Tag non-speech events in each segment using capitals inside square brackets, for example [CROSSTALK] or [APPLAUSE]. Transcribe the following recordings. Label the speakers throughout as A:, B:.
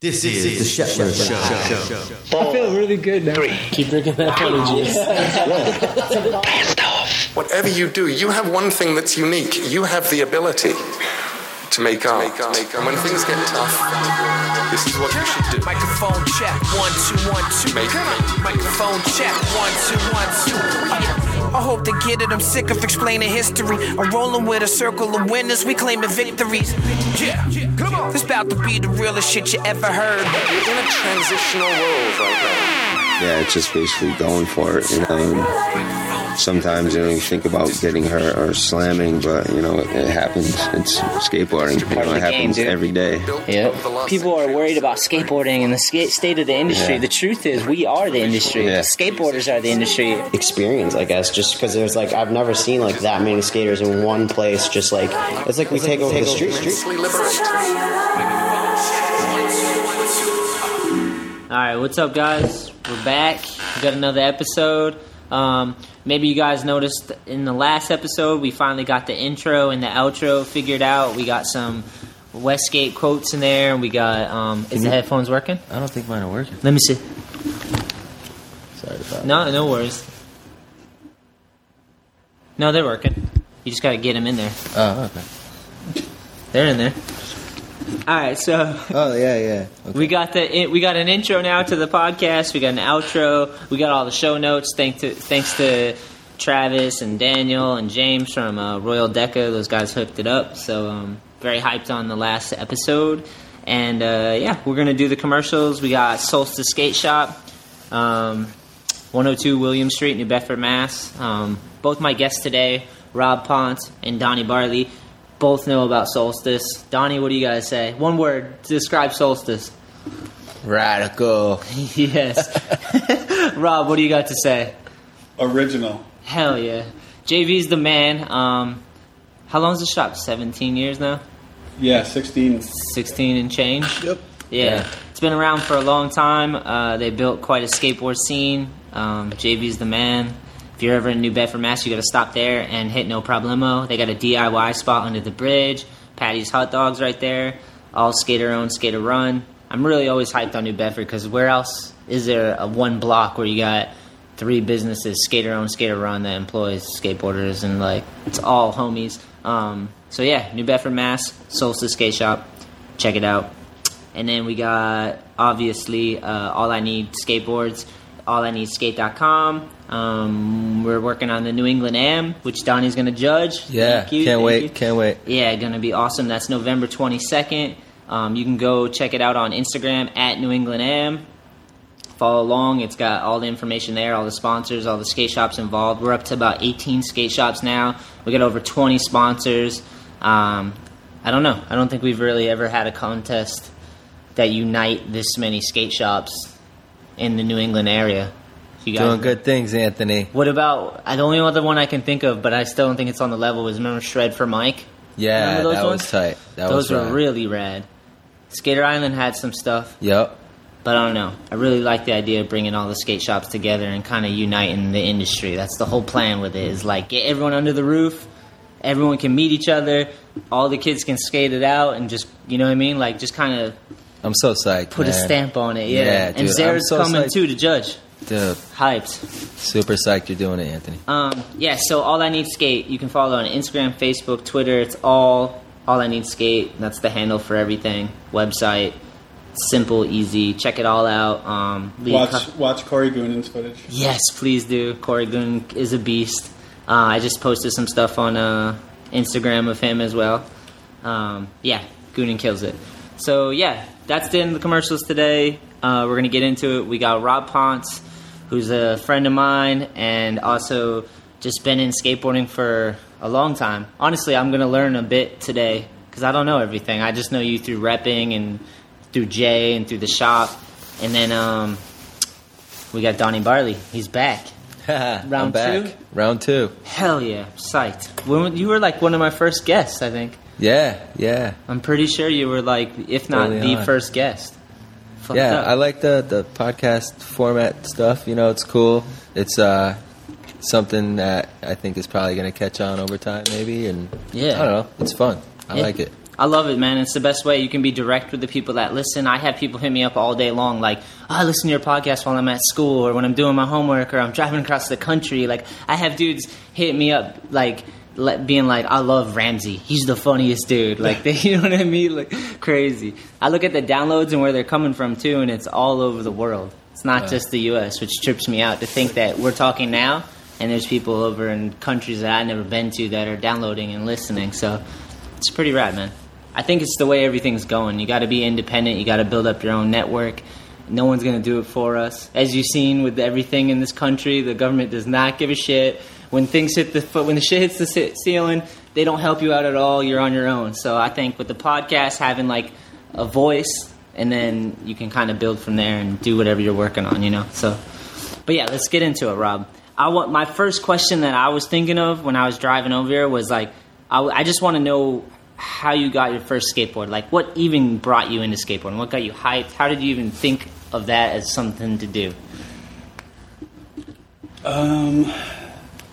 A: This is the Shetler Show.
B: I feel really good now.
C: Keep drinking that funny juice.
D: Whatever you do, you have one thing that's unique. You have the ability to make art. And when things get tough, this is what you should do.
E: Microphone check, one, two, one, two.
D: Make- make-
E: Microphone check, one, two, one, two. Yeah. I hope to get it, I'm sick of explaining history. I'm rolling with a circle of winners, we claiming victories. Yeah, come on. This about to be the realest shit you ever heard.
D: You're in a transitional world right now.
F: yeah, it's just basically going for it, you know. And sometimes you know you think about getting hurt or slamming, but you know it, it happens. It's skateboarding. You know, it
C: the game,
F: happens
C: dude.
F: every day.
D: Built up the
C: Yep.
D: last
C: People are
D: century.
C: worried about skateboarding and the skate state of the industry.
F: Yeah.
C: The truth is, we are the industry.
F: Yeah.
C: Skateboarders are the industry.
G: experience, I guess, just because there's like I've never seen like that many skaters in one place. Just like it's like we take over the street.
D: Immensely liberated.
C: All right, what's up, guys? We're back. We got another episode. Um, maybe you guys noticed in the last episode, we finally got the intro and the outro figured out. We got some Westgate quotes in there, and we got. Um, is the headphones working?
H: I don't think mine are working.
C: Let me see.
H: Sorry about that.
C: No, no worries. No, they're working. You just gotta get them in there.
H: Oh, okay.
C: They're in there. All right, so
H: Oh, yeah, yeah. Okay.
C: we got the it, we got an intro now to the podcast. We got an outro. We got all the show notes. Thanks to thanks to Travis and Daniel and James from uh, Royal Deca. Those guys hooked it up. So um, very hyped on the last episode. And uh, yeah, we're gonna do the commercials. We got Solstice Skate Shop, um, 102 William Street, New Bedford, Mass. Um, both my guests today, Rob Pont and Donnie Barley. Both know about solstice. Donnie, what do you guys say? One word to describe solstice.
H: Radical.
C: [LAUGHS] Yes. [LAUGHS] Rob, what do you got to say?
I: Original.
C: Hell yeah. JV's the man. Um, how long's the shop? 17 years now?
I: Yeah, 16.
C: 16 and change?
I: Yep.
C: Yeah. It's been around for a long time. Uh, they built quite a skateboard scene. Um, JV's the man. If you're ever in New Bedford, Mass, you got to stop there and hit No Problemo. They got a DIY spot under the bridge. Patty's Hot Dogs right there. All skater own, skater run. I'm really always hyped on New Bedford because where else is there a one block where you got three businesses, skater own, skater run, that employs skateboarders and like it's all homies. Um, so yeah, New Bedford, Mass, Solstice Skate Shop. Check it out. And then we got obviously uh, all I need skateboards, all I need skate.com. Um, we're working on the New England Am, which Donnie's gonna judge.
H: Yeah,
C: Thank you,
H: can't
C: thank
H: wait,
C: you.
H: can't wait.
C: Yeah, gonna be awesome. That's November 22nd. Um, you can go check it out on Instagram at New England Am. Follow along. It's got all the information there, all the sponsors, all the skate shops involved. We're up to about 18 skate shops now. We got over 20 sponsors. Um, I don't know. I don't think we've really ever had a contest that unite this many skate shops in the New England area. You guys-
H: Doing good things, Anthony.
C: What about uh, the only other one I can think of, but I still don't think it's on the level is remember Shred for Mike.
H: Yeah,
C: Remember those
H: that
C: ones?
H: was tight. That was
C: Those were
H: rad.
C: really rad. Skater Island had some stuff,
H: Yep.
C: but I don't know. I really like the idea of bringing all the skate shops together and kind of uniting the industry. That's the whole plan with it is like get everyone under the roof. Everyone can meet each other. All the kids can skate it out and just, you know what I mean? Like just kind of
H: I'm so psyched.
C: put a
H: man.
C: stamp on it. Yeah.
H: Yeah,
C: and
H: dude, I'm
C: Zara's
H: so
C: coming
H: psyched.
C: too to judge.
H: Dude,
C: Hyped.
H: super psyched you're doing it, Anthony. [LAUGHS]
C: Um, yeah, so All I Need Skate, you can follow on Instagram, Facebook, Twitter. It's all All I Need Skate. That's the handle for everything. Website, simple, easy. Check it all out. Um, leave co-
I: Watch watch Corey Goonan's footage.
C: Yes, please do. Corey Goon is a beast. Uh, I just posted some stuff on uh, Instagram of him as well. Um, yeah, Goonan kills it. So yeah, that's the end of the commercials today. Uh, we're gonna get into it. We got Rob Ponce, who's a friend of mine, and also just been in skateboarding for a long time. Honestly, I'm gonna learn a bit today because I don't know everything. I just know you through repping and through Jay and through the shop, and then um, we got Donnie Barley. He's back.
H: I'm back.
C: two?
H: Round two.
C: Hell yeah, psyched. When, you were like one of my first guests, I think.
H: Yeah, yeah.
C: I'm pretty sure you were like, if not
H: Early
C: the
H: on.
C: first guest. Fucked
H: yeah,
C: up.
H: I like the, the podcast format stuff. You know, it's cool. It's uh, something that I think is probably going to catch on over time, maybe. And
C: Yeah.
H: I don't know. It's fun. I
C: Yeah.
H: like it.
C: I love it, man. It's the best way. You can be direct with the people that listen. I have people hit me up all day long, like, "Oh, I listen to your podcast while I'm at school, or when I'm doing my homework, or I'm driving across the country. Like, I have dudes hit me up, like, le- being like, I love Ramsey. He's the funniest
H: [LAUGHS]
C: dude. Like, they, you know what I mean? Like, crazy. I look at the downloads and where they're coming from, too, and it's all over the world. It's not just the U.S., which trips me out to think that we're talking now, and there's people over in countries that I've never been to that are downloading and listening. So it's pretty rad, man. I think it's the way everything's going. You got to be independent. You got to build up your own network. No one's gonna do it for us. As you've seen with everything in this country, the government does not give a shit. When things hit the foot, when the shit hits the ce- ceiling, they don't help you out at all. You're on your own. So I think with the podcast having like a voice, and then you can kind of build from there and do whatever you're working on. You know. So but yeah, let's get into it, Rob. I want my first question that I was thinking of when I was driving over here was like, I, w- I just want to know how you got your first skateboard. Like, what even brought you into skateboarding? What got you hyped? How did you even think of that as something to do?
I: Um,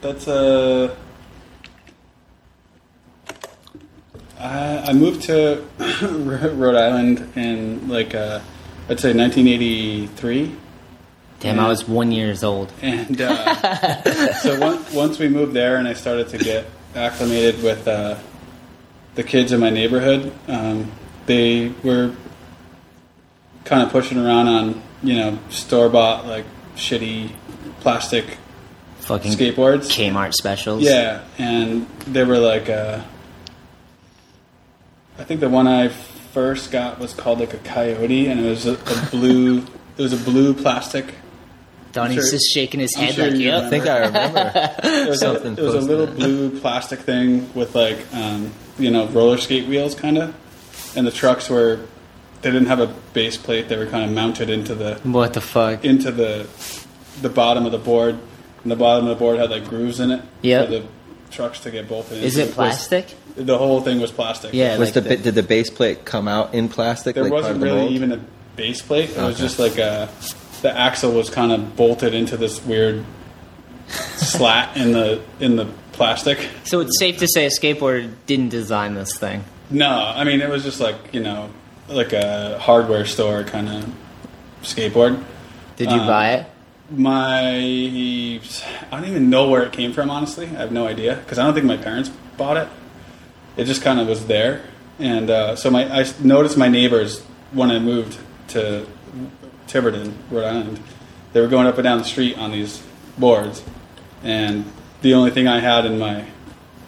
I: that's uh, a. I, I moved to [COUGHS] Rhode Island in like uh, I'd say 1983,
C: Damn, I was one years old.
I: and uh, [LAUGHS] so on, once we moved there, and I started to get acclimated with uh, the kids in my neighborhood. Um, they were kind of pushing around on you know store bought like shitty plastic
C: Fucking
I: skateboards.
C: Kmart specials.
I: Yeah, and they were like, uh, I think the one I first got was called like a coyote, and it was a, a blue. it was a blue plastic.
C: Donnie's
I: I'm sure-
C: just shaking his
I: I'm
C: head
I: sure
C: like,
I: you
H: I
C: yep.
I: remember.
H: think
C: [LAUGHS]
H: I remember.
I: It was, a,
H: Something
I: it was a
H: close to
I: little
H: that.
I: blue plastic thing with like um, you know roller skate wheels, kind of. And the trucks were they didn't have a base plate; they were kind of mounted into the
C: What the fuck?
I: into the the bottom of the board, and the bottom of the board had like grooves in it
C: Yep.
I: for the trucks to get bolted.
C: Is
I: into.
C: it plastic?
I: The whole thing was plastic.
C: Yeah,
H: Was
C: like
H: the,
C: the-
H: bit? Did the base plate come out in plastic?
I: there
H: like part
I: wasn't
H: of the
I: really
H: mold?
I: even a base plate. It was
H: Okay.
I: just like a the axle was kind of bolted into this weird slat in the in the plastic.
C: So it's safe to say a skateboarder didn't design this thing.
I: No, I mean it was just like you know like a hardware store kind of skateboard.
C: Did you
I: Um,
C: buy it?
I: My I don't even know where it came from honestly. I have no idea because I don't think my parents bought it. It just kind of was there, and uh, so my I s- noticed my neighbors when I moved to Tiverton, Rhode Island. They were going up and down the street on these boards, and the only thing I had in my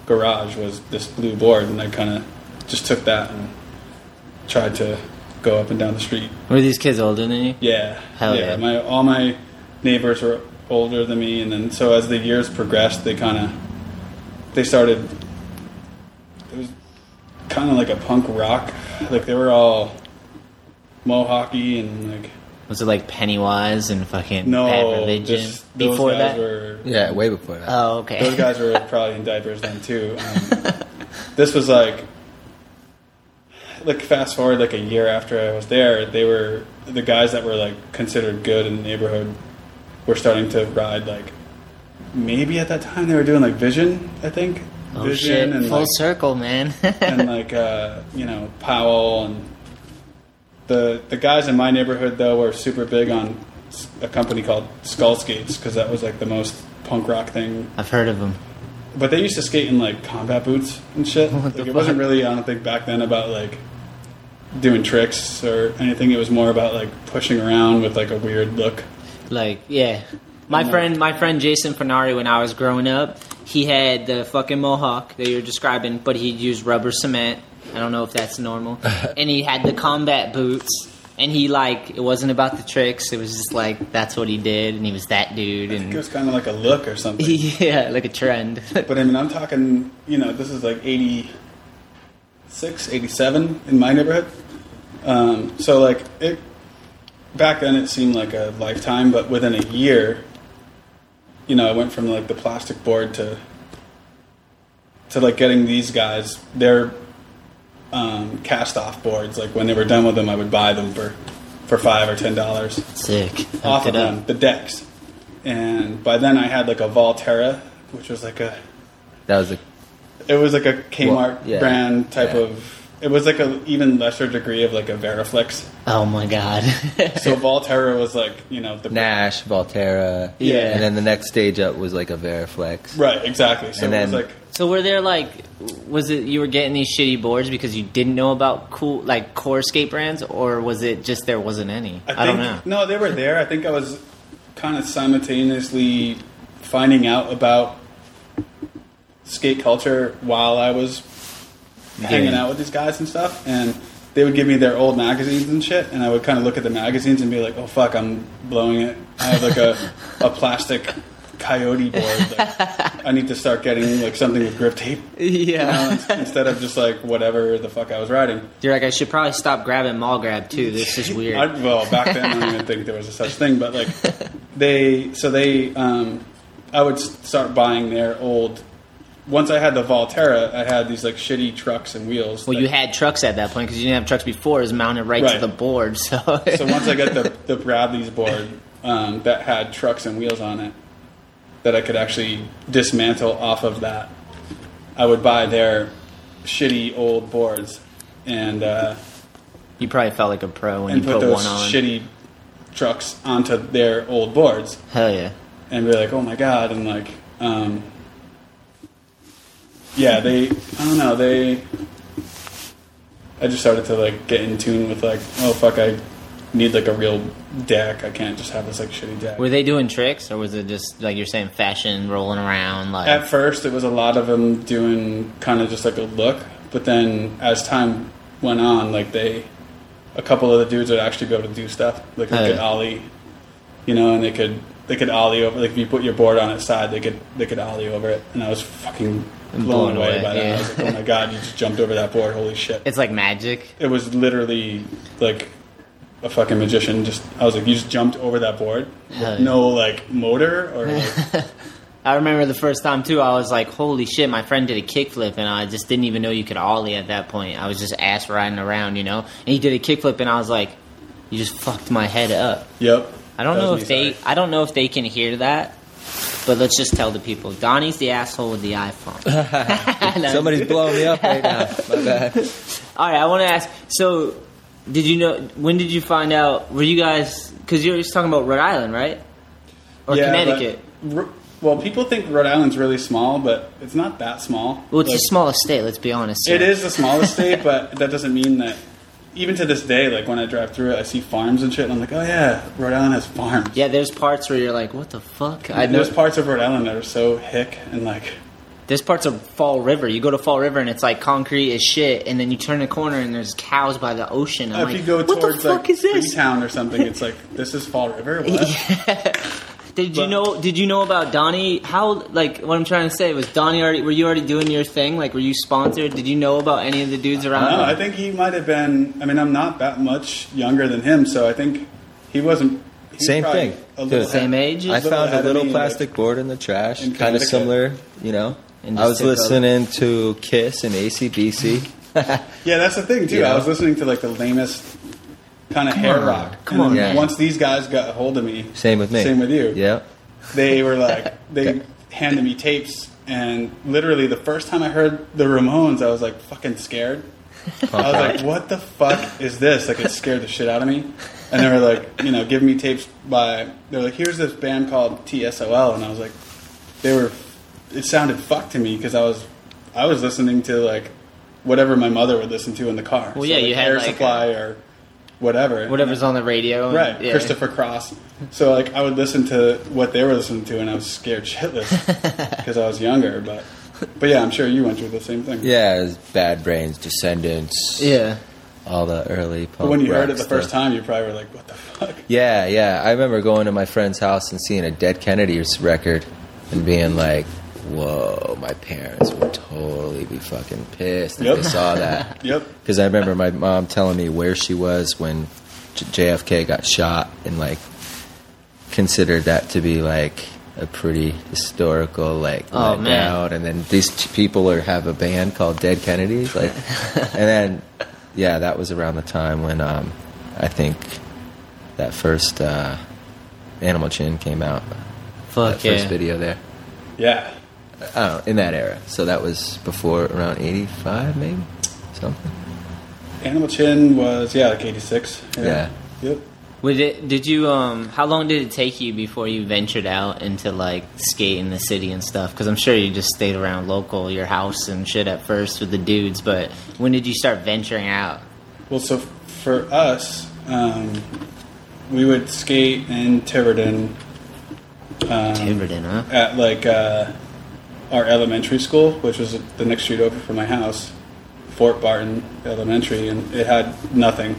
I: garage was this blue board, and I kind of just took that and tried to go up and down the street
C: Were these kids older than you?
I: yeah.
C: Hell yeah.
I: My all my neighbors were older than me, and then so as the years progressed, they kind of they started. It was kind of like a punk rock. Like they were all mohawky and like
C: Was it like Pennywise and fucking
I: no
C: Bad Religion
I: just- those
C: before
I: guys
C: that?
I: Were,
H: Yeah, way before that.
C: oh, okay.
I: Those guys were probably in diapers then too. Um, this was like, like fast forward like a year after I was there, they were the guys that were like considered good in the neighborhood were starting to ride like maybe at that time they were doing like Vision, I think.
C: oh
I: Vision
C: shit!
I: and
C: Full
I: like,
C: circle, [LAUGHS] man.
I: and like uh, you know Powell and the the guys in my neighborhood though were super big on s- a company called Skull Skates because that was like the most punk rock thing
C: [LAUGHS] I've heard of them.
I: but they used to skate in like combat boots and shit.
C: What
I: Like,
C: the
I: it wasn't
C: fuck?
I: really, I don't think, back then about like doing tricks or anything. It was more about like pushing around with like a weird look.
C: Like, yeah. My friend, my friend Jason Fenari, when I was growing up, he had the fucking mohawk that you're describing, but he'd use rubber cement. I don't know if that's normal. and he had the combat boots, and he like it wasn't about the tricks. It was just like that's what he did, and he was that dude,
I: I think it
C: and
I: was kind of like a look or something.
C: [LAUGHS] yeah, like a trend. [LAUGHS]
I: But I mean, I'm talking, you know, this is like 86, 87 in my neighborhood. Um, so like it back then it seemed like a lifetime, but within a year, you know, I went from like the plastic board to to like getting these guys their um, cast off boards. Like when they were done with them, I would buy them for for five or ten dollars
C: Sick. Hooked
I: off
C: it
I: of
C: up.
I: them, the decks. And by then I had like a Volterra, which was like a
H: That was a
I: it was like a Kmart
H: Well, yeah.
I: brand type
H: Yeah.
I: of it was like a even lesser degree of like a Veriflex.
C: Oh my god.
I: [LAUGHS]
H: [LAUGHS]
I: So Volterra was like you know the
H: Nash, Volterra.
C: Yeah.
H: And then the next stage up was like a Veriflex.
I: right exactly. So
H: And
I: it was
H: then-
I: like
C: so were there like was it you were getting these shitty boards because you didn't know about cool like core skate brands or was it just there wasn't any? I,
I: I, think,
C: don't know.
I: No, they were there. I think I was kind of simultaneously finding out about skate culture while I was hanging out with these guys and stuff. And they would give me their old magazines and shit, and I would kind of look at the magazines and be like, "Oh fuck, I'm blowing it." I have like a a plastic coyote board.
C: [LAUGHS]
I: Like, I need to start getting like something with grip tape
C: Yeah.
I: instead of just like whatever the fuck I was riding.
C: You're like I should probably stop grabbing mall grab too. This
I: [LAUGHS]
C: is weird.
I: I, well, back then I don't even think there was a such thing, but like
C: [LAUGHS]
I: they, so they, um, I would s- start buying their old. Once I had the Volterra, I had these like shitty trucks and wheels.
C: well,
I: that-
C: you had trucks at that point because you didn't have trucks before. It was mounted right, to
I: Right.
C: the board. [LAUGHS] So,
I: So once I
C: [LAUGHS]
I: got the the Bradley's board um, that had trucks and wheels on it, that I could actually dismantle off of that, I would buy their shitty old boards and uh,
C: you probably felt like a pro when
I: and
C: you
I: put
C: put,
I: those
C: one on.
I: shitty trucks onto their old boards.
C: Hell yeah.
I: and be like, "Oh my god!" and like, um, yeah, they, I don't know, they. I just started to like get in tune with like, oh fuck, I need like a real deck. I can't just have this like shitty deck.
C: Were they doing tricks or was it just like you're saying fashion rolling around like
I: At first, it was a lot of them doing kind of just like a look, but then as time went on, like they, a couple of the dudes would actually be able to do stuff. Like they
C: Oh,
I: could
C: yeah.
I: ollie, you know, and they could they could ollie over. Like if you put your board on its side, they could they could ollie over it. And I was fucking blown,
C: blown
I: away,
C: away,
I: by that.
C: yeah.
I: I was like, oh my god, you just jumped over that board! Holy shit!
C: it's like magic?
I: it was literally like a fucking magician. Just I was like, you just jumped over that board, with
C: Hell yeah.
I: no like motor or. Like,
C: I remember the first time too. I was like, "Holy shit!" My friend did a kickflip, and I just didn't even know you could ollie at that point. I was just ass riding around, you know. And he did a kickflip, and I was like, "You just fucked my head up."
I: yep.
C: I don't
I: That
C: know
I: was
C: if
I: me,
C: they,
I: sorry.
C: I don't know if they can hear that, but let's just tell the people. Donnie's the asshole with the
I: [LAUGHS]
C: iPhone. [LAUGHS]
H: Somebody's blowing me up right now. My bad.
C: All right, I want to ask. So, did you know? When did you find out? Were you guys? Because you were just talking about Rhode Island, right? Or
I: Yeah, but
C: Connecticut?
I: Ro- well, people think Rhode Island's really small, but it's not that small.
C: Well, it's
I: Like,
C: the smallest state. Let's be honest.
I: It
C: here.
I: is
C: [LAUGHS]
I: the smallest state, but that doesn't mean that. Even to this day, like when I drive through it, I see farms and shit, and I'm like, oh yeah, Rhode Island has farms.
C: Yeah, there's parts where you're like, "What the fuck?" I
I: And
C: know
I: there's parts of Rhode Island that are so hick and like,
C: There's parts of Fall River. You go to Fall River and it's like concrete as shit, and then you turn a corner and there's cows by the ocean. I'm
I: if
C: like,
I: you go
C: what
I: towards
C: the fuck
I: like
C: is this? [LAUGHS]
I: Freetown or something, it's like this is Fall River. What?
C: Did you know? Did you know about Donnie? How like what I'm trying to say was Donnie already? Were you already doing your thing? Like, were you sponsored? Did you know about any of the dudes around?
I: No,
C: you?
I: I think he might have been. I mean, I'm not that much younger than him, so I think he wasn't. he was
H: Same
I: probably
H: thing.
I: A little
H: Dude,
I: head-
C: Same age?
H: I
I: little
H: found
I: ahead
H: a
I: of
H: little
I: me, like-
H: plastic board in the trash,
I: In
H: kind of
I: Connecticut.
H: similar, you know.
C: And
H: I
C: just
H: was
C: took over.
H: listening to Kiss and ACDC.
I: Yeah, that's the thing too.
H: You know?
I: I was listening to like the lamest kind of hair rock.
C: Come
I: And
C: on,
I: then
H: man.
I: Once these guys got a hold of me,
H: Same with me.
I: Same with you.
H: Yeah.
I: They were like, they handed me tapes, and literally the first time I heard the Ramones, I was like fucking scared. I was like, what the fuck is this? Like, it scared the shit out of me. And they were like, you know, giving me tapes by. They're like, here's this band called TSOL, and I was like, they were. It sounded fucked to me because I was, I was listening to like, whatever my mother would listen to in the car.
C: Well, yeah, you had,
I: Air
C: like,
I: Supply or whatever.
C: Whatever's on the radio, and-
I: Right,
C: yeah.
I: Christopher Cross. So like I would listen to what they were listening to, and I was scared shitless because I was younger. But but yeah, I'm sure you went through the same thing.
H: Yeah, it was Bad Brains, Descendants,
C: Yeah,
H: all the early punk
I: But when you heard it
H: rock
I: the first
H: stuff.
I: time, you probably were like, "What the fuck?"
H: Yeah, yeah. I remember going to my friend's house and seeing a Dead Kennedys record and being like, whoa, my parents would totally be fucking pissed if
I: Yep.
H: they saw
I: [LAUGHS]
H: that.
I: Yep.
H: Because I remember my mom telling me where she was when J- JFK got shot and like considered that to be like a pretty historical like
C: Oh,
H: letdown.
C: man.
H: And then these t- people are have a band called Dead Kennedys,
C: [LAUGHS]
H: like, and then yeah, that was around the time when um, I think that first uh, Animal Chin came out.
C: fuck
H: that
C: yeah.
H: first video there. uh,
I: Yeah,
H: I don't know, in that era. So that was before around 85 maybe? Something.
I: Animal Chin was yeah like '86.
H: Yeah.
I: Yep.
C: Would it, did you um how long did it take you before you ventured out into like skate in the city and stuff cuz I'm sure you just stayed around local your house and shit at first with the dudes but when did you start venturing out
I: Well, so for us, um, we would skate in Tiverton
C: Tiverton huh
I: at like uh, our elementary school, which was the next street over from my house, Fort Barton Elementary, and it had nothing.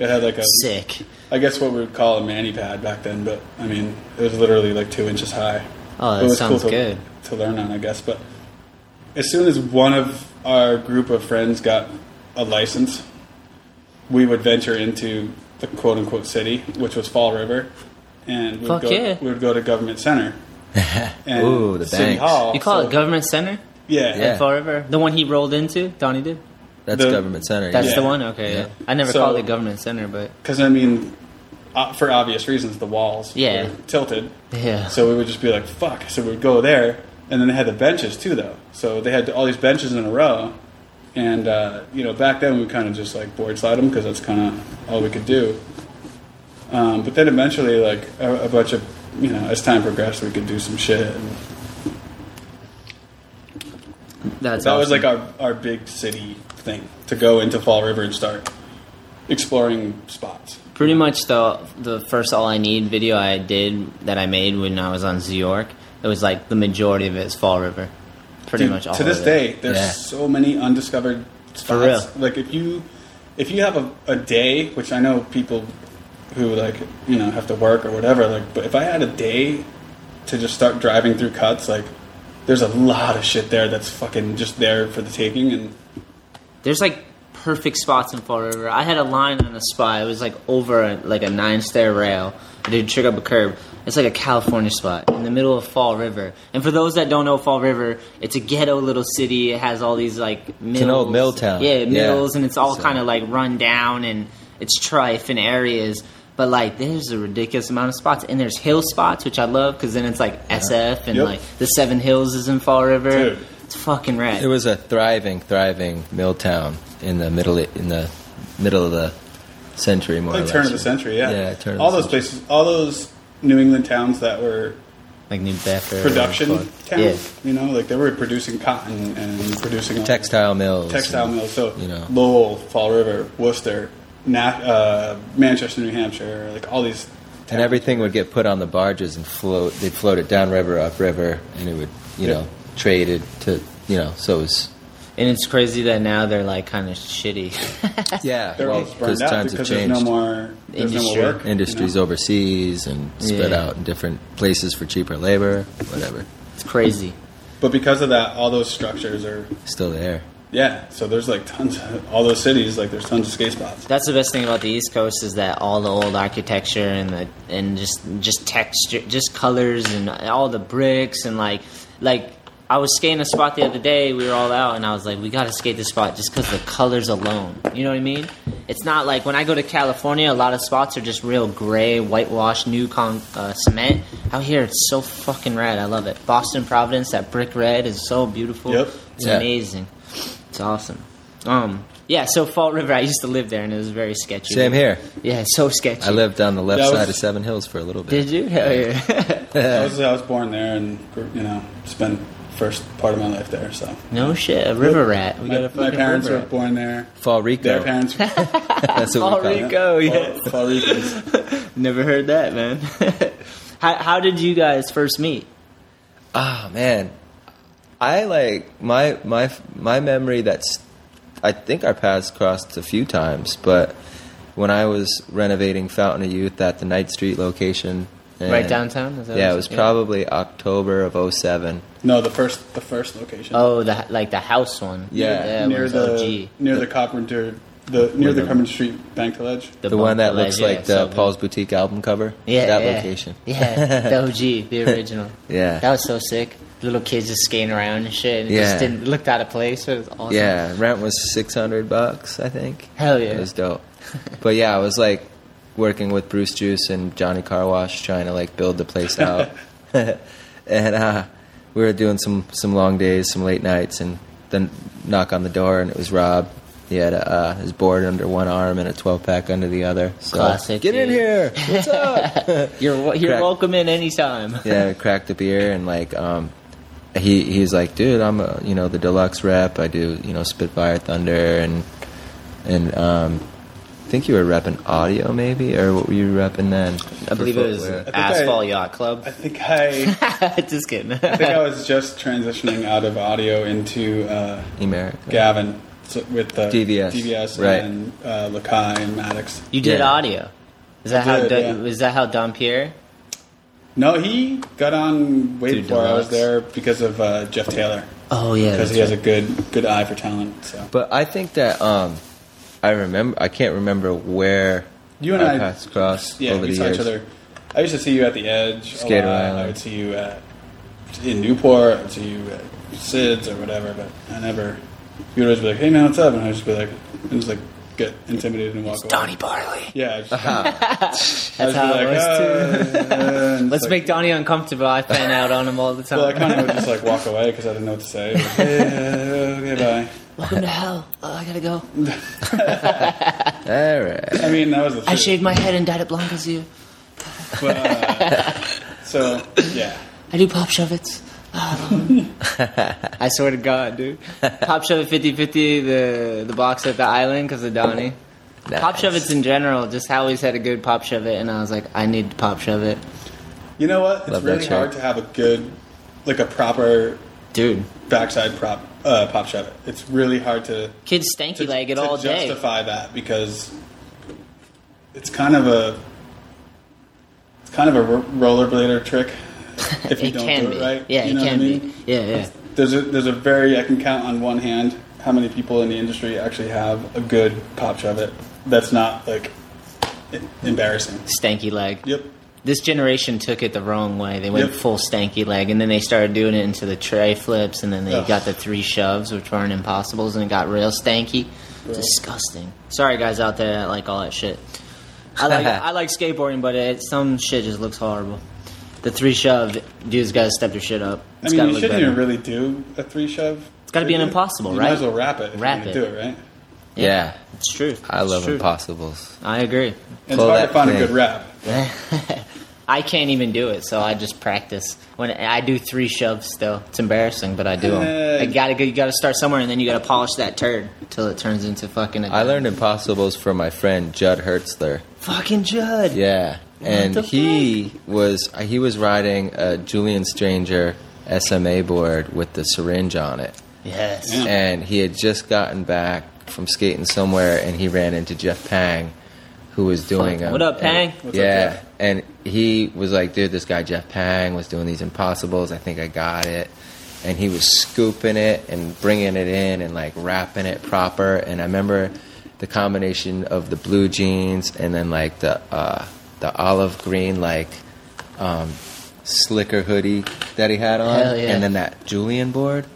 I: It had like a
C: sick
I: I guess what we would call a manny pad back then, but I mean, it was literally like two inches high.
C: Oh, that
I: It was
C: sounds
I: to,
C: good.
I: To learn on, I guess. But as soon as one of our group of friends got a license, we would venture into the quote unquote city, which was Fall River, and we'd
C: Fuck
I: go,
C: yeah.
I: we would go to Government
C: [LAUGHS]
I: Center. And
H: Ooh, the
I: City
H: banks.
I: Hall.
C: You call
I: so-
C: it government center
I: Yeah.
H: Yeah.
C: Fall River the one he rolled into Donnie did
H: That's
I: The-
H: government center.
C: That's
H: yeah.
C: the one okay
H: Yeah.
C: yeah. I never
I: So-
C: called it government center but
I: Because I mean, uh, for obvious reasons, the walls
C: Yeah.
I: were tilted.
C: yeah
I: So we would just be like, fuck. So we'd go there, and then they had the benches too, though. So they had all these benches in a row, and uh, you know, back then we kind of just like board slide them because that's kind of all we could do. Um, but then eventually, like a, a bunch of you know, as time progressed, we could do some shit. And
C: that's
I: that
C: awesome.
I: was like our our big city thing to go into Fall River and start exploring spots.
C: pretty much the the first all I need video I did that I made when I was on New York. It was like the majority of it is Fall River, pretty
I: Dude,
C: much all
I: to this
C: of
I: day
C: It.
I: there's
H: Yeah.
I: so many undiscovered spots
C: real.
I: like if you if you have a, a day which i know people who like you know have to work or whatever like but if i had a day to just start driving through cuts like there's a lot of shit there that's fucking just there for the taking and
C: There's like perfect spots in Fall River. I had a line on a spot. It was like over a, like a nine stair rail. I did trick up a curb. It's like a California spot in the middle of Fall River. And for those that don't know Fall River, it's a ghetto little city. It has all these like mills.
H: an old mill town.
C: Yeah,
H: Yeah.
C: mills, and it's all
H: So-
C: kind of like run down and it's trife in areas. But like, there's a ridiculous amount of spots, and there's hill spots, which I love because then it's like SF and
I: Yep.
C: like the Seven Hills is in Fall River.
I: Dude.
C: It's fucking rad.
H: It was a thriving, thriving mill town in the middle in the middle of the century, more or
I: like
H: less.
I: turn of the century yeah
H: Oh, Yeah, turn of
I: all
H: the
I: those places all those new england towns that were
C: like New Bedford
I: production
C: Yeah.
I: towns you know like they were producing cotton and producing all-
H: textile mills.
I: textile
H: and-
I: mills. So
H: you know.
I: Lowell, Fall River, Worcester, Na- uh, Manchester, New Hampshire, like all these.
H: and everything would get put on the barges and float. They'd float it downriver, upriver, and it would, you
I: Yeah.
H: know, trade it to, you know, so it was.
C: And it's crazy that now they're like kind of shitty. [LAUGHS]
H: Yeah,
I: They're
H: well,
I: all burned
H: because
I: out
H: times have
I: because there's
H: changed.
I: no more there's no more
C: Industry.
I: work.
H: Industries
I: you know?
H: overseas and spread
C: Yeah.
H: out in different places for cheaper labor, whatever.
C: it's crazy.
I: But because of that, all those structures are
H: Still there.
I: yeah. So there's like tons of all those cities. Like there's tons of skate spots.
C: That's the best thing about the East Coast is that all the old architecture and the and just just texture, just colors and all the bricks and like like I was skating a spot the other day. We were all out and I was like, we gotta skate this spot just because the colors alone. You know what I mean? It's not like when I go to California, a lot of spots are just real gray, whitewashed, new con- uh, cement. Out here, it's so fucking red. I love it. Boston, Providence, that brick red is so beautiful.
I: Yep.
C: It's
H: Yeah.
C: amazing. It's awesome. Um, yeah, so Fall River, I used to live there, and it was very sketchy.
H: Same here.
C: Yeah, it's so sketchy.
H: I lived on the left
I: That was-
H: side of Seven Hills for a little bit.
C: Did you? Hell yeah. [LAUGHS]
I: I was, I was born there and grew- you know spent first part of my life there. So
C: no shit, a river rat. We got
I: my,
C: a
I: my
C: fucking
I: parents were
C: river rat.
I: born there.
H: [LAUGHS] Fall Rico. [LAUGHS]
I: Their parents, were
H: That's what we
C: Fall
H: call it.
C: Rico. Yeah,
I: Fall, Fall Ricans.
C: never heard that, man. [LAUGHS] how, how did you guys first meet?
H: Oh man, I like my my my memory. That's I think our paths crossed a few times, but when I was renovating Fountain of Youth at the Knight Street location, and-
C: Right downtown? Is that
H: yeah,
C: what-
H: it was
C: yeah.
H: probably October of 07.
I: No, the first the first location.
C: Oh, the like the house one.
H: Yeah.
C: yeah
I: near
C: was
I: the
C: OG.
I: near the Carpenter the near the
H: the-
I: Carpenter Street bank to ledge.
H: The one that looks
C: yeah,
H: like
C: so
H: the
C: good.
H: Paul's Boutique album cover.
C: Yeah,
H: that
C: yeah.
H: location.
C: Yeah, the OG,
H: [LAUGHS]
C: the original.
H: Yeah.
C: that was so sick. Little kids just skating around and shit. And it
H: Yeah.
C: just didn't looked out of place. It was awesome.
H: Yeah, rent was six hundred bucks, I think.
C: Hell yeah.
H: it was dope. but yeah, I was like working with Bruce Juice and Johnny Carwash, trying to like build the place
C: [LAUGHS]
H: out, [LAUGHS] and uh, we were doing some some long days, some late nights, and then knock on the door, and it was Rob, He had a, uh, his board under one arm and a 12 pack under the other. So,
C: Classic,
H: Get in
C: dude.
H: here. What's
C: [LAUGHS]
H: up?
C: You're wel- you're
H: Correct.
C: welcome in anytime.
H: yeah, [LAUGHS] we cracked a beer and like um, he he's like, dude, I'm a, you know the deluxe rep. I do you know Spitfire Thunder and and um, I think you were repping audio maybe or what were you repping then?
C: I believe it was
H: Footwear.
C: Asphalt
I: I-
C: Yacht Club.
I: I think I,
C: [LAUGHS] Just kidding.
I: [LAUGHS] I think I was just transitioning out of audio into uh,
H: America.
I: Gavin so- with uh,
H: DVS,
I: DVS
H: right.
I: and uh, Lakai and Maddox.
C: [LAUGHS] you did
H: Yeah.
C: audio. Is that how?
I: did,
C: Dun-
I: yeah.
C: Is that how Don Pierre?
I: No, he got on way
C: Dude,
I: before I
C: Deluxe.
I: was there because of uh, Jeff Taylor
C: Oh yeah,
I: because
C: that's
I: he has
C: right.
I: a good good eye for talent. So
H: But I think that um, I remember. I can't remember where
I: you and
H: our
I: I
H: paths crossed
I: Yeah,
H: over
I: we
H: the
I: saw
H: years.
I: each other. I used to see you at the Edge.
H: Skater
I: a lot. I
H: Island.
I: would see you at, in Newport. I'd see you at Sids or whatever. But I never. You would always be like, "Hey man, what's up?" And I'd just be like, and just like get intimidated and walk away.
C: Donnie Barley.
I: Yeah, I just,
H: [LAUGHS]
C: That's how it
I: "Oh, "Ah,"
C: was too.
I: too.
C: [LAUGHS] Let's make Donnie uncomfortable. I fan out on him all the time.
I: [LAUGHS] Well, I kind of would just like walk away because I didn't know what
C: [LAUGHS]
I: to say. Like, "Yeah, okay,
C: Welcome to hell. Oh, I gotta go.
H: All right.
I: bye. I mean, that was the.
C: I
I: truth.
C: shaved my head and dyed it blonde because you.
I: But, uh, so yeah,
C: I do pop shove-its. [LAUGHS] I swear to God, [LAUGHS] dude. Pop shove it 50 50, the, the box at the island because of Donnie. Pop shove it's in general, just I always had a good pop shove it, and I was like, I need to pop shove it.
I: you know what? It's
H: Love that
I: really
H: shirt.
I: hard to have a good, like a proper
C: Dude,
I: backside prop uh, pop shove it. It's really hard to
C: kids stanky
I: to,
C: leg it
I: to
C: all day.
I: justify that because it's kind of a it's kind of a ro- rollerblader trick if
C: [LAUGHS]
I: you
C: it
I: don't
C: can
I: do
C: be.
I: it right.
C: Yeah,
I: you
C: it
I: know
C: can
I: what I mean?
C: be. Yeah, yeah.
I: There's a there's a very I can count on one hand how many people in the industry actually have a good pop shove it that's not like e- embarrassing.
C: Stanky leg.
I: Yep.
C: This generation took it the wrong way. They went
I: Yep.
C: full stanky leg, and then they started doing it into the tray flips, and then they
I: Ugh.
C: got the three shoves, which weren't impossibles, and it got real stanky. Disgusting. Sorry, guys out there that like all that shit. I
I: [LAUGHS]
C: like I like skateboarding, but it, some shit just looks horrible. The three shove, dude's got to step your shit up.
I: I
C: It's
I: mean, you
C: gotta look
I: shouldn't
C: better.
I: even really do a three shove. It's
C: gotta be an impossible,
I: you
C: right?
I: Might as well wrap it. If
C: Wrap
I: you're
C: it.
I: gonna Do it right.
H: Yeah,
C: it's true.
H: I
C: It's
H: love
C: true.
H: Impossibles.
C: I agree.
I: It's
H: Pull
I: hard
H: that
I: to find
H: thing.
I: a good wrap.
C: [LAUGHS] I can't even do it, so I just practice. When I do three shoves, still, it's embarrassing, but I do them. I
I: Hey.
C: gotta go, you gotta start somewhere, and then you gotta polish that turd until it turns into fucking. A
H: I learned Impossibles from my friend Judd Hertzler.
C: fucking Judd.
H: Yeah, and
C: the
H: he was uh, he was riding a Julian Stranger SMA board with the syringe on it,
C: Yes.
H: and he had just gotten back from skating somewhere, and he ran into Jeff Pang, who was doing a-
C: What up, Pang?
H: a-
I: What's up,
H: yeah,
I: Jeff?
H: and he was like, "Dude, this guy Jeff Pang was doing these impossibles. I think I got it." And he was scooping it and bringing it in and like wrapping it proper. And I remember the combination of the blue jeans and then like the uh, the olive green like um, slicker hoodie that he had on,
C: Hell yeah.
H: and then that Julian board.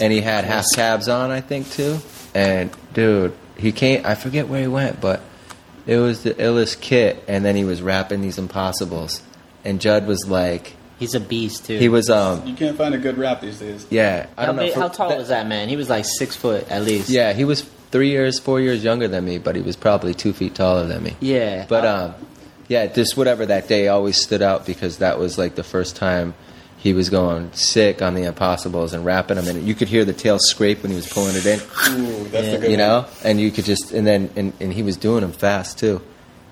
H: And he had half tabs on, I think, too. And dude, he came. I forget where he went, but it was the illest kit, and then he was rapping these impossibles. And Judd was like,
C: He's a beast too.
H: he was, um,
I: You can't find a good wrap these days.
H: yeah, I
C: How,
H: don't know.
C: big-
H: for-
C: how tall was that man? He was like six foot at least.
H: Yeah, he was three years, four years younger than me, but he was probably two feet taller than me.
C: Yeah.
H: But um, yeah, just whatever that day always stood out because that was like the first time he was going sick on the impossibles and wrapping them, and you could hear the tail scrape when he was pulling it in.
I: Ooh, that's a good
H: you
I: one.
H: know and you could just and then and, and he was doing them fast too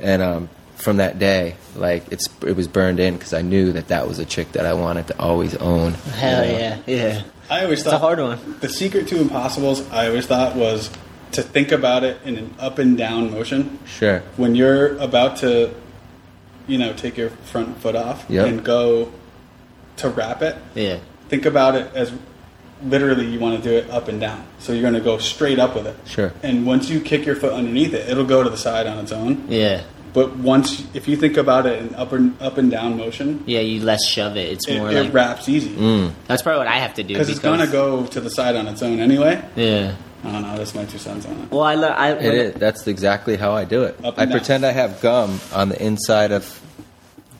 H: and um, from that day like it's it was burned in because i knew that that was a trick that i wanted to always own
C: Hell
H: you know?
C: yeah. Yeah.
I: I always
C: It's
I: thought
C: a hard one.
I: The secret to impossibles, I always thought, was to think about it in an up and down motion.
H: sure
I: When you're about to, you know, take your front foot off
H: Yep.
I: and go to wrap it,
C: Yeah.
I: think about it as literally you want to do it up and down. So you're going to go straight up with it.
H: Sure.
I: And once you kick your foot underneath it, it'll go to the side on its own.
C: Yeah.
I: But once, if you think about it in up and up and down motion,
C: Yeah. You less shove it. It's
I: it,
C: more
I: it
C: like Mm.
I: wraps easy
C: that's probably what I have to do
I: because it's going to go to the side on its own anyway.
C: Yeah.
I: I don't know. That's my two cents on it.
C: Well, I, le- I
H: it is that's exactly how i do it
I: Up and
H: i
I: down.
H: pretend i have gum on the inside of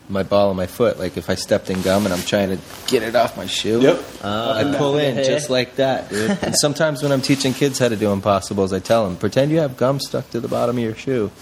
H: my ball on my foot. Like if I stepped in gum and I'm trying to get it off my shoe, Ah,
I: Yep.
H: I pull in just like that, dude.
I: [LAUGHS]
H: and sometimes when I'm teaching kids how to do impossibles, I tell them, pretend you have gum stuck to the bottom of your shoe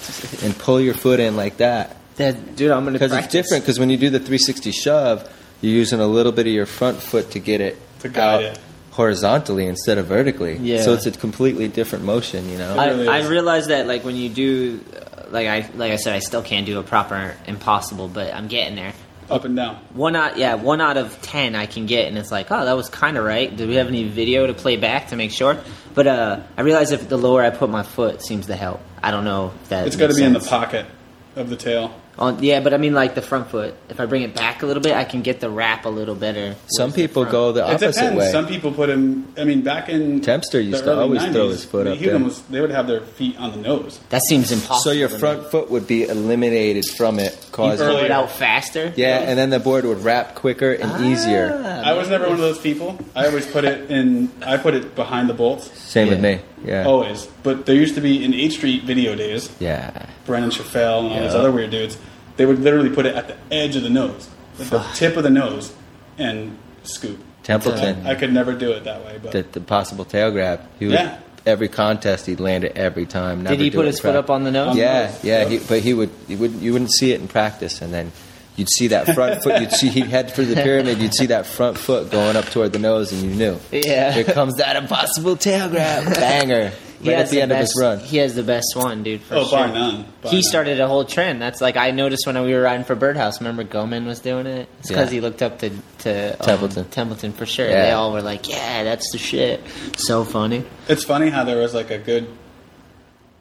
H: and pull your foot in like that.
C: That, dude, I'm gonna
H: Because it's
C: practice.
H: different, because when you do the 360 shove, you're using a little bit of your front foot to get it
I: To guide
H: out
I: it.
H: horizontally instead of vertically.
C: Yeah.
H: So it's a completely different motion, you know?
C: I,
I: really
C: I
I: is.
C: realize that like when you do, uh, like I like I said, I still can't do a proper impossible, but I'm getting there.
I: Up and down.
C: One out, yeah, one out of ten I can get, and it's like, oh, that was kind of right. Do we have any video to play back to make sure? But uh, I realize if the lower I put my foot seems to help. I don't know if that.
I: It's got to
C: makes
I: be in the
C: sense.
I: pocket of the tail.
C: On, yeah, but I mean, like the front foot. If I bring it back a little bit, I can get the wrap a little better.
H: Some
C: with the
H: people
C: front.
H: go the
I: It
H: opposite
I: depends.
H: way.
I: Some people put him. I mean, back in
H: Tempster used
I: the
H: to
I: early
H: always
I: 90s,
H: throw his foot
I: the
H: up
I: human
H: there.
I: Was, they would have their feet on the nose.
C: That seems impossible.
H: so your
C: to me.
H: front foot would be eliminated from it,
C: You throw
H: causing.
C: it out faster. Ah.
H: Yeah, and then the board would wrap quicker and
I: Ah.
H: easier.
I: I was never one of those people. I always put it in. I put it behind the bolts.
H: Same with
C: Yeah.
H: me. Yeah.
I: Always. But there used to be in H Street video days.
H: Yeah.
I: Brennan Chaffel and all these
H: Yeah.
I: other weird dudes, they would literally put it at the edge of the nose, at the tip of the nose, and scoop.
H: Templeton.
I: I, I could never do it that way, but
H: The, the possible tail grab. He would,
I: Yeah.
H: Every contest, he'd land it every time. never
C: Did he
H: do it
C: put
H: Um, in
C: his foot
H: practice.
C: up on the nose?
H: Yeah,
I: nose,
H: yeah.
I: yeah.
H: He, but he would, he would, you wouldn't see it in practice, and then you'd see that
I: [LAUGHS]
H: front foot. You'd see he'd head for the pyramid. You'd see that front foot going up toward the nose, and you knew.
C: Yeah.
H: Here comes that impossible tail
C: [LAUGHS]
H: grab banger
C: He
H: right
C: has
H: at the end of his
C: best-
H: run.
C: He has the best one, dude. For
I: oh,
C: sure.
I: bar none. Bar
C: he
I: none.
C: started a whole trend. That's like I noticed when we were riding for Birdhouse. Remember Goman was doing it? It's because
H: Yeah.
C: he looked up to to um,
H: Templeton.
C: Templeton for sure.
H: Yeah.
C: They all were like, "Yeah, that's the shit." So funny.
I: It's funny how there was like a good,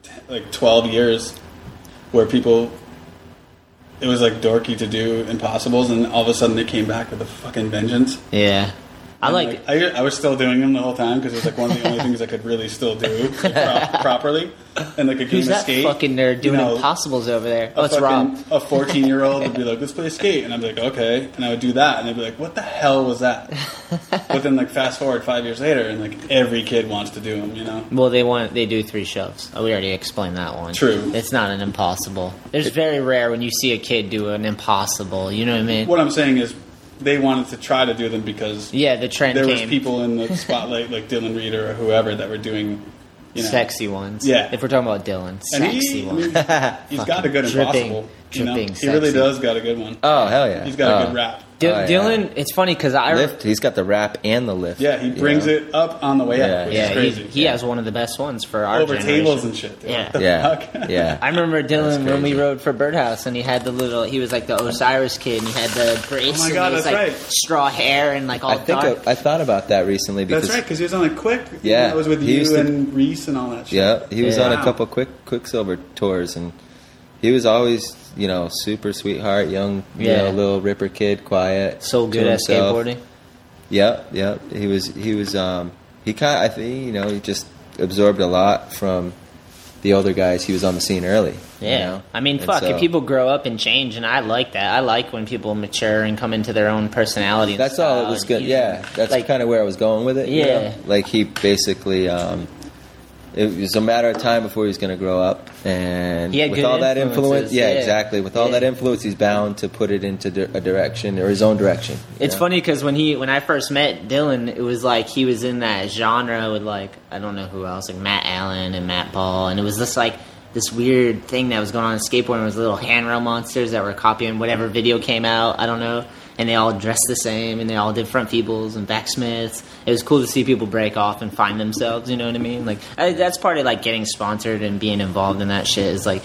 I: t- like twelve years, where people. It was like dorky to do impossibles, and all of a sudden they came back with a fucking vengeance.
C: Yeah, I
I: And,
C: like.
I: I, I was still doing them the whole time because it was like one of the
C: [LAUGHS]
I: only things I could really still do like, pro- properly, and like a game
C: Who's
I: of
C: that
I: skate.
C: fucking nerd doing
I: you know,
C: impossibles over there? Oh, it's
I: fucking-
C: Rob.
I: A 14 year old would be like, let's play skate. And I'd be like, okay. And I would do that. And they'd be like, what the hell was
C: [LAUGHS]
I: that? but then, like, fast forward five years later, and like every kid wants to do them, you know?
C: Well, they want they do three shoves. Oh, we already explained that one.
I: True.
C: It's not an impossible. It's very rare when you see a kid do an impossible. You know what I mean?
I: What I'm saying is they wanted to try to do them because
C: yeah, the trend
I: there was
C: came.
I: people in the spotlight, like Dylan Reed or whoever, that were doing, you know.
C: sexy ones.
I: Yeah.
C: If we're talking about Dylan,
I: And
C: sexy
I: he, Oh, I
C: ones.
I: mean,
C: [LAUGHS]
I: he's got a good
C: Dripping-
I: impossible. you know?
C: dripping
I: He really
C: sexy.
I: does got a good one.
H: Oh hell yeah!
I: He's got a
H: Oh.
I: good rap.
C: Dy-
H: Oh, yeah.
C: Dylan, it's funny because I
H: Lift. He's got the wrap and the lift.
I: Yeah, he
H: you
I: brings
H: know?
I: it [LAUGHS] up on the way
H: Yeah.
I: up, which
C: yeah,
I: is
C: he-
I: crazy.
C: he, has one of the best ones for our
I: Over
C: generation.
I: tables and shit. dude.
C: Yeah.
I: What the
H: Yeah,
I: fuck?
H: yeah.
C: I remember Dylan
H: That's
C: when we
H: crazy.
C: rode for Birdhouse, and he had the little. He was like the Osiris kid, and he had the brace.
I: Oh my
C: and
I: God,
C: he was
I: that's
C: like
I: right.
C: straw hair and like all
H: I think
C: dark.
H: I, I thought about that recently because
I: That's right, because he was on a quick.
H: Yeah,
I: that was with
H: he
I: you
H: used to-
I: and Reese and all that. shit.
H: Yeah, he was
C: Yeah.
H: on a
I: Wow.
H: couple quick Quicksilver tours, and he was always, you know, super sweetheart, young,
C: Yeah.
H: you know, little ripper kid, quiet,
C: so
H: to
C: good at
H: himself.
C: skateboarding.
H: Yep, yep. He was, he was, um, he kind, I think, you know, he just absorbed a lot from the older guys. He was on the scene early. you
C: Yeah.
H: know? uh,
C: I mean,
H: And
C: fuck,
H: so-
C: if people grow up and change, and I like that. I like when people mature and come into their own personality. and
H: That's all. It
C: style
H: was
C: and
H: good.
C: uh, you-
H: Yeah, that's
C: like-
H: kind of where I was going with it. you
C: Yeah.
H: know? Like he basically, um, it was a matter of time before he was going to grow up, and
C: He had
H: with
C: good
H: all that influence,
C: influences,
H: yeah,
C: yeah.
H: exactly. With all
C: Yeah.
H: that influence, he's bound to put it into di- a direction or his own direction. you
C: It's
H: know?
C: funny 'cause funny because when he when I first met Dylan, it was like he was in that genre with like I don't know who else, like Matt Allen and Matt Ball, and it was just like this weird thing that was going on in skateboarding. It was little handrail monsters that were copying whatever video came out. I don't know, and they all dressed the same, and they all did front feebles and back smiths. It was cool to see people break off and find themselves. You know what I mean? Like I, that's part of like getting sponsored and being involved in that shit is like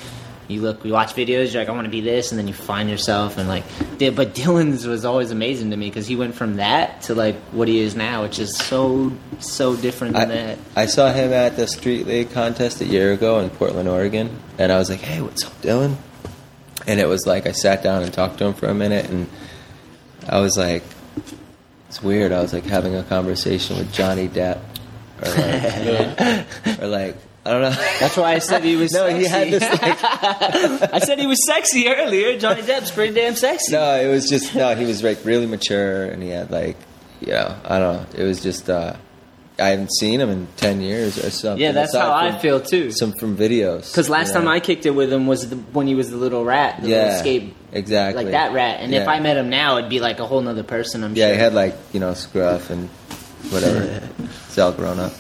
C: you look, you watch videos, you're like, I want to be this, and then you find yourself, and like, Di- but Dylan's was always amazing to me because he went from that to like what he is now, which is so so different than
H: I,
C: that.
H: I saw him at the street league contest a year ago in Portland, Oregon, and I was like, "Hey, what's up, Dylan?" And it was like I sat down and talked to him for a minute, and I was like, "It's weird." I was like having a conversation with Johnny Depp, or
C: [LAUGHS]
H: like, or like I don't know. [LAUGHS]
C: That's why I said he was.
H: No,
C: sexy.
H: he had this. Like,
C: [LAUGHS] I said he was sexy earlier. Johnny Depp's pretty damn sexy.
H: no, it was just no. He was like really mature, and he had like, you know, I don't know. It was just. uh I haven't seen him in ten years or something.
C: Yeah, that's
H: aside
C: how I
H: from
C: feel too.
H: Some from videos.
C: Because last
H: you
C: time
H: know?
C: I kicked it with him was the, when he was the little rat, the little
H: yeah
C: skate,
H: exactly
C: like that rat. And if
H: Yeah.
C: I met him now, it'd be like a whole nother person. I'm
H: yeah,
C: sure.
H: he had like you know scruff and whatever.
I: [LAUGHS]
H: it's all grown up.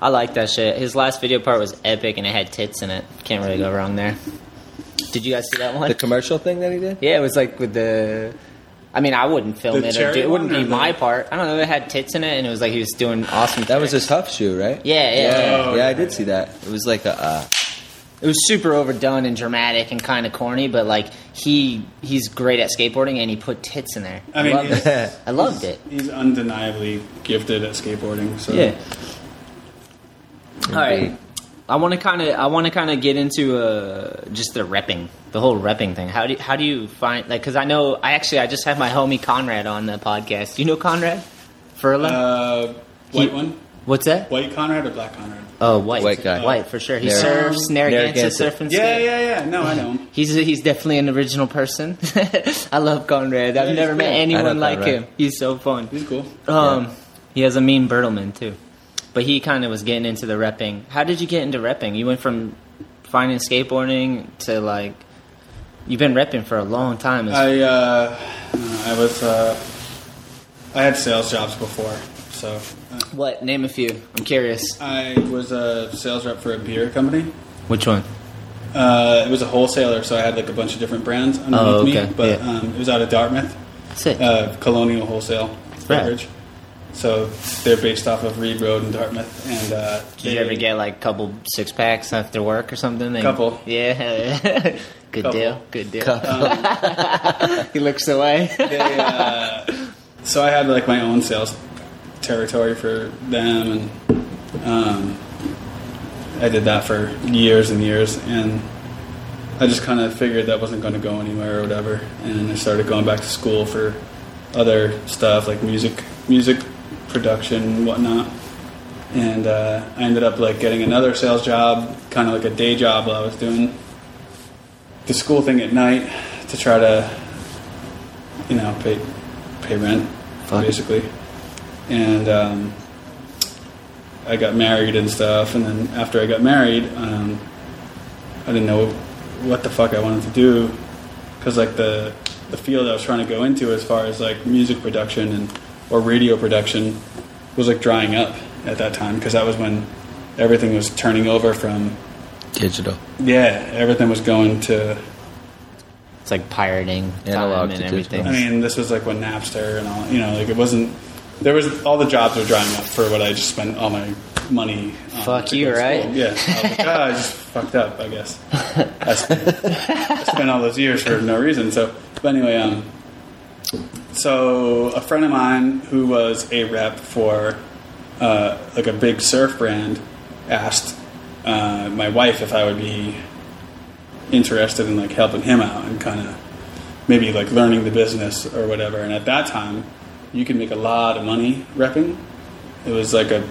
C: I like that shit. His last video part was epic, and it had tits in it. Can't really go wrong there. Did you guys see that one?
H: The commercial thing that he did.
C: yeah, it was like with the. I mean, I wouldn't film
I: The
C: it. Or
I: cherry
C: do, it wouldn't
I: one
C: be
I: or the-
C: my part. I don't know. It had tits in it, and it was like he was doing awesome.
H: That was
C: tricks.
H: his Huff shoe, right?
C: Yeah, yeah,
H: yeah.
I: Oh, yeah.
H: yeah, I did see that. It was like a. Uh,
C: it was super overdone and dramatic and kind of corny, but like he he's great at skateboarding, and he put tits in there.
I: I mean,
C: loved
I: he's,
C: it. [LAUGHS] I loved it.
I: he's undeniably gifted at skateboarding. So
C: Yeah. All right. I want to kind of I want to kind of get into uh, just the repping, the whole repping thing. How do you, how do you find like? Because I know I actually I just had my homie Conrad on the podcast. You know Conrad Furla?
I: Uh, white
C: He-
I: one,
C: What's that?
I: white Conrad or black Conrad?
C: Oh, white
H: White guy.
C: white for sure. He
H: Narrag-
C: surfs Narragansett,
H: Narragansett.
C: surf and
I: Yeah,
C: skate.
I: yeah, yeah. No, I know him.
C: He's he's definitely an original person. [LAUGHS] I love Conrad. I've
I: he's
C: never met
I: cool.
H: I
C: anyone
H: know
C: like
H: Conrad.
C: him. He's so fun.
I: He's cool.
C: Um, he has a mean Bertelman too, but he kind of was getting into the repping. How did you get into repping? You went from finding skateboarding to like you've been repping for a long time. It's-
I: I uh, I was uh, I had sales jobs before, so uh,
C: what name a few? I'm curious.
I: I was a sales rep for a beer company.
C: Which one?
I: Uh, it was a wholesaler, so I had like a bunch of different brands underneath
C: Oh, okay,
I: me. But
C: yeah.
I: um, it was out of Dartmouth,
C: Sick.
I: uh, Colonial Wholesale Beverage. So they're based off of Reed Road in Dartmouth, and uh,
C: did
I: they-
C: you ever get like a couple six packs after work or something? And-
I: Couple.
C: [LAUGHS] Yeah. Good
I: Couple.
C: deal. Good deal. [LAUGHS] he looks away.
I: they, uh, so I had like my own sales territory for them, and um, I did that for years and years, and I just kind of figured that wasn't going to go anywhere or whatever, and I started going back to school for other stuff like music, music production, and whatnot. And uh, I ended up like getting another sales job, kind of like a day job while I was doing the school thing at night to try to you know, pay pay rent, basically. And um, I got married and stuff. And then after I got married, um, I didn't know what the fuck I wanted to do because like the the field I was trying to go into as far as like music production and or radio production was like drying up at that time because that was when everything was turning over from
H: Digital.
I: yeah everything was going to
C: It's like pirating time
H: Analog
C: and
H: to
C: everything.
H: digital.
I: I mean, this was like when Napster and all, you know, like it wasn't. There was all the jobs were drying up for what I just spent all my money. on
C: Fuck
I: to
C: you,
I: go to
C: right?
I: school. Yeah, I, was like, "Ah, I just [LAUGHS] fucked up. I guess I spent, I spent all those years for no reason. So, but anyway, um, so a friend of mine who was a rep for uh, like a big surf brand asked uh, my wife if I would be interested in like helping him out and kind of maybe like learning the business or whatever. And at that time, you could make a lot of money repping. It was like a,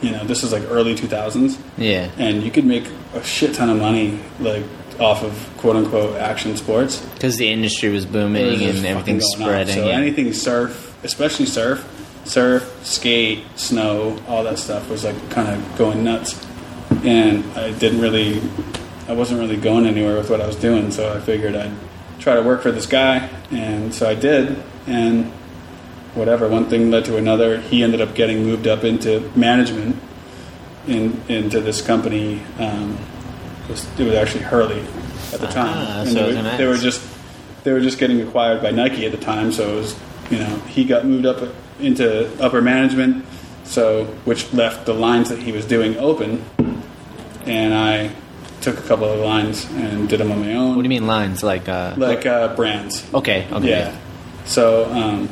I: you know, this was like early 2000s,
C: Yeah.
I: and you could make a shit ton of money like off of quote unquote action sports.
C: Because the industry was booming
I: It was just
C: and
I: fucking
C: everything's
I: going on.
C: spreading.
I: So
C: yeah.
I: anything surf, especially surf, surf, skate, snow, all that stuff was like kind of going nuts. And I didn't really, I wasn't really going anywhere with what I was doing. So I figured I'd try to work for this guy, and so I did. And whatever, one thing led to another. He ended up getting moved up into management in into this company. Um, it, was, it was actually Hurley at the time.
C: Ah,
I: And
C: so
I: they,
C: it was
I: were-
C: an
I: they were
C: ex.
I: just they were just getting acquired by Nike at the time, so it was you know he got moved up into upper management, so which left the lines that he was doing open, and I took a couple of lines and did them on my own,
C: What do you mean lines? Like, uh,
I: like uh, brands.
C: okay, okay.
I: Yeah. So, um,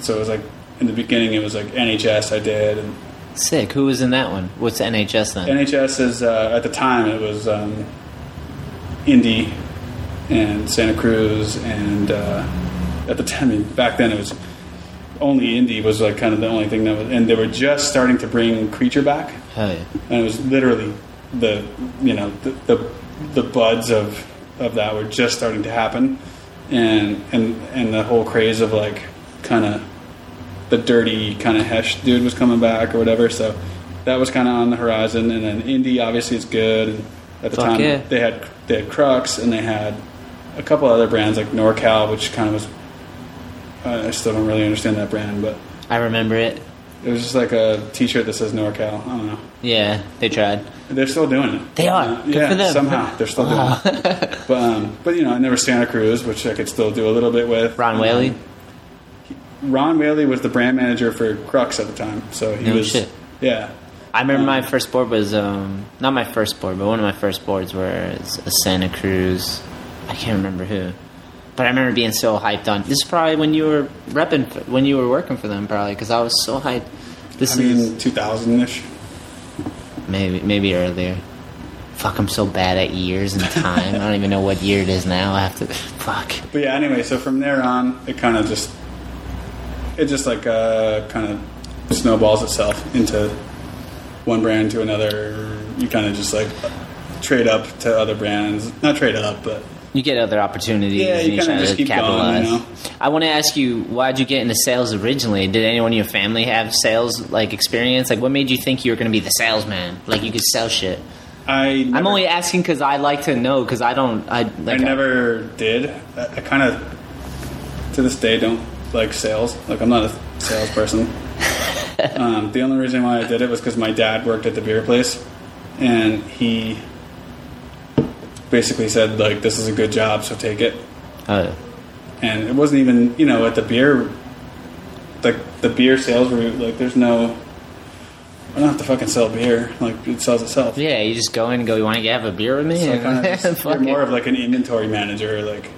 I: so it was like in the beginning, it was like NHS I did, and
C: Sick. Who was in that one? What's NHS then?
I: NHS is uh, at the time it was um, Indy and Santa Cruz, and uh, at the time I mean, back then it was only Indie was like kind of the only thing that was, and they were just starting to bring Creature back,
C: Hell Oh, yeah.
I: and it was literally the you know the the, the buds of of that were just starting to happen, and and and the whole craze of like kind of the dirty kind of Hesh dude was coming back or whatever. So that was kind of on the horizon. And then Indie obviously is good. And at the
C: Fuck
I: time,
C: yeah.
I: they had they had Crux and they had a couple other brands like NorCal, which kind of was. I I still don't really understand that brand, but
C: I remember it.
I: it was just like a T-shirt that says NorCal. I don't know.
C: Yeah, they tried.
I: They're still doing it.
C: They are. Good
I: yeah,
C: for them. [LAUGHS]
I: somehow they're still doing it. But um, but you know, I never Santa Cruz, which I could still do a little bit with.
C: Ron
I: Um,
C: Whaley.
I: Ron Whaley was the brand manager for Crux at the time, so he
C: No
I: was.
C: shit.
I: Yeah,
C: I remember my first board was um not my first board, but one of my first boards was a Santa Cruz. I can't remember who, but I remember being so hyped on. This is probably when you were repping for- when you were working for them, probably because I was so hyped. This
I: I mean
C: is
I: 2000 ish.
C: maybe maybe earlier. Fuck, I'm so bad at years and time. I don't even know what year it is now. I have to [LAUGHS] fuck.
I: But yeah, anyway, so from there on, it kind of just it just like uh, kind of snowballs itself into one brand to another. You kind of just like trade up to other brands, not trade up, but
C: You get other opportunities.
I: Yeah,
C: and
I: you
C: you
I: kinda
C: try
I: just
C: to
I: keep going,
C: capitalize.
I: you know?
C: I want to ask you, why'd you get into sales originally? Did anyone in your family have sales like experience? Like, what made you think you were going to be the salesman? Like, you could sell shit.
I: I never,
C: I'm only asking because I like to know because I don't. I
I: I
C: like.
I: never did. I, I kind of to this day don't like sales. Like I'm not a salesperson. um, the only reason why I did it was because my dad worked at the beer place, and he basically said like, "This is a good job, so take it."
C: oh,
I: and it wasn't even you know at the beer like the beer sales route like there's no I don't have to fucking sell beer like it sells itself
C: yeah, you just go in and go. You want to have a beer with me? [LAUGHS]
I: so kind of just, you're
C: Fuck
I: more
C: it.
I: of like an inventory manager like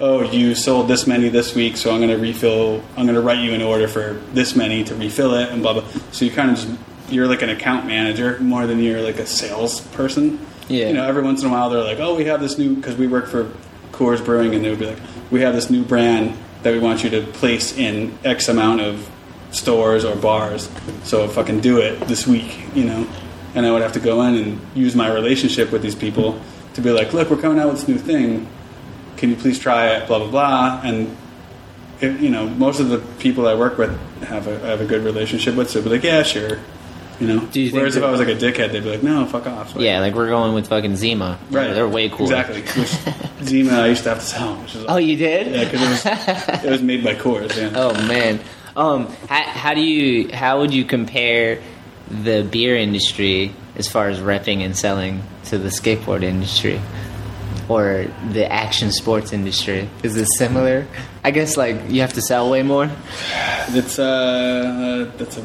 I: oh you sold this many this week so I'm gonna refill I'm gonna write you an order for this many to refill it and blah blah so you kind of just you're like an account manager more than you're like a salesperson
C: Yeah.
I: you know every once in a while they're like, oh, we have this new because we work for Coors Brewing, and they would be like, we have this new brand that we want you to place in X amount of stores or bars. So fucking do it this week, you know. And I would have to go in and use my relationship with these people to be like, look, we're coming out with this new thing. Can you please try it? Blah blah blah. And it, you know, most of the people I work with have a have a good relationship with, so they'd be like, yeah, sure. You know,
C: Do you think
I: whereas if
C: that-
I: I was like a dickhead, they'd be like, no, fuck off. Like,
C: yeah, like we're going with fucking Zima.
I: Right.
C: they're way cool.
I: Exactly. Which Zima I used to have to sell, which is
C: Oh, you did?
I: yeah, because it was it was made by Coors. Yeah.
C: Oh man, um, how, how do you how would you compare the beer industry as far as repping and selling to the skateboard industry or the action sports industry? Is it similar? I guess like you have to sell way more. Oh.
I: That's uh, that's a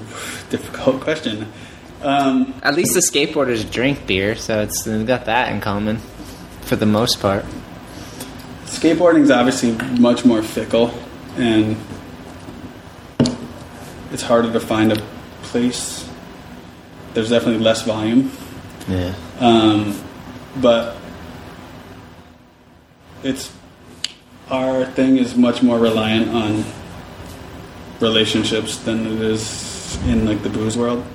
I: difficult question. Um,
C: At least the skateboarders drink beer, so it's they've got that in common for the most part.
I: skateboarding's obviously much more fickle, and it's harder to find a place. There's definitely less volume.
C: Yeah.
I: Um, but it's our thing is much more reliant on relationships than it is in like the booze world.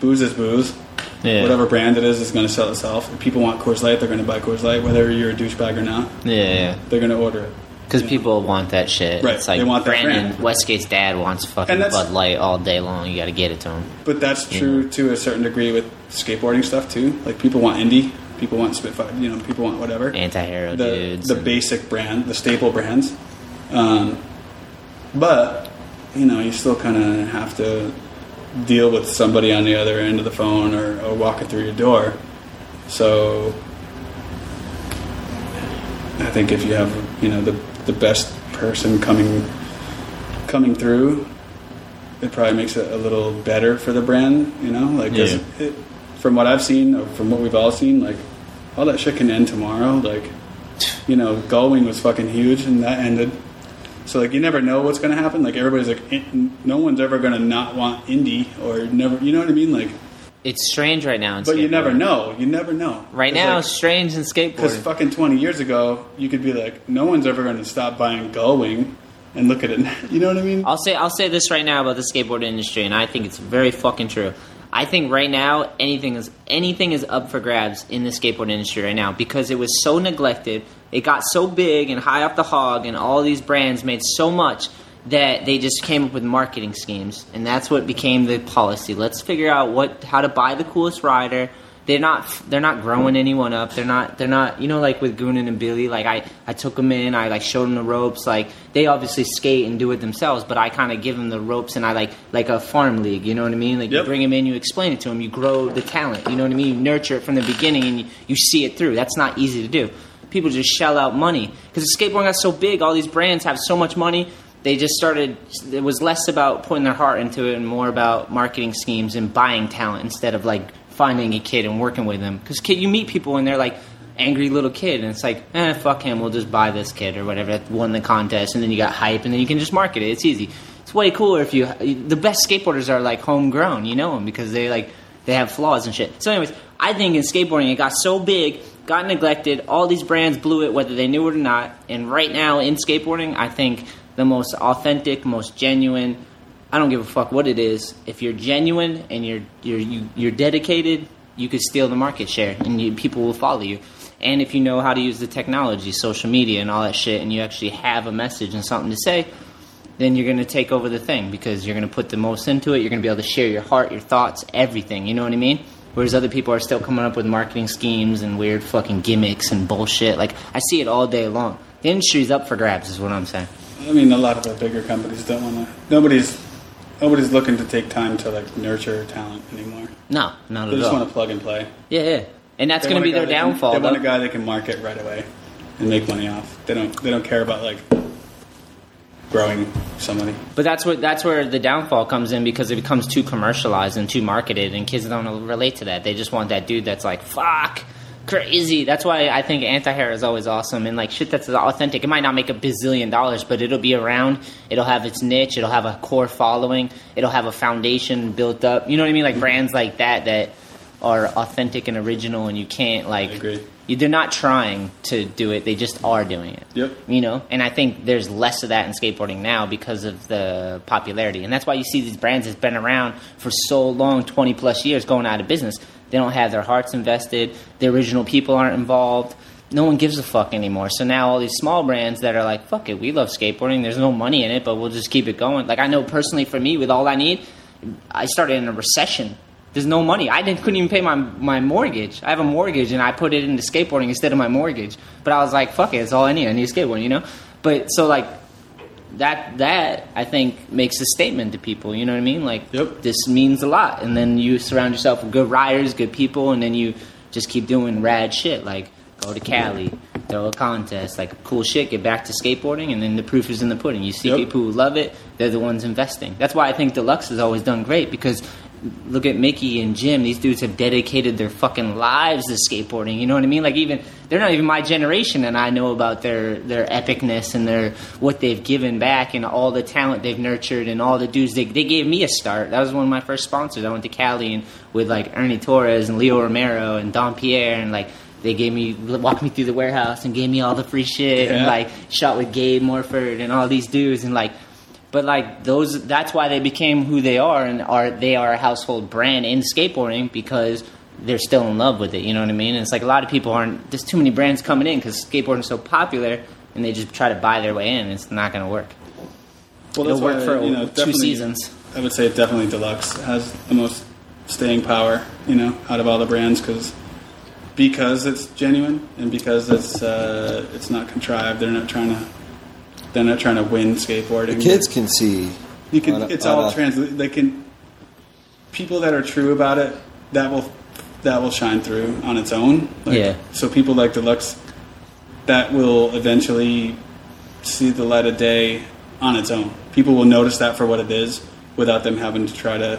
I: Booze is booze.
C: Yeah.
I: Whatever brand it is, is going to sell itself. If people want Coors Light, they're going to buy Coors Light, whether you're a douchebag or not.
C: Yeah.
I: They're going to order it.
C: Because people want that shit.
I: Right,
C: It's like
I: they want that
C: Brandon
I: brand.
C: Westgate's dad wants fucking
I: And that's-
C: Bud Light all day long. You got to get it to him.
I: But that's true to a certain degree with skateboarding stuff too. Like people want indie, people want Spitfire, you know, people want whatever.
C: Anti-hero
I: the,
C: dudes
I: the
C: and-
I: basic brand, the staple brands. Um, but you know, you still kind of have to deal with somebody on the other end of the phone or, or walking through your door. So I think if you have you know the the best person coming coming through, it probably makes it a little better for the brand. You know, like 'cause
C: Yeah.
I: it, from what I've seen, or from what we've all seen, like all that shit can end tomorrow. Like you know, Gullwing was fucking huge, and that ended. So like you never know what's gonna happen. Like everybody's like, in- no one's ever gonna not want indie or never. You know what I mean? Like,
C: It's strange right now. In
I: but you never
C: skateboarding.
I: know. You never know.
C: Right now, strange and
I: because
C: skateboarding.
I: fucking twenty years ago, you could be like, no one's ever gonna stop buying Gullwing, and look at it. [LAUGHS] now. You know what I mean?
C: I'll say I'll say this right now about the skateboard industry, and I think it's very fucking true. I think right now anything is anything is up for grabs in the skateboard industry right now because it was so neglected. It got so big and high off the hog, and all these brands made so much that they just came up with marketing schemes, and that's what became the policy. Let's figure out what how to buy the coolest rider. They're not they're not growing anyone up. They're not they're not you know like with Goonan and Billy. Like I I took them in. I like showed them the ropes. Like they obviously skate and do it themselves, but I kind of give them the ropes and I like like a farm league. You know what I mean? Like you
I: Yep.
C: bring them in, you explain it to them, you grow the talent. You know what I mean? You nurture it from the beginning and you, you see it through. That's not easy to do. People just shell out money because skateboarding got so big. All these brands have so much money they just started it was less about putting their heart into it and more about marketing schemes and buying talent instead of like finding a kid and working with them because kid you meet people and they're like angry little kid and it's like eh fuck him we'll just buy this kid or whatever that won the contest and then you got hype and then you can just market it it's easy it's way cooler if you the best skateboarders are like homegrown you know them because they like they have flaws and shit so anyways i think in skateboarding it got so big got neglected. All these brands blew it, whether they knew it or not. And right now in skateboarding, I think the most authentic, most genuine. I don't give a fuck what it is. If you're genuine and you're you're you, you're dedicated, you could steal the market share, and you, people will follow you. And if you know how to use the technology, social media, and all that shit, and you actually have a message and something to say, then you're going to take over the thing because you're going to put the most into it. You're going to be able to share your heart, your thoughts, everything. You know what I mean? Whereas other people are still coming up with marketing schemes and weird fucking gimmicks and bullshit. Like, I see it all day long. The industry's up for grabs, is what I'm saying.
I: I mean, a lot of the bigger companies don't want to. Nobody's nobody's looking to take time to like nurture talent anymore.
C: No, not
I: They
C: at
I: just
C: all.
I: want to plug and play.
C: yeah, yeah. And that's
I: They
C: going to
I: want a
C: be
I: guy
C: their
I: that can-
C: downfall.
I: They want a
C: though.
I: guy that can market right away and make money off. They don't. They don't care about like growing somebody.
C: But that's what that's where the downfall comes in because it becomes too commercialized and too marketed, and kids don't relate to that. They just want that dude that's like fuck crazy. That's why I think anti hair is always awesome and like shit that's authentic. It might not make a bazillion dollars, but it'll be around. It'll have its niche. It'll have a core following. It'll have a foundation built up. You know what I mean? Like brands like that that are authentic and original, and you can't like
I: I agree.
C: you- they're not trying to do it; they just are doing it.
I: Yep.
C: You know, and I think there's less of that in skateboarding now because of the popularity, and that's why you see these brands that's been around for so long, 20 plus years, going out of business. They don't have their hearts invested. The original people aren't involved. No one gives a fuck anymore. So now all these small brands that are like, "Fuck it, we love skateboarding. There's no money in it, but we'll just keep it going." Like I know personally, for me, with all I need, I started in a recession. There's no money. I didn't, couldn't even pay my, my mortgage. I have a mortgage and I put it into skateboarding instead of my mortgage. But I was like, fuck it, it's all I need. I need skateboarding, you know? But so, like, that, that I think makes a statement to people, you know what I mean? Like,
I: Yep.
C: this means a lot. And then you surround yourself with good riders, good people, and then you just keep doing rad shit. Like, go to Cali, throw a contest, like, cool shit, get back to skateboarding, and then the proof is in the pudding. You see
I: Yep.
C: people who love it, they're the ones investing. That's why I think Deluxe has always done great because look at Mickey and Jim. These dudes have dedicated their fucking lives to skateboarding. You know what I mean? Like even they're not even my generation, and I know about their their epicness and their what they've given back and all the talent they've nurtured and all the dudes they they gave me a start. That was one of my first sponsors. I went to Cali and with like Ernie Torres and Leo Romero and Don Pierre and like. They gave me walked me through the warehouse and gave me all the free shit and
I: Yeah.
C: like shot with Gabe Morford and all these dudes and like but like those that's why they became who they are and are they are a household brand in skateboarding because they're still in love with it you know what i mean and it's like a lot of people aren't there's too many brands coming in because skateboarding's so popular and they just try to buy their way in and it's not going to work
I: Well,
C: It'll work for
I: you know,
C: two
I: definitely-
C: seasons.
I: I would say definitely Deluxe has the most staying power, you know, out of all the brands because because it's genuine and because it's uh, it's not contrived. They're not trying to they're not trying to win skateboarding.
H: Kids can see.
I: You can.
H: on a-
I: it's
H: on
I: all
H: a-
I: trans. They can. People that are true about it, that will, that will shine through on its own. Like,
C: Yeah.
I: So people like Deluxe, that will eventually see the light of day on its own. People will notice that for what it is, without them having to try to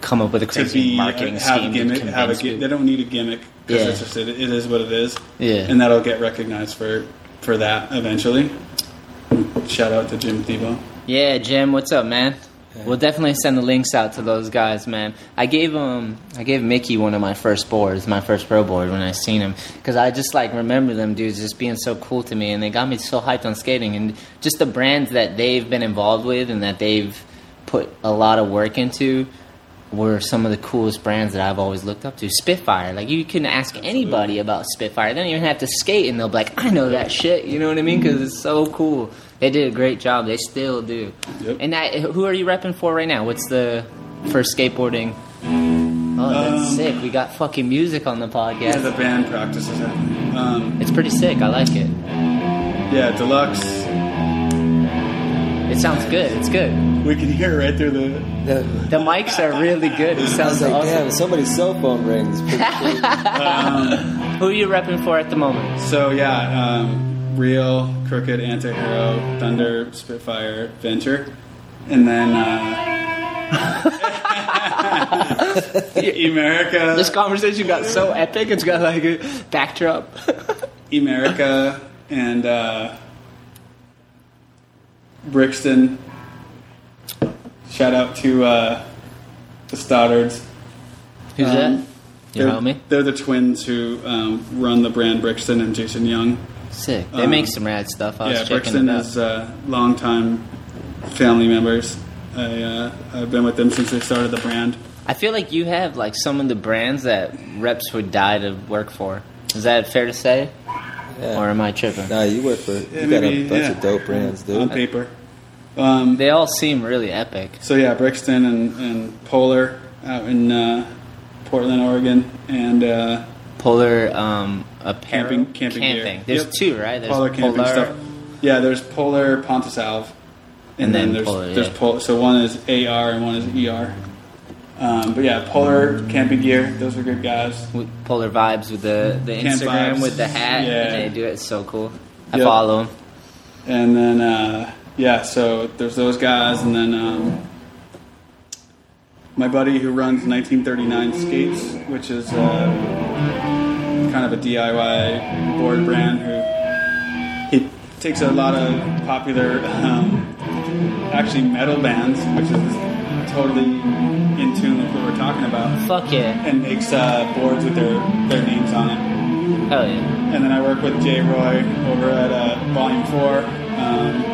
C: come up with a
I: to
C: crazy
I: be
C: marketing
I: have
C: scheme to
I: a gimmick. Have a
C: convince
I: gi-
C: people.
I: they don't need a gimmick because
C: Yeah.
I: it's just it, it is what it is.
C: Yeah.
I: And that'll get recognized for for that eventually. Shout out to Jim Thibault.
C: Yeah, Jim, what's up, man? We'll definitely send the links out to those guys, man. I gave um, I gave Mickey one of my first boards, my first pro board when I seen him, because I just like remember them dudes just being so cool to me, and they got me so hyped on skating, and just the brands that they've been involved with and that they've put a lot of work into were some of the coolest brands that I've always looked up to. Spitfire, like you couldn't ask anybody about Spitfire. They don't even have to skate, and they'll be like, "I know that shit." You know what I mean? Because it's so cool. They did a great job. They still do.
I: Yep.
C: And that, who are you repping for right now? What's the first skateboarding? Oh, that's
I: Um,
C: sick. We got fucking music on the
I: Yeah,
C: podcast.
I: the band practices happening. Um,
C: it's pretty sick. I like it.
I: yeah, deluxe.
C: It sounds good. It's good.
I: We can hear right through the.
C: The mics are really good. It
H: I
C: sounds
H: was like,
C: awesome.
H: damn, somebody's cell phone
C: [LAUGHS]
H: rings.
C: Who are you repping for at the moment?
I: So yeah, um, real crooked anti-hero, thunder, spitfire, venture, and then. Uh, [LAUGHS] E-, America.
C: This conversation got so epic. It's got like a backdrop. [LAUGHS]
I: America and uh, Brixton. Shout out to uh, the Stoddards.
C: Who's that?
I: Um,
C: Your
I: they're,
C: homie.
I: They're the twins who um, run the brand Brixton and Jason Young.
C: Sick. They
I: um,
C: make some rad stuff. I was
I: yeah,
C: checking
I: Brixton
C: it out.
I: is uh, longtime family members. I, uh, I've been with them since they started the brand.
C: I feel like you have like some of the brands that reps would die to work for. Is that fair to say? Or am I tripping?
I: Um,
H: nah, you work for.
I: Yeah,
H: you got
I: maybe,
H: a bunch
I: yeah.
H: of dope brands,
I: On
H: dude.
I: paper. Um,
C: They all seem really epic.
I: So yeah, Brixton and, and Polar out in uh, Portland, Oregon, and uh,
C: Polar um, apparel.
I: camping camping, gear.
C: There's
I: Yep.
C: two, right? There's
I: Polar camping stuff. Yeah, there's Polar Pontus Alv, and,
C: And
I: then,
C: then
I: there's
C: Polar,
I: there's
C: yeah.
I: Polar. So one is AR and one is ER. Um, but yeah, Polar camping gear. Those are good guys.
C: with Polar Vibes with the, the
I: Camp
C: Instagram
I: Vibes.
C: with the hat.
I: Yeah.
C: And they do it. It's so cool. I
I: Yep.
C: follow 'em. follow them.
I: And then uh, yeah, so there's those guys, and then um, my buddy who runs 1939 Skates, which is uh, kind of a DIY board brand. Who he takes a lot of popular, um, actually metal bands, which is totally in tune with what we're talking about,
C: Fuck yeah.
I: and makes uh, boards with their their names on it.
C: Hell yeah.
I: And then I work with Jay Roy over at uh, Volume 4. Um,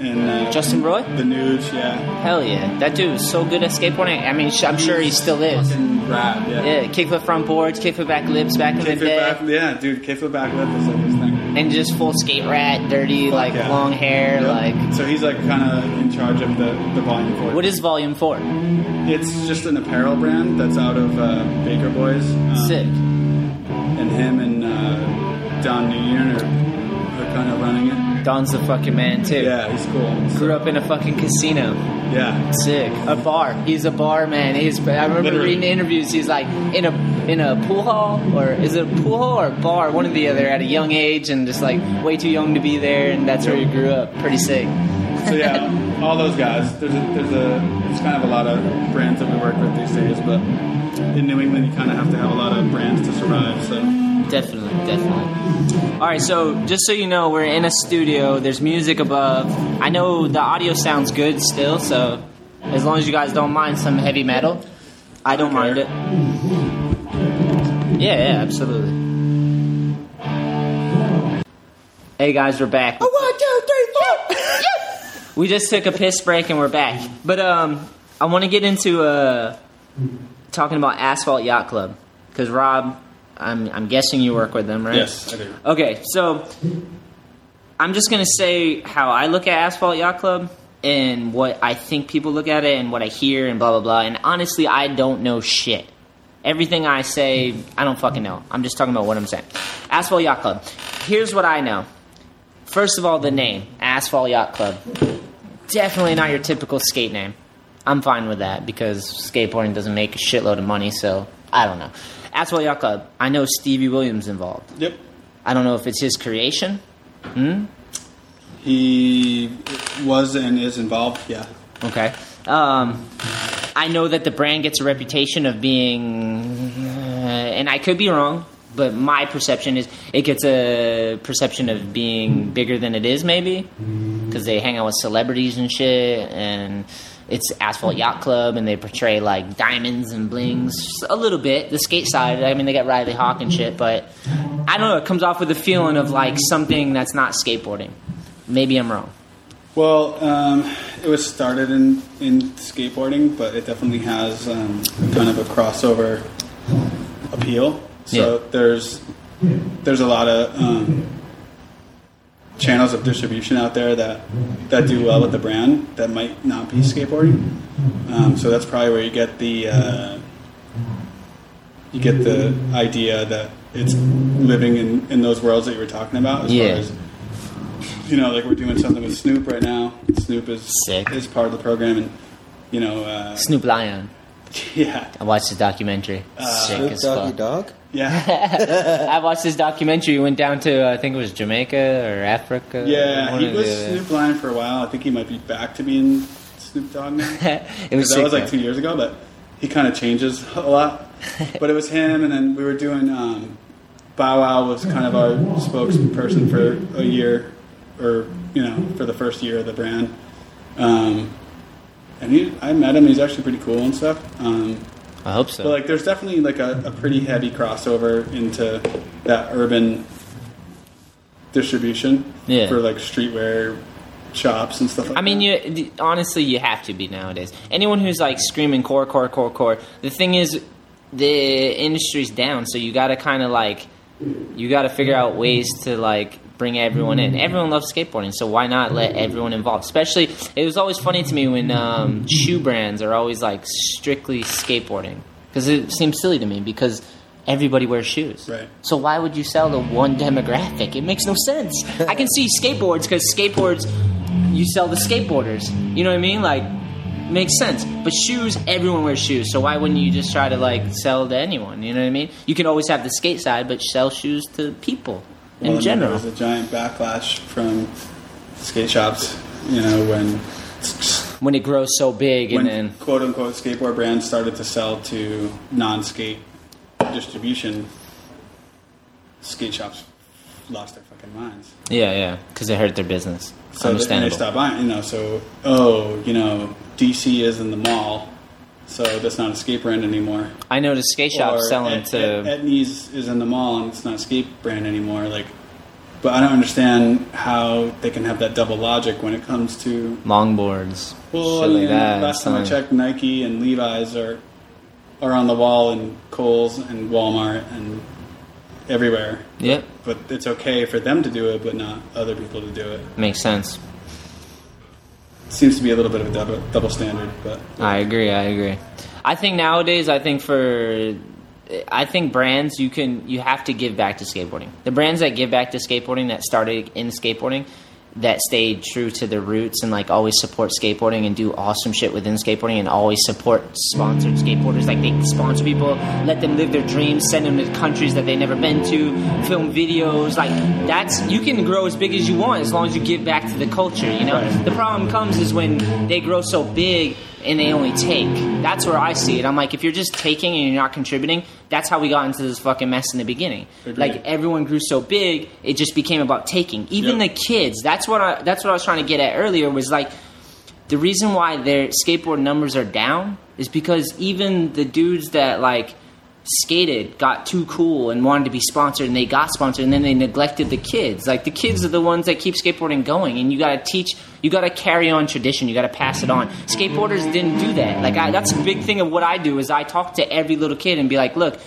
I: in, in, uh,
C: Justin Roy?
I: The Nudes, yeah.
C: Hell yeah. That dude was so good at skateboarding. I mean, sh- I'm sure he still is.
I: Fucking rad, yeah.
C: Yeah, kickflip front boards, kickflip back lips back in the
I: Kickflip
C: day.
I: back, yeah, dude, kickflip back lip is like his thing.
C: And just full skate rat, dirty, like
I: yeah.
C: long hair,
I: Yep.
C: like.
I: so he's like kind of in charge of the, the volume for it.
C: What is volume four?
I: It's just an apparel brand that's out of uh, Baker Boys. Um,
C: Sick.
I: And him and uh, Don Nguyen are, are kind of running it.
C: Don's the fucking man too.
I: Yeah, he's cool. So,
C: Grew up in a fucking casino.
I: yeah.
C: Sick. A bar. He's a bar man. He's. I remember
I: Literally.
C: reading interviews. He's like in a in a pool hall or is it a pool hall or a bar? One or the other. At a young age and just like way too young to be there, and that's where you grew up. Pretty sick.
I: So yeah, all those guys. There's a, there's a there's kind of a lot of brands that we work with these days, but in New England you kind of have to have a lot of brands to survive. So
C: Definitely, definitely. All right, so just so you know, we're in a studio. There's music above. I know the audio sounds good still, so as long as you guys don't mind some heavy metal, I don't mind it. Yeah, yeah, absolutely. Hey guys, we're back. We just took a piss break and we're back. But um, I want to get into uh, talking about Asphalt Yacht Club because Rob, I'm I'm guessing you work with them, right?
I: yes, I do.
C: Okay, so I'm just gonna say how I look at Asphalt Yacht Club and what I think people look at it and what I hear and blah blah blah. And honestly, I don't know shit. Everything I say, I don't fucking know. I'm just talking about what I'm saying. Asphalt Yacht Club. Here's what I know. First of all, the name Asphalt Yacht Club. Definitely not your typical skate name. I'm fine with that because skateboarding doesn't make a shitload of money, so I don't know. Asphalt Yacht Club. I know Stevie Williams involved.
I: Yep.
C: I don't know if it's his creation.
I: He was and is involved. Yeah.
C: Okay. Um, I know that the brand gets a reputation of being, uh, and I could be wrong, but my perception is it gets a perception of being bigger than it is, maybe, because they hang out with celebrities and shit, and it's Asphalt Yacht Club, and they portray like diamonds and blings just a little bit. The skate side, I mean, they got Riley Hawk and shit, but I don't know. It comes off with a feeling of like something that's not skateboarding. Maybe I'm wrong.
I: Well, um, it was started in, in skateboarding, but it definitely has um, kind of a crossover appeal. So
C: Yeah.
I: there's there's a lot of um, channels of distribution out there that that do well with the brand that might not be skateboarding. Um, so that's probably where you get the uh, you get the idea that it's living in, in those worlds that you were talking about. As
C: Yeah.
I: far as you know, like we're doing something with Snoop right now. Snoop is
C: Sick.
I: is part of the program, and you know, uh, [LAUGHS]
C: Snoop Lion.
I: yeah,
C: I watched his documentary.
I: Uh,
C: Sick as fuck.
H: dog.
C: [LAUGHS]
I: yeah,
C: I watched this documentary. He went down to uh, I think it was Jamaica or Africa.
I: yeah.
C: One
I: He
C: of
I: was
C: the-
I: Snoop Lion for a while. I think he might be back to being Snoop Dogg now.
C: [LAUGHS] it was [LAUGHS]
I: that
C: sick,
I: was like
C: though.
I: two years ago, but he kind of changes
C: [LAUGHS]
I: a lot. but it was him, and then we were doing um, Bow Wow was kind of our spokesperson for a year, or you know, for the first year of the brand. Um, and he, I met him. He's actually pretty cool and stuff. Um,
C: I hope so.
I: but like, there's definitely like a, a pretty heavy crossover into that urban distribution
C: Yeah.
I: for like streetwear shops and stuff. like
C: I mean,
I: that.
C: you d- honestly, you have to be nowadays. Anyone who's like screaming core, core, core, core. The thing is, the industry's down, so you got to kind of like, you got to figure out ways to like bring everyone in. Everyone loves skateboarding, so why not let everyone involved? Especially, it was always funny to me when um, shoe brands are always like strictly skateboarding because it seems silly to me because. Everybody wears shoes.
I: Right.
C: So why would you sell to one demographic? It makes no
I: [LAUGHS]
C: sense. I can see skateboards because skateboards you sell the skateboarders. You know what I mean? Like, makes sense. But shoes, everyone wears shoes. So why wouldn't you just try to like sell to anyone? You know what I mean? You can always have the skate side, but sell shoes to people in
I: Well, I mean,
C: general.
I: There was a giant backlash from skate shops, you know, when
C: when it grows so big,
I: when
C: and then
I: quote unquote skateboard brands started to sell to non skate distribution, skate shops lost their fucking minds.
C: yeah, yeah, because it hurt their business.
I: So they, and they
C: Understandable.
I: stopped buying, you know. So oh, you know, DC is in the mall, so that's not a skate brand anymore.
C: I noticed skate shops
I: Or
C: selling
I: Et-
C: to.
I: Et- Etnies is in the mall and it's not a skate brand anymore. Like, but I don't understand how they can have that double logic when it comes to
C: Longboards,
I: Well,
C: shit
I: I
C: like
I: mean,
C: that.
I: last time I
C: son.
I: checked, Nike and Levi's are are on the wall in Kohl's and Walmart and everywhere.
C: Yep,
I: But it's okay for them to do it, but not other people to do it.
C: makes sense.
I: Seems to be a little bit of a double, double standard, but
C: I agree. I agree. I think nowadays, I think for, I think brands you can you have to give back to skateboarding. The brands that give back to skateboarding that started in skateboarding, that stayed true to their roots and like always support skateboarding and do awesome shit within skateboarding and always support sponsored skateboarders. Like they sponsor people, let them live their dreams, send them to countries that they never been to, film videos. Like that's you can grow as big as you want as long as you give back to the culture. You know the problem comes is when they grow so big and they only take. That's where I see it. I'm like, if you're just taking and you're not contributing, that's how we got into this fucking mess in the beginning. Like everyone grew so big, it just became about taking. Even
I: Yep.
C: the kids. That's what I. That's what I was trying to get at earlier. Was like the reason why their skateboard numbers are down is because even the dudes that like skated got too cool and wanted to be sponsored and they got sponsored and then they neglected the kids like the kids are the ones that keep skateboarding going and you got to teach you got to carry on tradition you got to pass it on skateboarders didn't do that like I, that's a big thing of what i do is i talk to every little kid and be like look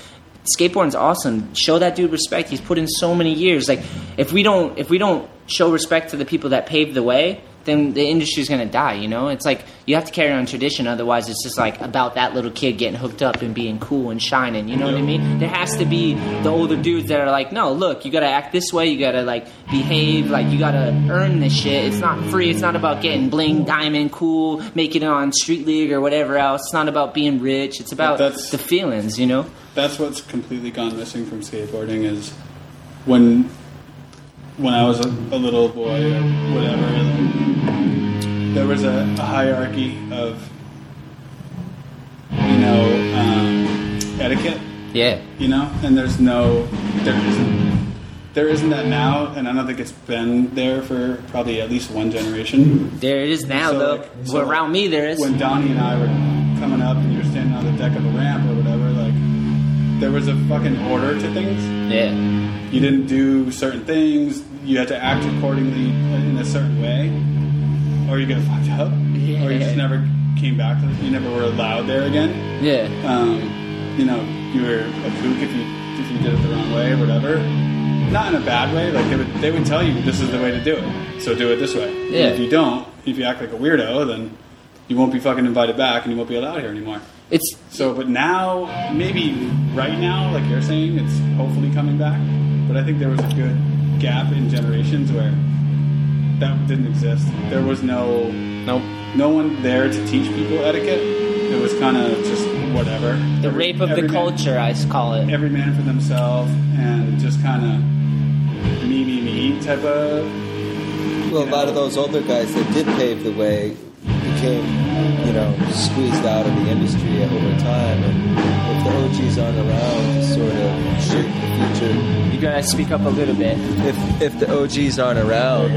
C: skateboarding's awesome. Show that dude respect. He's put in so many years. Like if we don't if we don't show respect to the people that paved the way, then the industry's gonna die. You know, it's like you have to carry on tradition. Otherwise, it's just like about that little kid getting hooked up and being cool and shining. You know what I mean? There has to be the older dudes that are like, no, look, you gotta act this way. You gotta like behave. Like you gotta earn this shit. It's not free. It's not about getting bling, diamond, cool, making it on street league or whatever else. It's not about being rich. It's about
I: that's-
C: the feelings. You know?
I: that's what's completely gone missing from skateboarding is when when I was a, a little boy or whatever, there was a, a hierarchy of you know um, etiquette,
C: Yeah.
I: you know, and there's no there isn't there isn't that now, and I don't think it's been there for probably at least one generation.
C: There it is now,
I: So,
C: though.
I: like,
C: Well,
I: so,
C: around me, there is.
I: when Donnie and I were coming up and you were standing on the deck of a ramp or whatever, like there was a fucking order to things.
C: yeah.
I: You didn't do certain things. You had to act accordingly in a certain way. or you get fucked up, or you
C: Yeah.
I: just never came back. To the, you never were allowed there again.
C: Yeah.
I: Um, you know, you were a kook if you if you did it the wrong way or whatever. Not in a bad way. Like they would they would tell you this is the way to do it. So do it this way. And
C: Yeah.
I: if you don't, if you act like a weirdo, then you won't be fucking invited back, and you won't be allowed here anymore.
C: It's
I: So, but now, maybe right now, like you're saying, it's hopefully coming back. But I think there was a good gap in generations where that didn't exist. There was no
A: Nope.
I: no one there to teach people etiquette. It was kind of just whatever.
C: the
I: Every-
C: rape of
I: every
C: the
I: man-
C: culture, I call it.
I: every man for themselves, and just kind of me, me, me type of.
A: Well, a lot of those older guys that did pave the way became, you know, squeezed out of the industry over time. And if the OGs aren't around to sort of shape the future,
C: You gotta speak up a little bit.
A: if if the OGs aren't around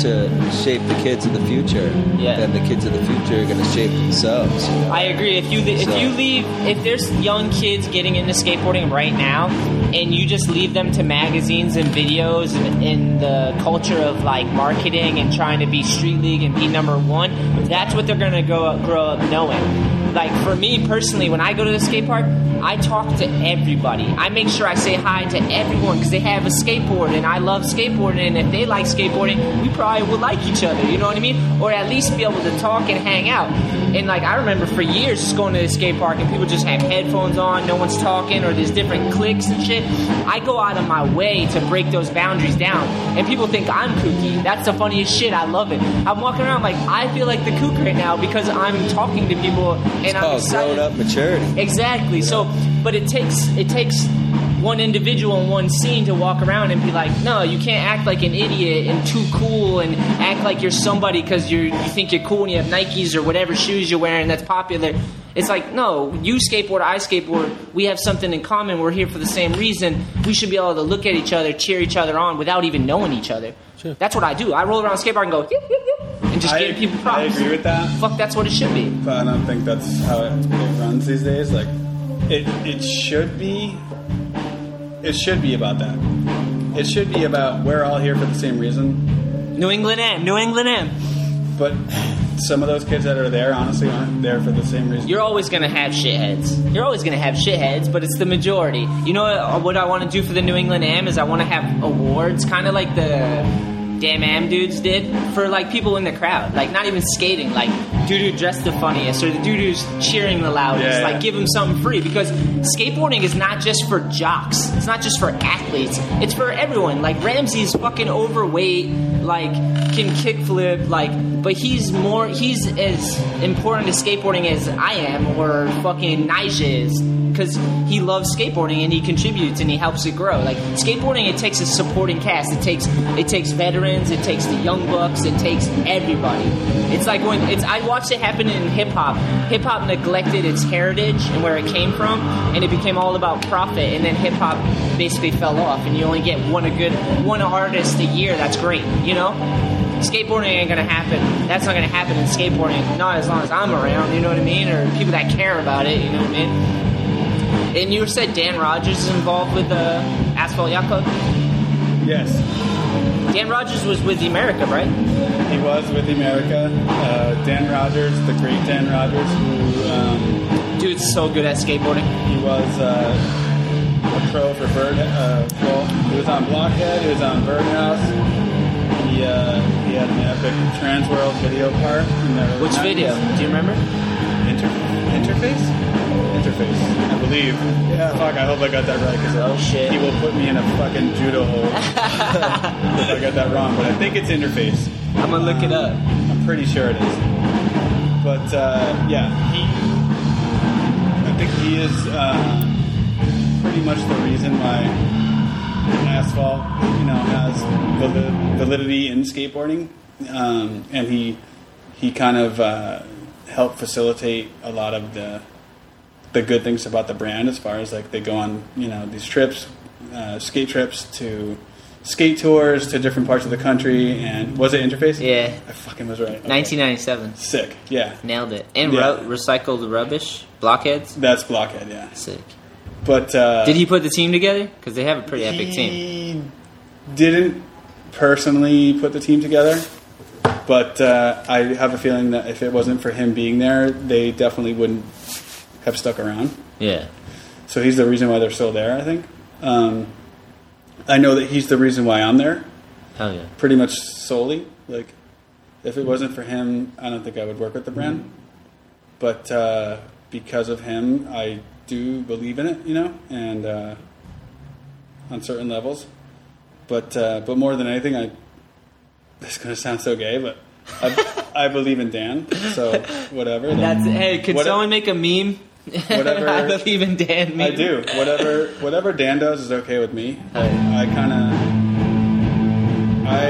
A: to shape the kids of the future,
C: Yeah.
A: then the kids of the future are going to shape themselves. you know?
C: I agree. If you if
A: So-
C: you leave if there's young kids getting into skateboarding right now, and you just leave them to magazines and videos and, and the culture of like marketing and trying to be street league and be number one, that's what they're gonna grow up, grow up knowing. Like for me personally, when I go to the skate park, I talk to everybody. I make sure I say hi to everyone because they have a skateboard and I love skateboarding. And if they like skateboarding, we probably would like each other. You know what I mean? Or at least be able to talk and hang out. And like I remember for years just going to the skate park and people just have headphones on, no one's talking, or there's different clicks and shit. I go out of my way to break those boundaries down. And people think I'm kooky. That's the funniest shit. I love it. I'm walking around like I feel like the kook right now because I'm talking to people and I'm
A: oh,
C: excited.
A: grown up maturity.
C: Exactly. So, but it takes it takes one individual in one scene to walk around and be like, no, you can't act like an idiot and too cool and act like you're somebody because you you think you're cool and you have Nikes or whatever shoes you're wearing that's popular. It's like, no, you skateboard, I skateboard. We have something in common. We're here for the same reason. We should be able to look at each other, cheer each other on without even knowing each other. That's what I do. I roll around the skateboard and go, "Yip, yip, yip," and just
I: I,
C: give people
I: I
C: props.
I: agree with that.
C: Fuck, that's what it should be.
I: but I don't think that's how it, it runs these days. Like, it it should be, it should be about that. It should be about we're all here for the same reason.
C: New England M, New England M.
I: But some of those kids that are there, honestly, aren't there for the same reason.
C: You're always gonna have shitheads. You're always gonna have shitheads, but it's the majority. You know what- what I want to do for the New England Am is I want to have awards, kind of like the Damn Am dudes did for like people in the crowd, like not even skating, like dude who dressed the funniest or the dude who's cheering the loudest.
I: Yeah,
C: like
I: yeah.
C: give them something free because skateboarding is not just for jocks. It's not just for athletes. It's for everyone. Like Ramsey's fucking overweight, like can kickflip, like but he's more he's as important to skateboarding as I am or fucking Nige is because he loves skateboarding and he contributes and he helps it grow. Like skateboarding, it takes a supporting cast. It takes it takes veterans. It takes the young bucks. It takes everybody. It's like when it's I watched it happen in hip hop. Hip hop neglected its heritage and where it came from, and it became all about profit. And then hip hop basically fell off, and you only get one a good one artist a year. That's great, you know. Skateboarding ain't gonna happen. That's not gonna happen in skateboarding. Not as long as I'm around. You know what I mean? Or people that care about it. You know what I mean? And you said Dan Rogers is involved with uh, Asphalt Yacht Club.
I: yes.
C: Dan Rogers was with the America, right?
I: He was with America. Uh, Dan Rogers, the great Dan Rogers, who um,
C: Dude's so good at skateboarding.
I: he was uh, a pro for Bird. Uh, well, he was on Blockhead. He was on Birdhouse. He uh, he had an epic Transworld video part. In the early
C: Which
I: 90s.
C: video? Do you remember?
I: Inter- interface? Interface, I believe. Yeah. Fuck, I hope I got that right because
C: Oh, shit.
I: he will put me in a fucking
C: [LAUGHS]
I: judo hole if I got that wrong. But I think it's interface.
C: I'm gonna look it up.
I: I'm pretty sure it is. But uh, yeah, he. I think he is uh, pretty much the reason why asphalt, you know, has vali- validity in skateboarding, um, and he he kind of uh, helped facilitate a lot of the the good things about the brand as far as like they go on you know these trips uh, skate trips to skate tours to different parts of the country and was it interface
C: Yeah.
I: i fucking was right Okay.
C: 1997.
I: sick yeah
C: Nailed it. And
I: Yeah.
C: ru- recycled rubbish, blockheads.
I: that's blockhead yeah
C: Sick.
I: but uh
C: Did he put the team together? Because they have a pretty epic team.
I: he didn't personally put the team together But uh, I have a feeling that if it wasn't for him being there, they definitely wouldn't have stuck around.
C: Yeah.
I: So he's the reason why they're still there, I think. Um, I know that he's the reason why I'm there,
C: Hell yeah.
I: pretty much solely. Like, if it wasn't for him, I don't think I would work with the brand. But uh, because of him, I do believe in it, you know, and uh, on certain levels. But uh, but more than anything, I. It's gonna sound so gay, but I, I believe in Dan. So whatever.
C: That's
I: Then-
C: hey. Could
I: What-
C: someone make a meme? [LAUGHS]
I: Whatever-
C: I believe in Dan. Meme.
I: I do. Whatever whatever Dan does is okay with me. I, I kind of I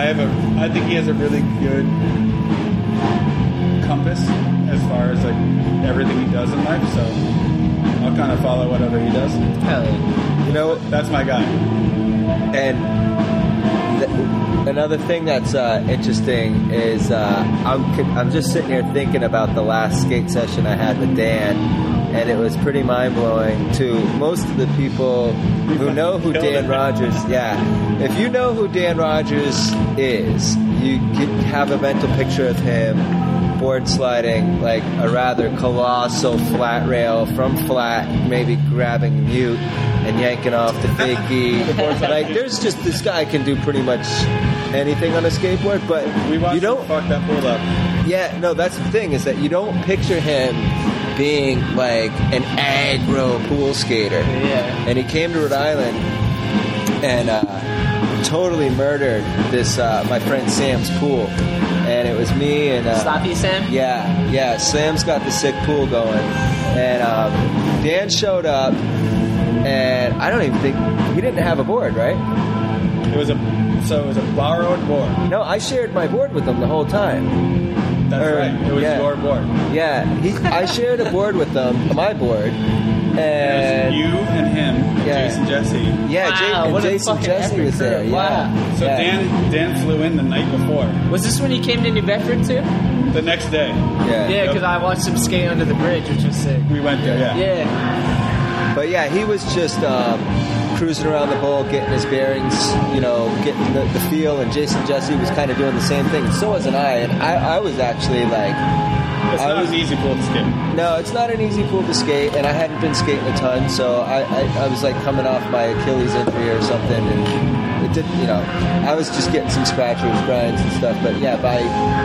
I: I have a I think he has a really good compass as far as like everything he does in life. So I'll kind of follow whatever he does.
C: Hell yeah.
I: You know, that's my guy.
H: And th- another thing that's uh, interesting is uh, I'm, con- I'm just sitting here thinking about the last skate session I had with Dan, and it was pretty mind blowing to most of the people who know who
I: Killed
H: Dan
I: it.
H: Rogers. Yeah, if you know who Dan Rogers is, you can have a mental picture of him. Board sliding like a rather colossal flat rail from flat, maybe grabbing mute and yanking off the
I: [LAUGHS]
H: fakie. like there's just this guy can do pretty much anything on a skateboard, but
I: We watched
H: you
I: you
H: don't.
I: fuck that fool up.
H: Yeah, no, that's the thing is that you don't picture him being like an aggro pool skater.
C: Yeah.
H: And he came to Rhode Island and uh, totally murdered this uh, my friend Sam's pool, and it was me and uh,
C: Sloppy Sam.
H: yeah, yeah. Sam's got the sick pool going, and um, Dan showed up, and I don't even think he didn't have a board, right?
I: It was a so it was a borrowed board.
H: No, I shared my board with him the whole time.
I: That's
H: Er,
I: right. It was
H: yeah.
I: your board.
H: Yeah, he, I shared a board with him, my board,
I: It
H: and
I: was you and him,
H: Yeah.
I: Jason Jesse.
H: yeah,
C: Wow,
H: Jake, and
C: what a
H: Jason
C: fucking
H: Jesse
C: epic
H: was there.
C: crew. Wow.
H: Yeah,
I: So
H: yeah.
I: Dan Dan flew in the night before.
C: Was this when he came to New Bedford too?
I: The next day
H: yeah.
C: Yeah,
I: Yep.
C: because I watched him skate under the bridge, which was sick.
I: we went there. Yeah.
C: Yeah.
H: But yeah, he was just um, cruising around the bowl, getting his bearings, you know, getting the, the feel. And Jason Jesse was kind of doing the same thing. So was an I. And I, I was actually like,
I: It's
H: I
I: not
H: was-
I: an easy pool to skip.
H: no, it's not an easy pool to skate. And I hadn't been skating a ton, so I, I, I was like coming off my Achilles injury or something. And it didn't, you know, I was just getting some scratches, grinds, and stuff. But yeah, by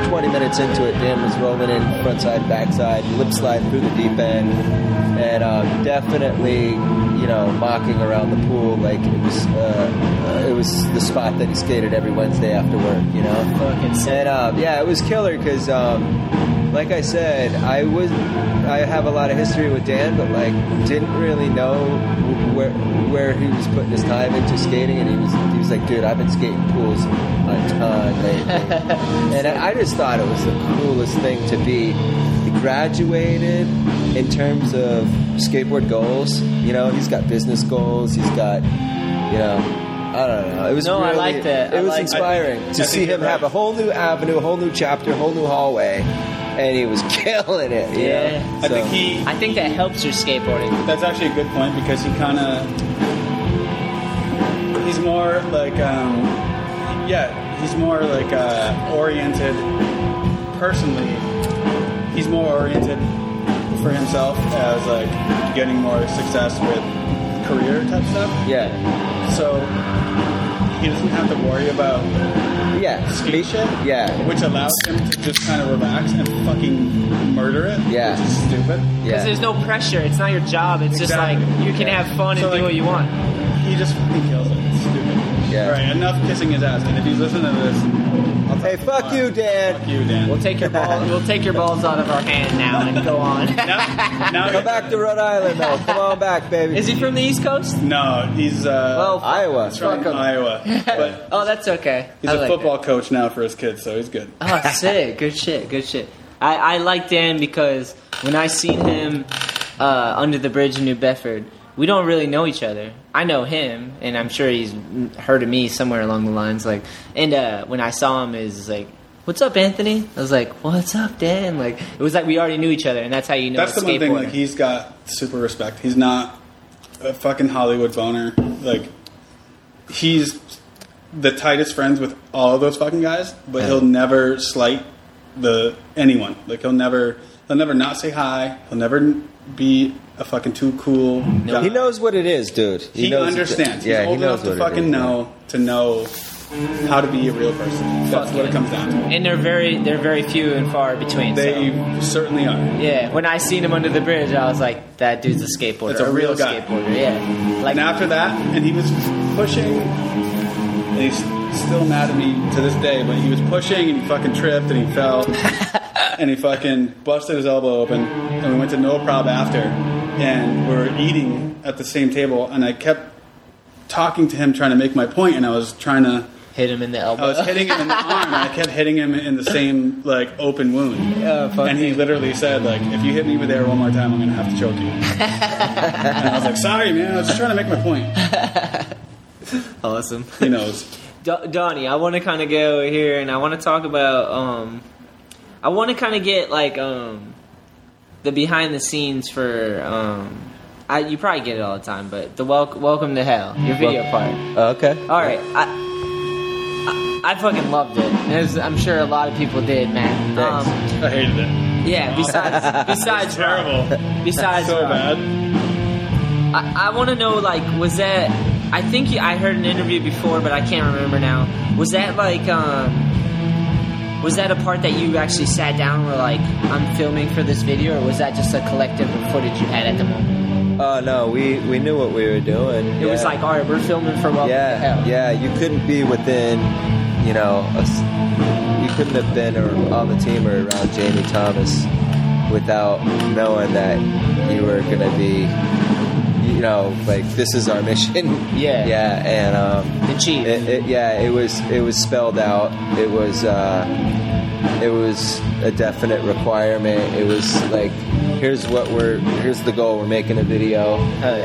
H: 20 minutes into it, Dan was rolling in frontside, backside, lip slide through the deep end and um, definitely, you know, mocking around the pool like it was uh, uh, it was the spot that he skated every Wednesday after work, you know.
C: Fucking sick.
H: And um, yeah, it was killer because, um, like I said, I was I have a lot of history with Dan, but like didn't really know where where he was putting his time into skating, and he was he was like, dude, I've been skating pools a ton lately. And I I just thought it was the coolest thing to be. He graduated in terms of skateboard goals. You know, he's got business goals. He's got, you know, I don't know. It was
C: No, I
H: really-
C: like that.
H: It
C: I
H: was
C: like-
H: inspiring
I: I-
H: to
I: I think
H: see
I: you're
H: him have a
I: right.
H: whole new avenue, a whole new chapter, a whole new hallway, and he was [LAUGHS] killing it. you know?
C: Yeah.
I: I
H: So-
I: think he.
C: I think that helps your skateboarding.
I: That's actually a good point because he kind of. He's more like, um, yeah, he's more like uh, oriented. Personally, he's more oriented for himself as like getting more success with career type stuff.
H: Yeah.
I: So he doesn't have to worry about
H: Yeah.
I: skate shit.
H: Yeah.
I: Which allows him to just kind of relax and fucking murder it.
H: Yeah.
I: Which is stupid.
C: Because
H: Yeah.
C: there's no pressure. It's not your job. It's
I: Exactly.
C: just like you can
I: Yeah.
C: have fun
I: So,
C: and do
I: like-
C: what you want.
I: He just fucking kills it. It's stupid.
H: Yeah.
I: Right, enough kissing his ass. And if he's listening to this, I'll
H: Hey,
I: talk to
H: fuck you,
I: tomorrow. Fuck
H: Dan.
I: you, Dan.
C: We'll take your ball, we'll take your balls out of our hand now and go
I: [LAUGHS]
C: on.
I: now, now
H: Come back to Rhode Island, though. Come on back, baby.
C: Is he from the East Coast?
I: No, he's uh,
C: Well,
H: Iowa.
I: from
C: fuck him.
I: Iowa.
C: [LAUGHS]
I: But
C: Oh, that's okay.
I: he's
C: I
I: a
C: like
I: football coach now for his kids, so he's good.
C: that. Oh, sick. Good shit. Good shit. I, I like Dan because when I seen him uh, under the bridge in New Bedford, we don't really know each other. I know him, and I'm sure he's heard of me somewhere along the lines. Like, and uh, when I saw him, is like, "What's up, Anthony?" I was like, "What's up, Dan?" Like, it was like we already knew each other, and that's how you know.
I: That's
C: a
I: the one thing. Like
C: skateboarder.
I: he's got super respect. He's not a fucking Hollywood boner. Like he's the tightest friends with all of those fucking guys, but he'll never slight the anyone. Like he'll never he'll never not say hi. He'll never n- be a fucking too cool. guy.
H: He knows what it is, dude.
I: He,
H: knows-
I: understands.
H: Yeah,
I: He's old
H: he knows
I: enough to
H: what it
I: fucking
H: is,
I: know to know how to be a real person. That's what it comes down to.
C: And they're very they're very few and far between.
I: They certainly are.
C: so. yeah. When I seen him under the bridge, I was like, that dude's a skateboarder.
I: That's a real guy.
C: skateboarder. Yeah. Like
I: and after that, and he was pushing. And he's still mad at me to this day, but he was pushing and he fucking tripped and he fell and he fucking busted his elbow open. And we went to No Prob after, and we were eating at the same table. And I kept talking to him, trying to make my point, and I was trying to.
C: hit him in the elbow.
I: I was hitting him in the arm, and I kept hitting him in the same like open wound.
C: Yeah, fuck
I: and he literally said like, "If you hit me with air one more time, I'm gonna have to choke you." and I was like, "Sorry, man. I was just trying to make my point."
C: awesome.
I: He knows.
C: Do- Donnie, I want to kind of go here and I want to talk about. Um, I want to kind of get like um, the behind the scenes for. Um, I, you probably get it all the time, but the wel- welcome to hell, your video part.
H: Oh, okay.
C: All right, I, I, I fucking loved it. As I'm sure a lot of people did, man.
H: Thanks.
C: Um,
I: I hated it.
C: yeah. Besides, besides,
I: Terrible.
C: besides,
I: So
C: Rob.
I: bad.
C: I, I want to know, like, was that? I think you- I heard an interview before, but I can't remember now. Was that like, um, was that a part that you actually sat down and were like, I'm filming for this video, or was that just a collective of footage you had at the moment?
H: Oh no, we we knew what we were doing.
C: It was like, all right, we're filming for Welcome to
H: yeah,
C: Hell.
H: yeah. You couldn't be within, you know, a s you couldn't have been or on the team or around Jamie Thomas without knowing that you were gonna be, you know, like this is our mission.
C: Yeah.
H: yeah, and um,
C: The chief.
H: it, it, yeah, it was it was spelled out. It was uh, it was a definite requirement. It was like here's what we're here's the goal. We're making a video, and,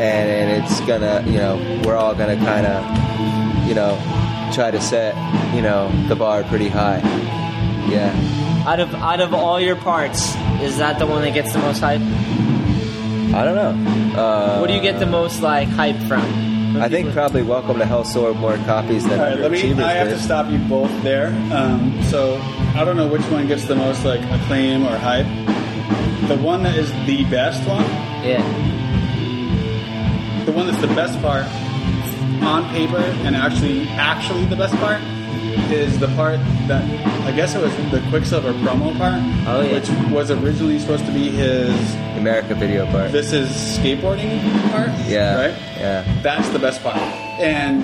H: and it's gonna you know we're all gonna kind of you know try to set you know the bar pretty high. Yeah,
C: out of out of all your parts, is that the one that gets the most hype?
H: I don't know. Uh,
C: what do you get the most like hype from? From
H: I think
C: people-
H: probably Welcome to Hell sold more copies than
I: All right, let me.
H: Underachievers
I: I have
H: did.
I: to stop you both there. Um, so I don't know which one gets the most like acclaim or hype. The one that is the best one
C: yeah,
I: the one that's the best part on paper and actually actually the best part is the part that I guess it was the Quicksilver promo part,
C: Oh, yeah.
I: which was originally supposed to be his
H: America video part.
I: "This is skateboarding" part.
H: yeah,
I: right.
H: yeah.
I: That's the best part, and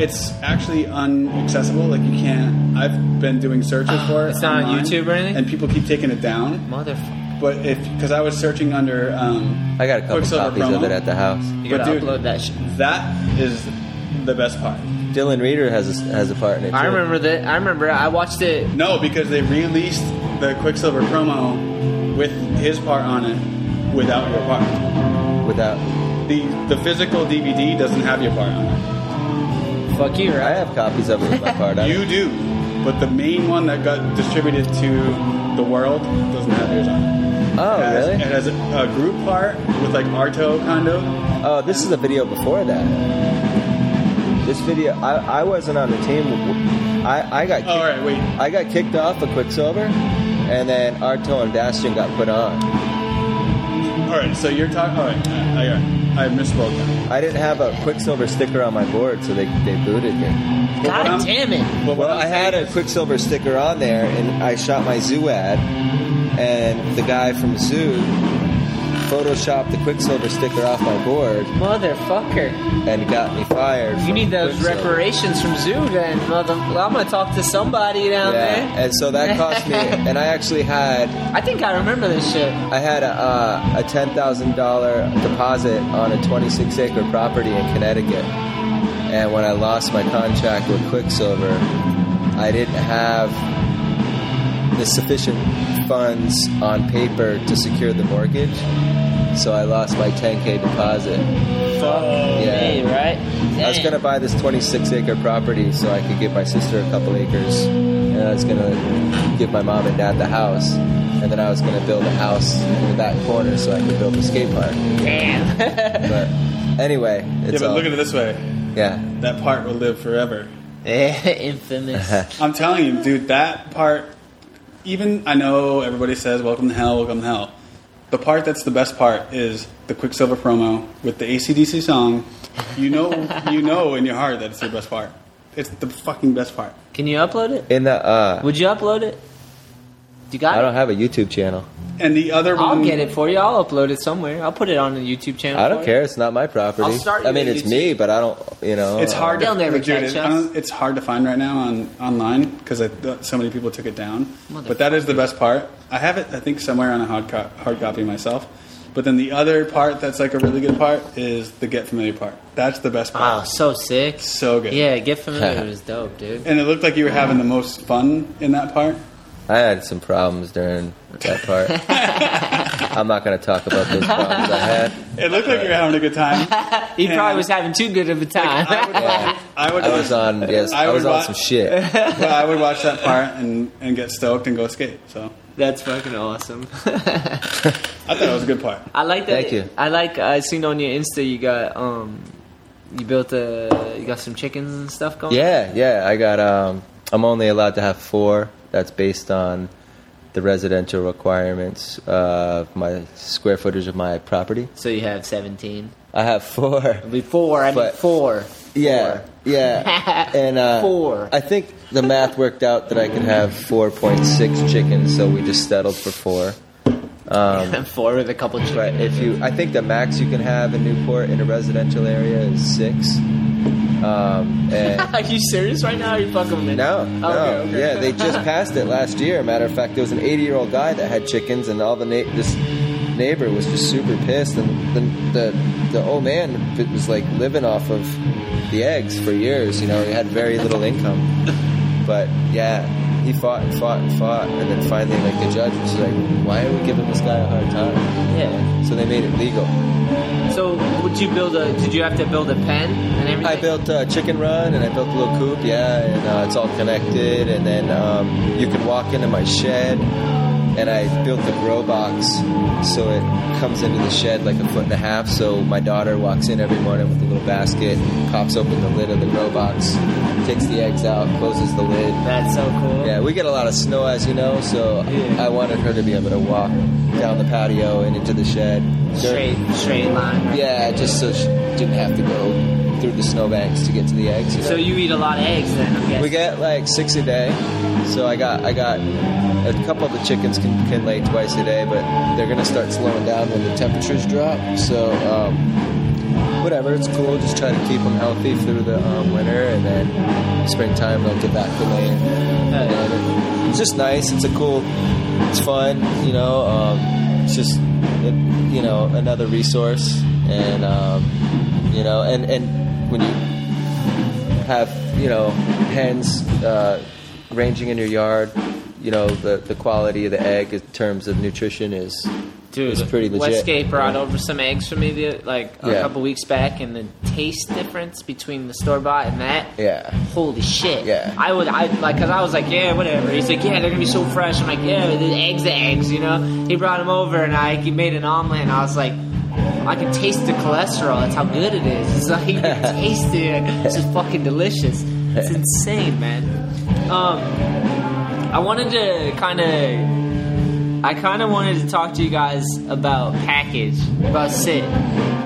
I: it's actually unaccessible. Like you can't. I've been doing searches for it.
C: Uh, It's not on
I: online,
C: YouTube or anything?
I: and people keep taking it down.
C: motherfucker,
I: But if because I was searching under, um,
H: I got a couple
I: Quicksilver
H: copies of
I: promo.
H: it at the house.
C: you
I: But
C: gotta
I: dude-
C: upload that shit.
I: that is the best part.
H: Dylan Reeder has a, has a part in it. Too.
C: I remember that. I remember. I watched it.
I: No, because they released the Quicksilver promo with his part on it without your part.
H: without.
I: The the physical DVD doesn't have your part on it.
C: Fuck you,
H: I
C: right?
H: have copies of it with my part. on it.
I: You do, but the main one that got distributed to the world doesn't have yours on it.
H: oh
I: it has,
H: really?
I: It has a, a group part with like Arto Kondo.
H: Oh, this is the video before that. This video, I, I wasn't on the team. I, I got kicked,
I: Oh, all right, wait.
H: I got kicked off of Quicksilver, and then Arto and Bastion got put on.
I: All right, so you're talking. All right, I, I, I misspoke. Now.
H: I didn't have a Quicksilver sticker on my board, so they they booted me.
I: what
C: God
I: I'm-
C: damn it!
I: But what
H: Well,
I: I'm
H: I had
I: saying
H: a Quicksilver sticker on there, and I shot my Zoo ad, and the guy from Zoo photoshopped the Quicksilver sticker off my board
C: Motherfucker.
H: and got me fired.
C: You
H: from
C: need those
H: Quicksilver.
C: reparations from Zoo then, mother. Well, I'm gonna talk to somebody down
H: Yeah,
C: there.
H: and so that cost me,
C: [LAUGHS]
H: and I actually had
C: I think I remember this shit.
H: I had a, uh, a ten thousand dollar deposit on a twenty six acre property in Connecticut, and when I lost my contract with Quicksilver, I didn't have the sufficient funds on paper to secure the mortgage, so I lost my ten k deposit.
C: Fuck
H: yeah.
C: me, right?
H: I was
C: Damn.
H: gonna buy this 26 acre property so I could give my sister a couple acres, and I was gonna give my mom and dad the house, and then I was gonna build a house in the back corner so I could build a skate park.
C: Damn.
H: [LAUGHS] But anyway,
I: Yeah,
H: it's
I: but
H: all,
I: look at it this way.
H: yeah,
I: That part will live forever.
C: Infamous.
I: I'm telling you, dude, that part. Even I know everybody says "Welcome to Hell, Welcome to Hell." The part that's the best part is the Quicksilver promo with the ACDC song. You know, you know in your heart that it's the best part. It's the fucking best part.
C: Can you upload it?
H: In the uh,
C: Would you upload it? You got
H: I
C: it?
H: don't have a YouTube channel.
I: And the other
C: I'll
I: one,
C: get it for you. I'll upload it somewhere. I'll put it on the YouTube channel.
H: I don't
C: for
H: care. It's not my property.
C: I'll start
H: I mean,
C: you a
H: it's
C: YouTube-
H: me, but I don't. You know,
I: It's hard.
C: They'll
I: to,
C: never
I: dude,
C: catch
I: it- I
C: us.
I: don't- It's hard to find right now on online because so many people took it down. But that is the best part. I have it, I think, somewhere on a hard, co- hard copy myself. But then the other part that's like a really good part is the get familiar part. That's the best
C: Wow,
I: part.
C: so sick.
I: So good.
C: Yeah, get
H: [LAUGHS]
C: familiar was dope, dude.
I: And it looked like you were having the most fun in that part.
H: I had some problems during that
C: [LAUGHS]
H: part. I'm not going to talk about those problems I had.
I: It looked like you were having a
C: [LAUGHS]
I: good time.
C: He
I: Yeah.
C: probably was having too good of a time.
H: Yeah.
I: [LAUGHS] I would.
H: I was
I: [LAUGHS]
H: on. Yes,
I: I
H: I, was
I: would
H: on
I: wa-
H: some shit.
I: [LAUGHS] but I would watch that part and, and get stoked and go skate. So
C: That's fucking awesome.
I: I thought it was a good part.
C: [LAUGHS] I like that.
H: Thank you.
C: I like. I seen on your Insta you got um, you built a you got some chickens and stuff going.
H: Yeah, yeah. I got. Um, I'm only allowed to have four. That's based on the residential requirements of my square footage of my property.
C: So you have seventeen.
H: I have
I: [LAUGHS]
H: four. [LAUGHS]
C: Before I mean
H: But-
C: four.
H: Yeah, yeah. And uh,
C: Four.
H: I think the math worked out that I could have 4.6 chickens, so we just settled for four.
C: [LAUGHS] four with a couple chickens.
H: um, But if you, I think the max you can have in Newport in a residential area is six. Um, and
C: Are you serious right now? Are you fucking with me?
H: no, no,
C: Oh, Okay, okay.
H: yeah, they just passed it last year. Matter of fact, there was an 80 year old guy that had chickens, and all the na- this neighbor was just super pissed, and the the, the old man b- was like living off of the eggs for years. You know, he had very little income, but yeah. He fought and fought and fought, and then finally, like the judge was like, "Why are we giving this guy a hard time?"
C: Yeah.
H: So they made it legal.
C: So would you build a? Did you have to build a pen and everything?
H: I built uh, Chicken Run and I built a little coop, yeah, and uh, it's all connected. And then um, you can walk into my shed, and I built the grow box so it comes into the shed like a foot and a half. So my daughter walks in every morning with a little basket, pops open the lid of the grow box, takes the eggs out, closes the lid.
C: That's so cool.
H: Yeah, we get a lot of snow, as you know, so
C: Yeah.
H: I wanted her to be able to walk down the patio and into the shed.
C: Straight, straight line. right?
H: Yeah, just so she didn't have to go through the snowbanks to get to the eggs. you know?
C: So you eat a lot of eggs then? I'm guessing.
H: We get like six a day, so I got I got a couple of the chickens can, can lay twice a day, but they're gonna start slowing down when the temperatures drop. So um, whatever, it's cool. Just try to keep them healthy through the um, winter, and then springtime they'll get back to laying. And it's just nice. It's a cool. It's fun. You know, um, it's just it, you know another resource, and um, you know, and and when you have you know hens uh, ranging in your yard. You know the the quality of the egg in terms of nutrition is
C: Dude,
H: is pretty legit.
C: Westgate brought over some eggs for me the, like a
H: Yeah.
C: couple weeks back, and the taste difference between the store bought and that.
H: Yeah.
C: Holy shit.
H: Yeah.
C: I would, I like, cause I was like, yeah, whatever. He's like, yeah, they're gonna be so fresh. I'm like, yeah, the eggs, the eggs, you know. He brought them over, and I he made an omelet, and I was like. I can taste the cholesterol. That's how good it is. It's like you can taste it. Like, This is fucking delicious. It's insane, man. Um, I wanted to kind of I kind of wanted to talk to you guys about package, about Sid,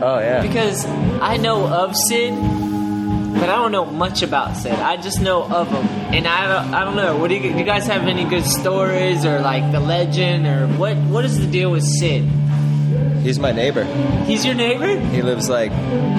H: Oh yeah.
C: because I know of Sid, but I don't know much about Sid. I just know of him, and I don't, I don't know. What do you, do you guys have any good stories or like the legend or what? What is the deal with Sid?
H: He's my neighbor.
C: He's your neighbor.
H: He lives like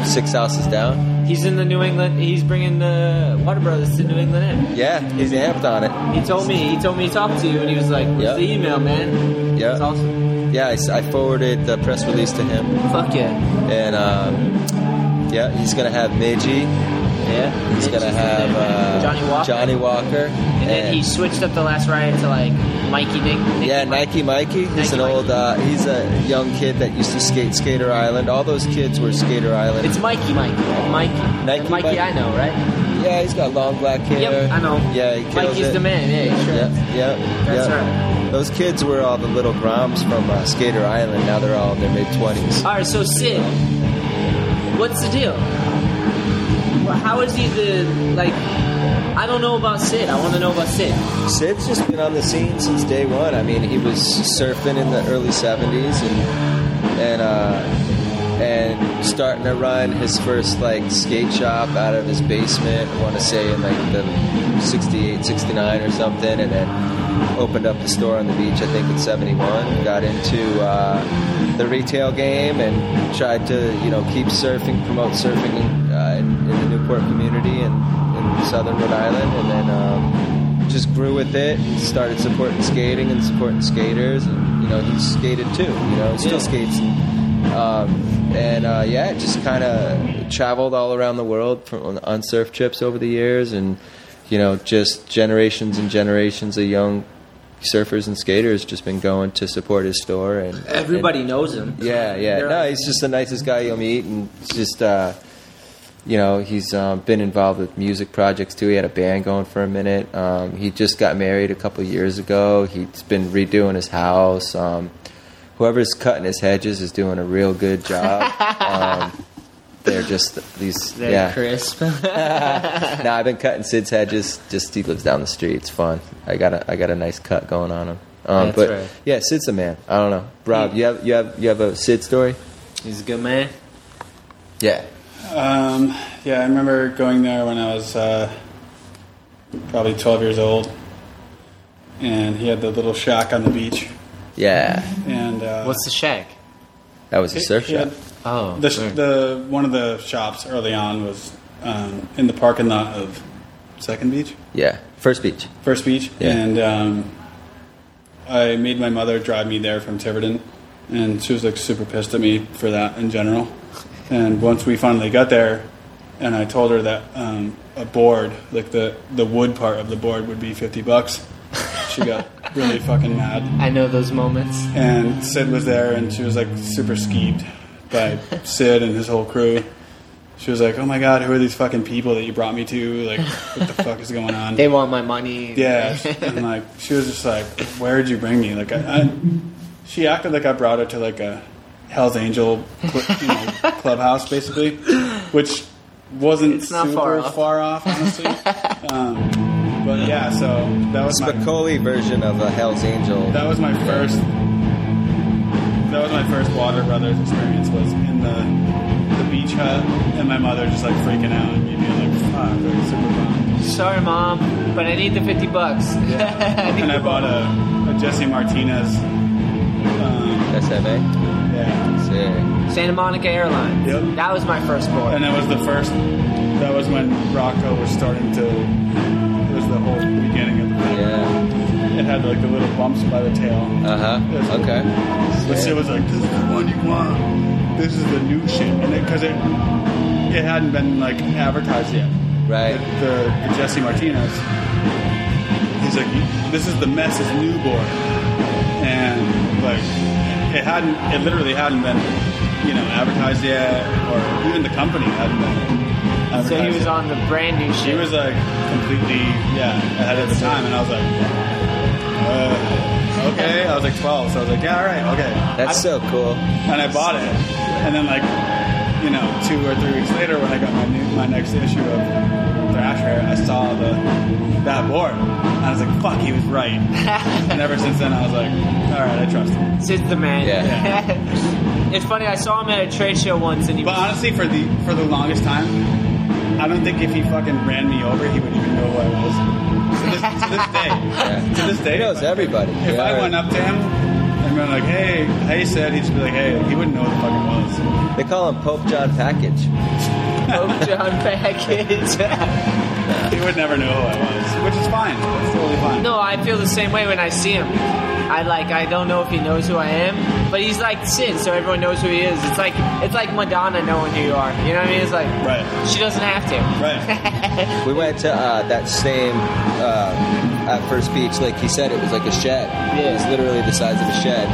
H: six houses down.
C: He's in the New England. He's bringing the Water Brothers to New England.
H: Yeah, he's amped on it.
C: In. He told me. He told me he talked to you, and he was like, "Where's
H: Yeah.
C: the email, man?"
H: Yeah.
C: It's awesome.
H: Yeah, I, s- I forwarded the press release to him,
C: Fuck yeah.
H: and um, yeah, he's gonna have Midgie.
C: Yeah.
H: He's gonna
C: Interesting
H: have
C: name, man.
H: uh,
C: Johnny Walker.
H: Johnny Walker.
C: And then he switched up the last ride to like Mikey Nick. Nick
H: Yeah,
C: Mike.
H: Nike Mikey. He's
C: Nike
H: an
C: Mikey.
H: old. Uh, he's a young kid that used to skate Skater Island. All those kids were Skater Island.
C: It's Mikey, Mikey, Mikey,
H: Nike
C: The Mikey.
H: Mike.
C: I know, right?
H: yeah, he's got long black hair.
C: Yep, I know.
H: Yeah, he kills
C: Mikey's
H: it.
C: the man. Yeah, sure.
H: Yep, yep.
C: That's
H: yep.
C: right.
H: Those kids were all the little groms from uh, Skater Island. Now they're all in their mid twenties.
C: All right, so Sid, what's the deal? Well, How is he the like? I don't know about Sid. I want to know about Sid.
H: Sid's just been on the scene since day one. I mean, he was surfing in the early '70s and and uh, and starting to run his first like skate shop out of his basement. I want to say in like the '68, '69 or something, and then opened up the store on the beach. I think in '71. Got into uh, the retail game and tried to you know keep surfing, promote surfing uh, in, in the Newport community and in southern Rhode Island, and then um, just grew with it. and Started supporting skating and supporting skaters, and you know he skated too. You know, he still skates. Um, and uh, yeah, just kind of traveled all around the world from, on, on surf trips over the years, and you know, just generations and generations of young surfers and skaters just been going to support his store. And
C: Everybody knows him.
H: yeah, yeah.
C: They're-
H: No, he's just the nicest guy you'll meet, and just uh, you know, he's um, been involved with music projects too. He had a band going for a minute. Um, he just got married a couple years ago. He's been redoing his house. Um, whoever's cutting his hedges is doing a real good [LAUGHS] job. um, they're just these.
C: They're
H: yeah.
C: [LAUGHS] crisp.
H: no, I've been cutting Sid's hedges. Just he lives down the street. It's fun. I got a I got a nice cut going on him. Um,
C: That's
H: but
C: right.
H: yeah, Sid's a man. I don't know, Rob. You have you have you have a Sid story?
C: He's a good man.
H: Yeah.
I: Um, yeah, I remember going there when I was uh, probably 12 years old, and he had the little shack on the beach.
H: Yeah,
I: And uh,
C: What's the shack?
H: that was a
I: he-
H: surf
I: he had-
H: shop.
C: Oh,
I: The,
C: word.
I: the one of the shops early on was um, in the parking lot of Second Beach.
H: Yeah, first beach.
I: First Beach,
H: Yeah.
I: and um, I made my mother drive me there from Tiverton, and she was like super pissed at me for that in general. And once we finally got there, and I told her that um, a board, like the the wood part of the board, would be fifty bucks, she got really fucking mad.
C: I know those moments.
I: And Sid was there, and she was like super skeeved by Sid and his whole crew. She was like, "Oh my god, who are these fucking people that you brought me to? Like, what the fuck is going on?"
C: They want my money.
I: Yeah,
C: [LAUGHS]
I: and like she was just like, "Where'd you bring me?" Like I, I she acted like I brought her to like a Hell's Angel cl- you know,
C: [LAUGHS]
I: clubhouse, basically, which wasn't
C: It's not
I: super
C: far
I: far
C: off.
I: off,
C: [LAUGHS]
I: honestly. um, but yeah, so that was my
H: Spicoli version of a Hell's Angel.
I: that was my first that was my first Water Brothers experience was in the the beach hut, and my mother just like freaking out and me being like, "Fuck, like super bummed."
C: Sorry, mom, but I need the fifty bucks. [LAUGHS] I need
I: And I
C: the-
I: bought a, a Jesse Martinez. Um,
H: SMA.
I: yeah.
H: Sick.
C: Santa Monica Airlines.
I: Yep.
C: That was my first board.
I: And that was the first, that was when Rocco was starting to, it was the whole beginning of the thing.
H: Yeah.
I: It had like the little bumps by the tail.
H: Uh huh. Okay.
I: But she was like, this is the one you want. This is the new shit. And because it, it hadn't been like advertised yet. The,
H: Right.
I: the, the Jesse Martinez. He's like, this is the mess's new board. And like, it hadn't, it literally hadn't been, you know, advertised yet, or even the company hadn't been. Advertised
C: so he was
I: yet.
C: on the brand new shit.
I: He was like completely, yeah, ahead of the time, and I was like, uh, okay. I was like 12, so I was like, yeah, all right, okay.
H: That's so cool.
I: And I bought it, and then like, you know, two or three weeks later, when I got my new, my next issue of Thrasher, I saw the that board. And I was like, fuck, he was right. and ever since then, I was like, all right, I trust him.
C: Sid's the man. [LAUGHS] it's funny. I saw him at a trade show once, and he
I: But honestly, for the for the longest time. I don't think if he fucking ran me over, he would even know who I was. To this, to this day,
H: Yeah.
I: to this day,
H: He knows
I: if I-
H: everybody.
I: If
H: Yeah.
I: I went up to him and been like, "Hey, hey," said he'd just be like, "Hey," he wouldn't know who the fuck it was.
H: They call him Pope John Package.
C: was John Package.
I: He would never know who I was, which is fine. That's totally fine.
C: no, I feel the same way when I see him. I like. I don't know if he knows who I am, but he's like Sid, so everyone knows who he is. It's like it's like Madonna knowing who you are. You know what I mean? It's like
I: Right.
C: she doesn't have to. [LAUGHS]
I: Right.
H: We went to uh, that same uh, at First Beach. Like he said, it was like a shed. It was literally the size of a shed.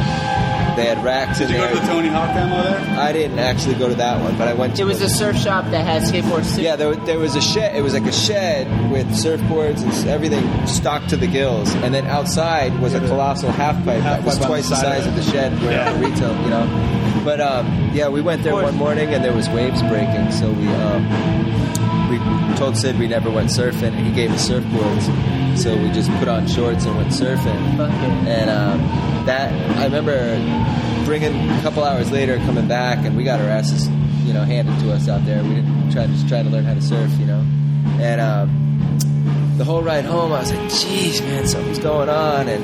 H: They had racks
I: Did
H: in
I: you go
H: there.
I: to the Tony Hawk demo
C: Uh,
I: there?
H: I didn't actually go to that one, but I went to.
C: It was
H: the-
C: a surf shop that has skateboards too.
H: Yeah, there, wa- there was a shed. It was like a shed with surfboards and s- everything stocked to the gills, and then outside was a colossal half pipe that
I: Half
H: was
I: pipe on
H: twice
I: the
H: the
I: side
H: size
I: of
H: of the shed where
I: Yeah.
H: the retail, you know. But um, yeah, we went there
C: course.
H: one morning and there was waves breaking, so we um,
A: we told Sid we never went surfing, and he gave us surfboards. So we just put on shorts and went surfing. And um, that I remember bringing a couple hours later, coming back, and we got our asses, you know, handed to us out there. We didn't try to just try to learn how to surf, you know. And um, the whole ride home, I was like, "Jeez, man, something's going on." And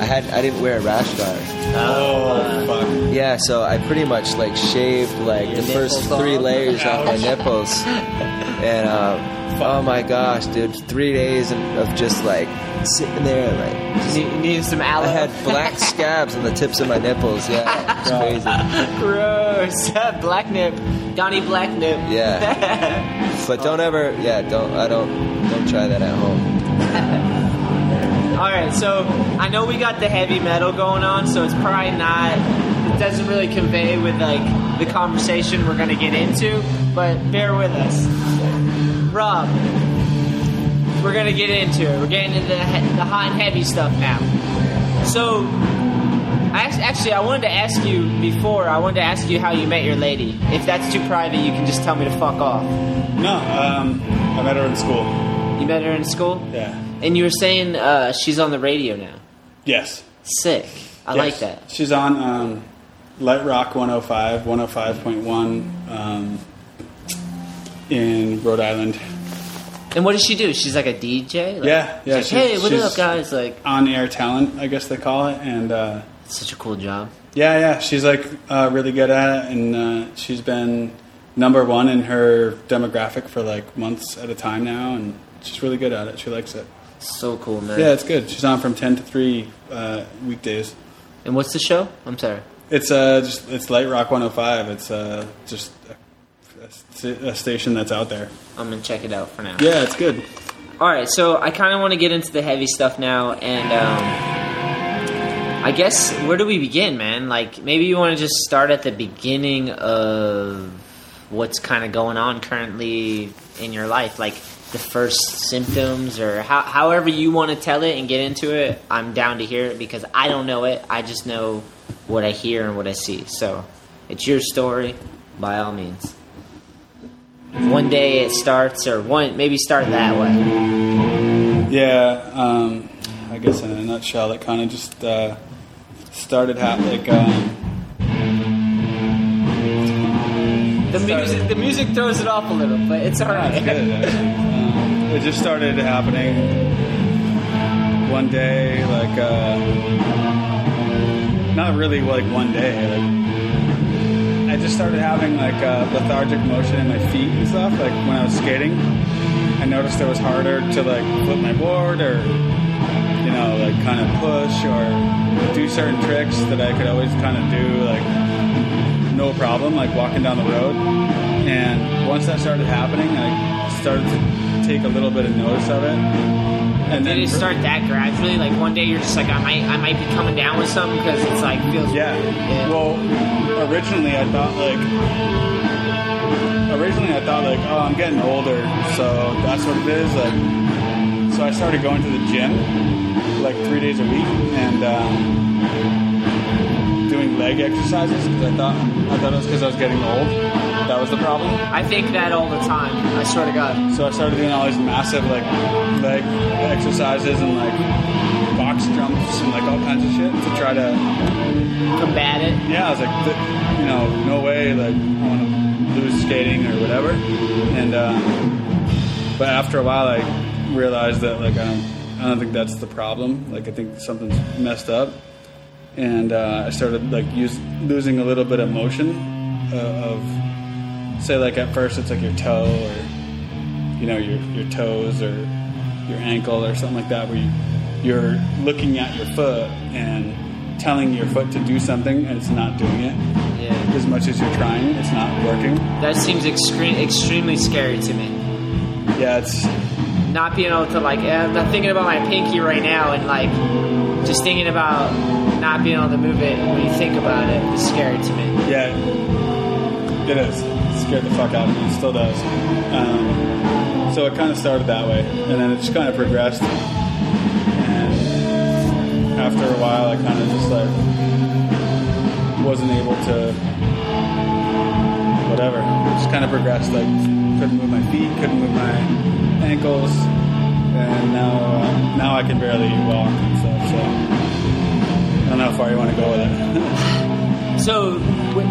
A: I had I didn't wear a rash guard.
I: Oh, fuck.
A: Yeah, so I pretty much like shaved like the first
C: nipples
A: three
C: off?
A: layers off my
I: Ouch.
A: nipples, and um, oh my gosh, dude, three days of of just like sitting there like just-
C: Ne- needed some aloe.
A: I had
C: [LAUGHS]
A: black scabs on the tips of my nipples. Yeah, it's crazy.
C: Gross. [LAUGHS] black nip. Donnie Black nip.
A: Yeah.
C: [LAUGHS]
A: But don't ever, yeah, don't I don't don't try that at home.
C: All right, so I know we got the heavy metal going on, so it's probably not. It doesn't really convey with like the conversation we're gonna get into, but bear with us. Rob, we're gonna get into it. We're getting into the, he- the hot and heavy stuff now. So, I, act- actually, I wanted to ask you before. I wanted to ask you how you met your lady. If that's too private, you can just tell me to fuck off.
I: No, um, I met her in school.
C: You met her in school,
I: Yeah.
C: and you were saying uh, she's on the radio now.
I: Yes.
C: Sick. I
I: Yes.
C: like that.
I: She's on um, Light Rock 105, 105.1 um, in Rhode Island.
C: And what does she do? She's like a DJ. Like,
I: Yeah, yeah,
C: she's like,
I: she's-
C: hey, what
I: she's-
C: up, guys? Like,
I: On air talent, I guess they call it. And uh,
C: such a cool job.
I: yeah, yeah, she's like uh, really good at it. And uh, she's been number one in her demographic for like months at a time now. And she's really good at it. She likes it.
C: So cool, man.
I: Yeah, it's good. She's on from 10 to 3 uh, weekdays.
C: And what's the show? I'm sorry.
I: It's uh, just it's Light Rock 105. It's uh, just a, a st- a station that's out there.
C: I'm gonna check it out for now.
I: Yeah, it's good.
C: All right, so I kind of want to get into the heavy stuff now, and um, I guess where do we begin, man? Like, maybe you want to just start at the beginning of what's kind of going on currently in your life, like the first symptoms, or how, however you want to tell it and get into it. I'm down to hear it because I don't know it. I just know what I hear and what I see. So it's your story, by all means. One day it starts, or one maybe start that way.
I: Yeah, um, I guess in a nutshell, it kind of just uh, started hap- like um,
C: The music, the music throws it off a little, but it's alright.
I: That's good, actually. Um, it just started happening one day, like uh, not really like one day. Like, I just started having like uh, lethargic motion in my feet and stuff. Like when I was skating, I noticed it was harder to like flip my board or you know like kind of push or do certain tricks that I could always kind of do like no problem, like walking down the road. And once that started happening, I started to take a little bit of notice of it. And
C: Did
I: then
C: it start that gradually? Like one day you're just like, I might, I might be coming down with something because it's like feels.
I: Yeah.
C: Yeah.
I: Well, originally I thought like originally I thought like oh I'm getting older, so that's what it is. Like, so I started going to the gym like three days a week and um, doing leg exercises because I thought I thought it was because I was getting old. That was the problem.
C: I think that all the time. I swear to God.
I: So I started doing all these massive like leg exercises and like box jumps and like all kinds of shit to try to.
C: Combat it.
I: Yeah, I was like, th- you know, no way, like I want to lose skating or whatever. And um, but after a while, I realized that like I don't, I don't think that's the problem. Like I think something's messed up. And uh, I started like use, losing a little bit of motion uh, of say like at first it's like your toe or you know your your toes or your ankle or something like that where you, you're looking at your foot and telling your foot to do something and it's not doing it
C: Yeah.
I: as much as you're trying it's not working
C: That seems extreme, extremely scary to me.
I: yeah it's
C: Not being able to like, eh, I'm thinking about my pinky right now, and like, just thinking about not being able to move it when you think about it is scary to me.
I: yeah it is it scared the fuck out of me it still does um, so it kind of started that way and then it just kind of progressed and after a while i kind of just like wasn't able to whatever. It just kind of progressed. Like Couldn't move my feet. Couldn't move my ankles. And now, uh, now I can barely walk and stuff. So I don't know how far you want to go with it.
C: So, what,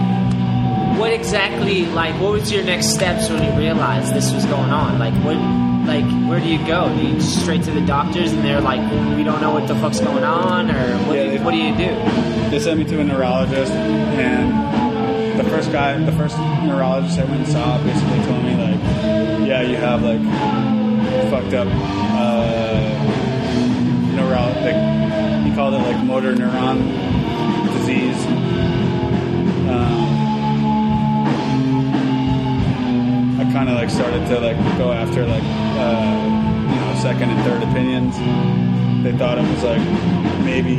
C: what exactly, like, what was your next steps when you realized this was going on? Like, what, like, where do you go? Do you just straight to the doctors and they're like, we don't know what the fuck's going on, or what, do, you, what do you do?
I: they sent me to a neurologist, and the first guy, the first neurologist I went and saw, basically told me like, yeah, you have like fucked up uh, neural, like he called it like motor neuron disease. Um, I kind of like started to like go after like uh, you know second and third opinions. They thought it was like maybe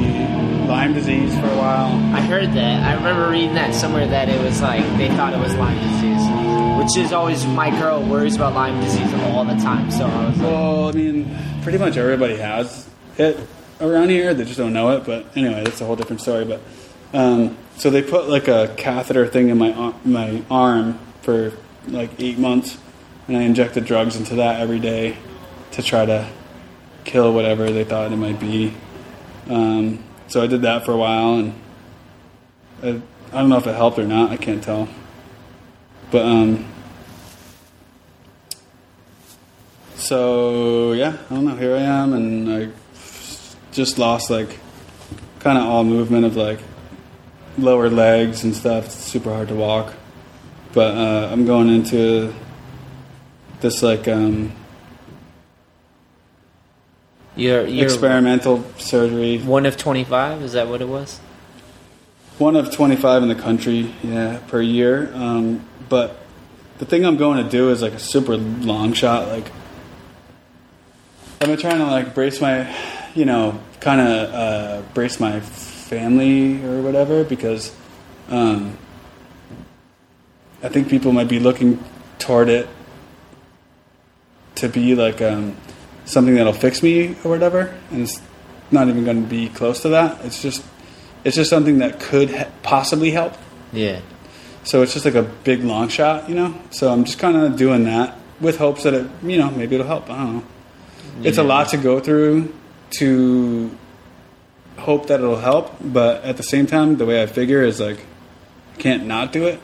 I: Lyme disease for a while.
C: I heard that. I remember reading that somewhere that it was like, they thought it was Lyme disease, which is always, my girl worries about Lyme disease all the time, so I was like,
I: Well, I mean, pretty much everybody has it around here. They just don't know it. But anyway, that's a whole different story. But um, so they put like a catheter thing in my ar- my arm for like eight months, and I injected drugs into that every day to try to kill whatever they thought it might be. Um, so I did that for a while, and I, I don't know if it helped or not. I can't tell. But um, So yeah, I don't know. Here I am, and I just lost like kind of all movement of like lower legs and stuff. It's super hard to walk, but uh, I'm going into this like um,
C: you're, you're
I: experimental surgery.
C: one of 25? Is that what it was?
I: One of 25 in the country, yeah, per year. Um, but the thing I'm going to do is like a super long shot. Like, I've been trying to like brace my, you know, kind of uh, brace my family or whatever because um, I think people might be looking toward it to be like um, something that'll fix me or whatever, and it's not even going to be close to that. It's just it's just something that could he- possibly help.
C: Yeah.
I: So it's just like a big long shot, you know. So I'm just kind of doing that with hopes that it, you know, maybe it'll help. I don't know. It's a
C: Yeah.
I: lot to go through to hope that it'll help, but at the same time, the way I figure is like I can't not do it.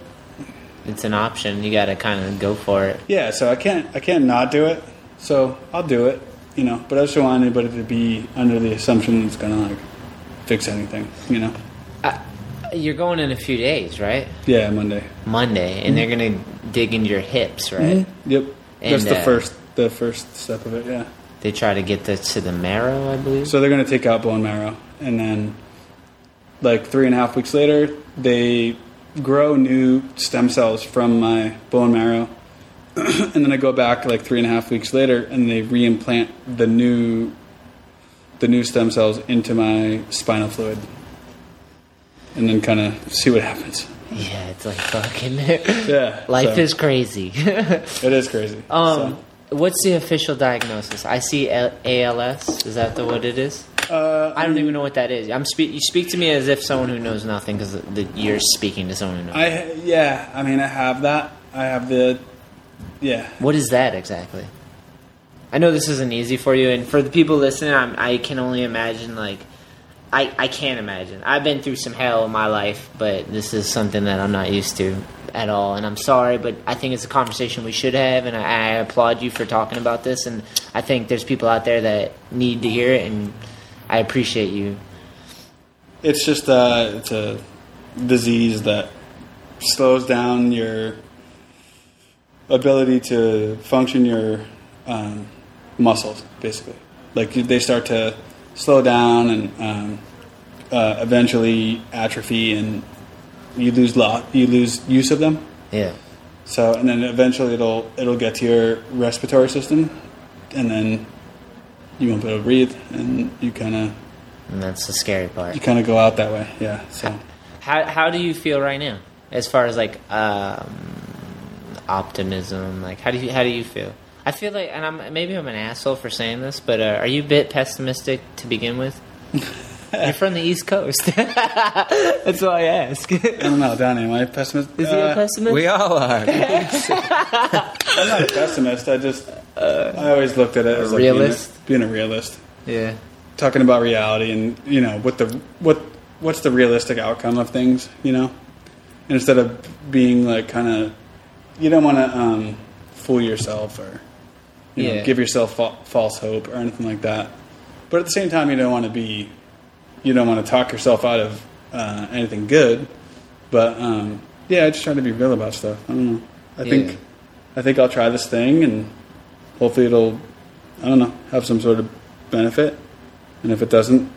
C: It's an option. You gotta kind of go for it.
I: Yeah, so I can't I can't not do it. So I'll do it, you know. But I just don't want anybody to be under the assumption that it's gonna like fix anything, you know.
C: You're going in a few days, right?
I: Yeah, Monday.
C: Monday, and they're gonna dig into your hips, right?
B: Mm-hmm.
I: Mhm. Yep.
C: And,
I: That's the
C: uh,
I: first the first step of it. Yeah.
C: They try to get the, to the marrow, I believe.
I: So they're going to take out bone marrow, and then like three and a half weeks later, they grow new stem cells from my bone marrow, [CLEARS THROAT] and then I go back like three and a half weeks later, and they reimplant the new the new stem cells into my spinal fluid, and then kind of see what happens.
C: Yeah, it's like fucking.
B: [LAUGHS]
I: Yeah,
C: Life
I: so-
C: is crazy. [LAUGHS]
I: It is crazy.
C: um, what's the official diagnosis? I see L- ALS. Is that the what it is?
I: so, uh,
C: I don't
B: mm.
C: even know what that is. I'm speak. You speak to me as if someone who knows nothing, because you're speaking to someone who knows.
I: I yeah, I mean I have that. I have the yeah.
C: What is that exactly? I know this isn't easy for you, and for the people listening, I'm, I can only imagine. Like, I I can't imagine. I've been through some hell in my life, but this is something that I'm not used to at all, and I'm sorry, but I think it's a conversation we should have, and I, I applaud you for talking about this, and I think there's people out there that need to hear it, and I appreciate you.
I: It's just uh, it's a disease that slows down your ability to function your um, muscles, basically. Like you- they start to slow down and um, uh, eventually atrophy, and you lose lot you lose use of them.
C: Yeah.
I: So and then eventually it'll it'll get to your respiratory system, and then you won't be able to breathe, and you kind of
C: And that's the scary part.
I: you kind of go out that way. Yeah. So.
C: How how do you feel right now, as far as like um, optimism? Like how do you how do you feel? I feel like, and I'm maybe I'm an asshole for saying this, but uh, are you a bit pessimistic to begin with? You're from the East Coast. [LAUGHS] That's all I
I: [LAUGHS]
C: ask. I
I: don't know, Donnie. Am I a pessimist? Uh,
C: Is he a pessimist?
H: We all are.
C: [LAUGHS]
I: I'm not a pessimist. I just I always looked at it as like being a-
C: Uh, realist?
I: being a realist,
C: yeah.
I: talking about reality and you know what the what what's the realistic outcome of things, you know, And instead of being like kind of you don't want to um, fool yourself or you know,
C: Yeah.
I: give yourself fa- false hope or anything like that. But at the same time, you don't want to be you don't want to talk yourself out of uh, anything good. But um, yeah, I just try to be real about stuff. I don't know. I
C: Yeah.
I: think I think I'll try this thing and hopefully it'll I don't know have some sort of benefit. And if it doesn't,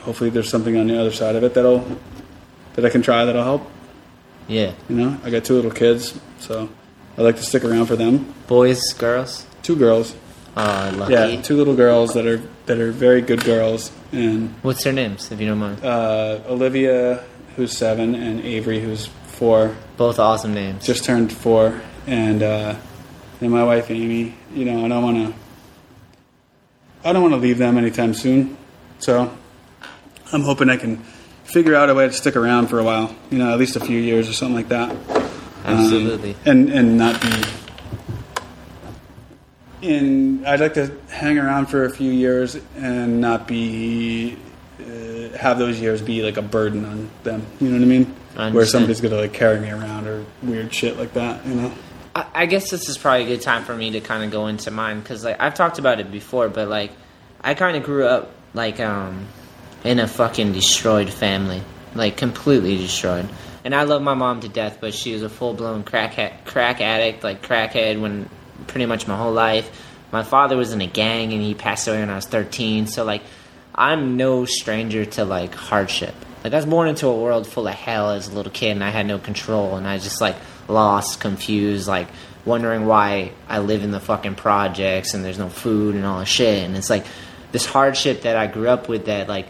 I: hopefully there's something on the other side of it that'll that I can try that'll help.
C: Yeah.
I: You know, I got two little kids, so I like to stick around for them.
C: Boys, girls.
I: Two girls,
C: Uh, lucky.
I: yeah, two little girls that are that are very good girls, and
C: What's their names, if you don't mind?
I: uh, Olivia, who's seven, and Avery, who's four,
C: Both awesome names.
I: just turned four, and uh, and my wife Amy. You know, I don't want to, I don't want to leave them anytime soon, so I'm hoping I can figure out a way to stick around for a while. You know, at least a few years or something like that.
C: Absolutely.
I: Um, and and not be in I'd like to hang around for a few years and not be uh, have those years be like a burden on them you know what I mean
C: I
I: where
C: understand.
I: somebody's gonna like carry me around or weird shit like that you know
C: I, I guess this is probably a good time for me to kind of go into mine because like I've talked about it before, but like I kind of grew up like um in a fucking destroyed family, like completely destroyed. And I love my mom to death, but she was a full blown crack ha- crack addict, like crackhead, when pretty much my whole life. My father was in a gang, and he passed away when I was thirteen. So like I'm no stranger to like hardship. Like I was born into a world full of hell as a little kid, and I had no control, and I was just like lost, confused, like wondering why I live in the fucking projects and there's no food and all this shit. And it's like this hardship that I grew up with that like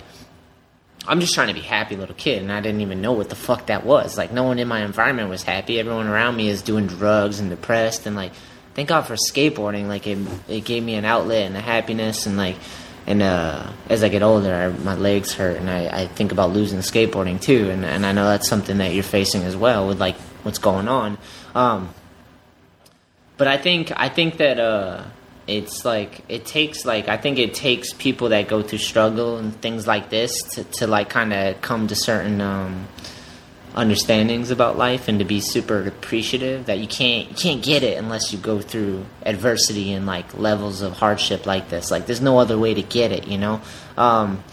C: I'm just trying to be a happy little kid, and I didn't even know what the fuck that was. Like, no one in my environment was happy. Everyone around me is doing drugs and depressed, and like, thank God for skateboarding. Like, it it gave me an outlet and a happiness, and like, and uh, as I get older, I, my legs hurt, and I, I think about losing skateboarding too, and and I know that's something that you're facing as well with like what's going on. Um, but I think I think that uh, it's like it takes like I think it takes people that go through struggle and things like this to, to like kind of come to certain um, understandings about life and to be super appreciative that you can't you can't get it unless you go through adversity and like levels of hardship like this. Like there's no other way to get it, you know. Um,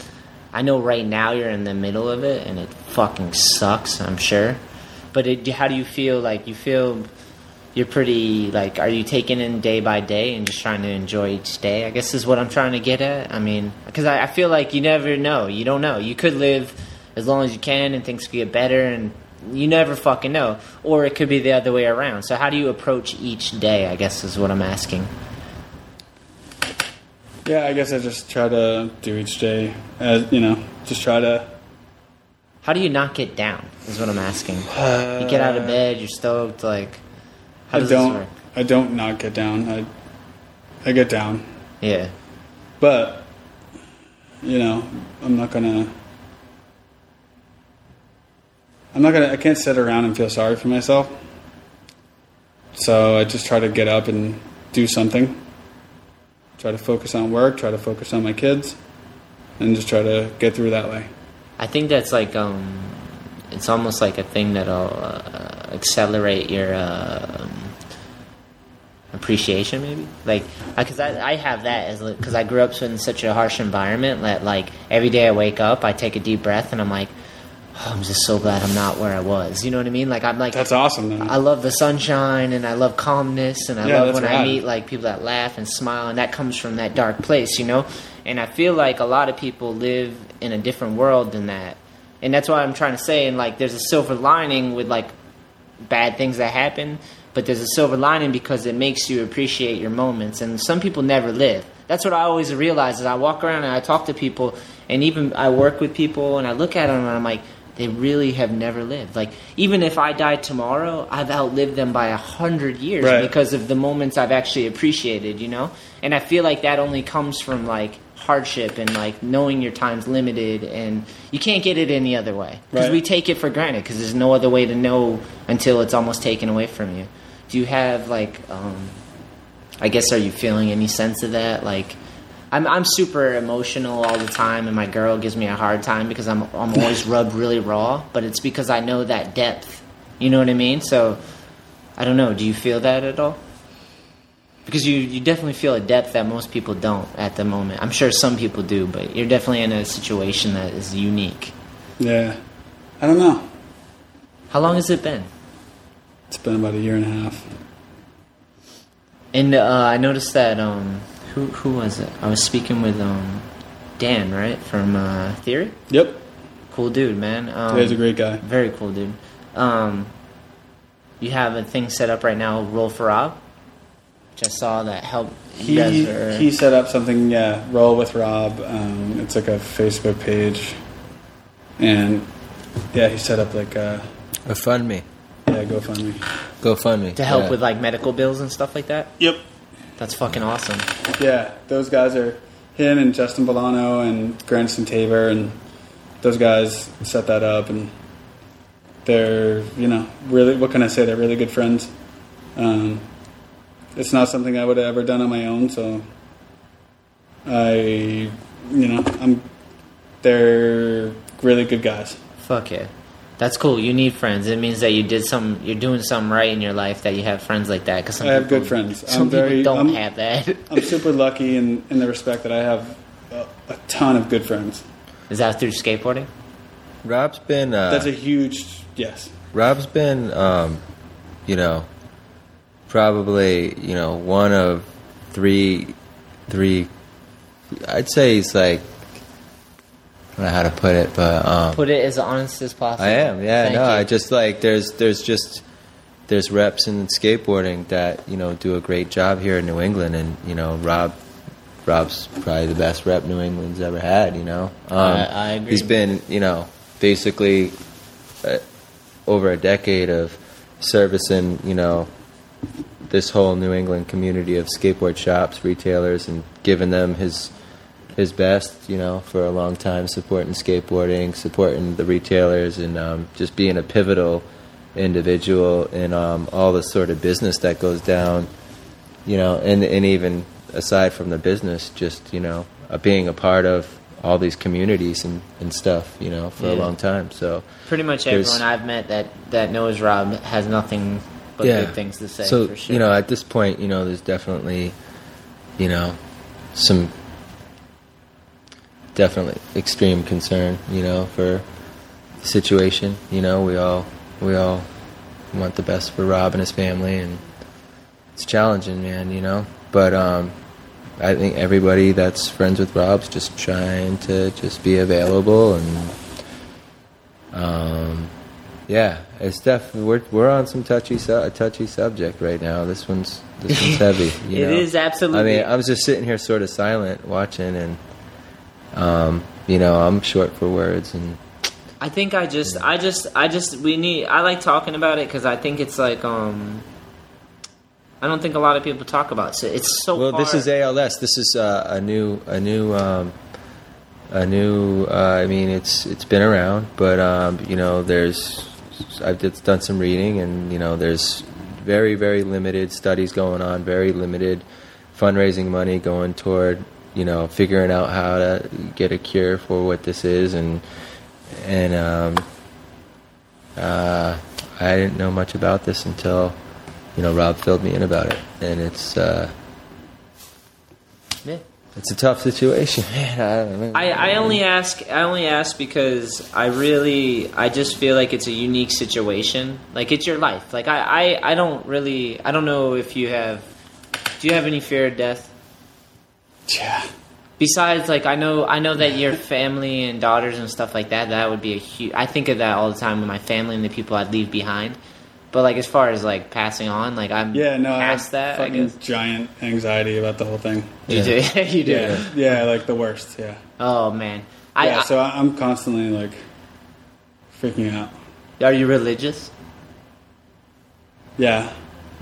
C: I know right now you're in the middle of it and it fucking sucks. I'm sure. But it, how do you feel? Like you feel you're pretty like are you taking in day by day and just trying to enjoy each day i guess is what i'm trying to get at i mean because I, I feel like you never know you don't know you could live as long as you can and things could get better and you never fucking know or it could be the other way around so how do you approach each day i guess is what i'm asking
I: yeah I guess I just try to do each day as you know just try to
C: how do you not get down is what i'm asking you get out of bed you're stoked like how
I: Uh, I
C: does
I: don't
C: this work
I: I don't not get down I I get down
C: yeah
I: but you know i'm not gonna i'm not gonna i can't sit around and feel sorry for myself so i just try to get up and do something try to focus on work try to focus on my kids and just try to get through that way
C: I think that's like um, it's almost like a thing that'll uh, accelerate your uh, appreciation, maybe. Like, because I, I have that as because I grew up in such a harsh environment that like every day I wake up, I take a deep breath and I'm like, oh, I'm just so glad I'm not where I was. You know what I mean? Like I'm like
I: that's awesome man.
C: I love the sunshine and I love calmness and I
I: Yeah,
C: love
I: that's
C: when I
I: rad.
C: meet like people that laugh and smile and that comes from that dark place, you know? And I feel like a lot of people live in a different world than that. And that's why I'm trying to say and like there's a silver lining with like bad things that happen, but there's a silver lining because it makes you appreciate your moments. And some people never live. That's what I always realize is I walk around and I talk to people, and even I work with people, and I look at them and I'm like, they really have never lived. Like even if I die tomorrow, I've outlived them by a hundred years
I: Right.
C: because of the moments I've actually appreciated. You know, and I feel like that only comes from like hardship and like knowing your time's limited and you can't get it any other way because
I: Right.
C: we take it for granted because there's no other way to know until it's almost taken away from you do you have like um i guess are you feeling any sense of that like I'm, I'm super emotional all the time and my girl gives me a hard time because I'm, I'm always rubbed really raw but it's because i know that depth you know what i mean so i don't know do you feel that at all because you, you definitely feel a depth that most people don't at the moment. I'm sure some people do, but you're definitely in a situation that is unique.
I: Yeah. I don't know.
C: How long has it been?
I: It's been about a year and a half.
C: And uh, I noticed that um, who who was it? I was speaking with um, Dan, right, from uh, Theory.
I: Yep.
C: Cool dude, man. Um,
I: Yeah, he's a great guy.
C: Very cool dude. Um, you have a thing set up right now, Roll for Rob, which I saw that helped. you
I: He,
C: guys are-
I: he set up something, yeah, Roll with Rob. Um, it's like a Facebook page. And yeah, he set up like a,
H: A fund me.
I: yeah, GoFundMe.
H: GoFundMe.
C: to help
H: yeah.
C: with like medical bills and stuff like that.
I: Yep.
C: That's fucking awesome.
I: Yeah, those guys are him and Justin Bolano and Grandson Tabor and those guys set that up and they're you know really what can I say they're really good friends. Um, it's not something I would have ever done on my own, so I you know I'm they're really good guys.
C: Fuck yeah. That's cool. You need friends. It means that you did some. You're doing something right in your life that you have friends like that. Because
I: I have good
C: [LAUGHS]
I: friends.
C: Some
I: I'm
C: people
I: very
C: don't
I: I'm,
C: have that. [LAUGHS]
I: I'm super lucky in, in the respect that I have a, a ton of good friends.
C: Is that through skateboarding?
H: Rob's been. Uh,
I: That's a huge yes.
H: Rob's been, um, you know, probably you know one of three, three. I'd say he's like, I don't know how to put it, but um,
C: Put it as honest as possible.
H: I am. Yeah,
C: Thank
H: no,
C: you.
H: I just like there's there's just there's reps in skateboarding that you know do a great job here in New England, and you know Rob Rob's probably the best rep New England's ever had. You know, um,
C: I- I agree.
H: He's been you know basically uh, over a decade of servicing you know this whole New England community of skateboard shops, retailers, and giving them his his best, you know, for a long time, supporting skateboarding, supporting the retailers, and um, just being a pivotal individual in um, all the sort of business that goes down, you know, and and even aside from the business, just you know, uh, being a part of all these communities and, and stuff, you know, for a
C: Yeah.
H: long time. So
C: Pretty much
H: there's-
C: everyone I've met that that knows Rob has nothing but good things to say.
H: so
C: for sure.
H: you know, at this point, you know, there's definitely, you know, some definitely extreme concern, you know, for the situation. You know, we all we all want the best for Rob and his family, and it's challenging, man. You know, but um, I think everybody that's friends with Rob's just trying to just be available and um, yeah, it's def. We're we're on some touchy su- a touchy subject right now. This one's this
C: [LAUGHS]
H: one's heavy. You
C: It
H: know?
C: is absolutely.
H: I mean, I was just sitting here, sort of silent, watching, and um, you know, I'm short for words, and
C: I think I just, I just, I just, we need, I like talking about it because I think it's like, um, I don't think a lot of people talk about it. So it's so
H: well, this
C: hard.
H: is ALS. This is uh, a new a new um, a new. Uh, I mean, it's it's been around, but um, you know, there's I've just done some reading, and you know, there's very very limited studies going on, very limited fundraising money going toward you know figuring out how to get a cure for what this is, and and um, uh, I didn't know much about this until you know Rob filled me in about it, and it's. Uh,
C: Yeah.
H: it's a tough situation, [LAUGHS] man. I don't know.
C: I, I only ask I only ask because I really I just feel like it's a unique situation. Like it's your life. Like I, I, I don't really I don't know if you have do you have any fear of death?
I: Yeah.
C: Besides like I know I know that your family and daughters and stuff like that, that would be a huge I think of that all the time with my family and the people I'd leave behind. But like as far as like passing on, like I'm
I: Yeah, no, I have
C: past that, I
I: fucking
C: guess.
I: giant anxiety about the whole thing.
C: You do [LAUGHS] you do.
I: Yeah, yeah, like the worst. Yeah,
C: Oh man. I,
I: yeah. so I, I'm constantly like freaking out.
C: I are you religious?
I: Yeah,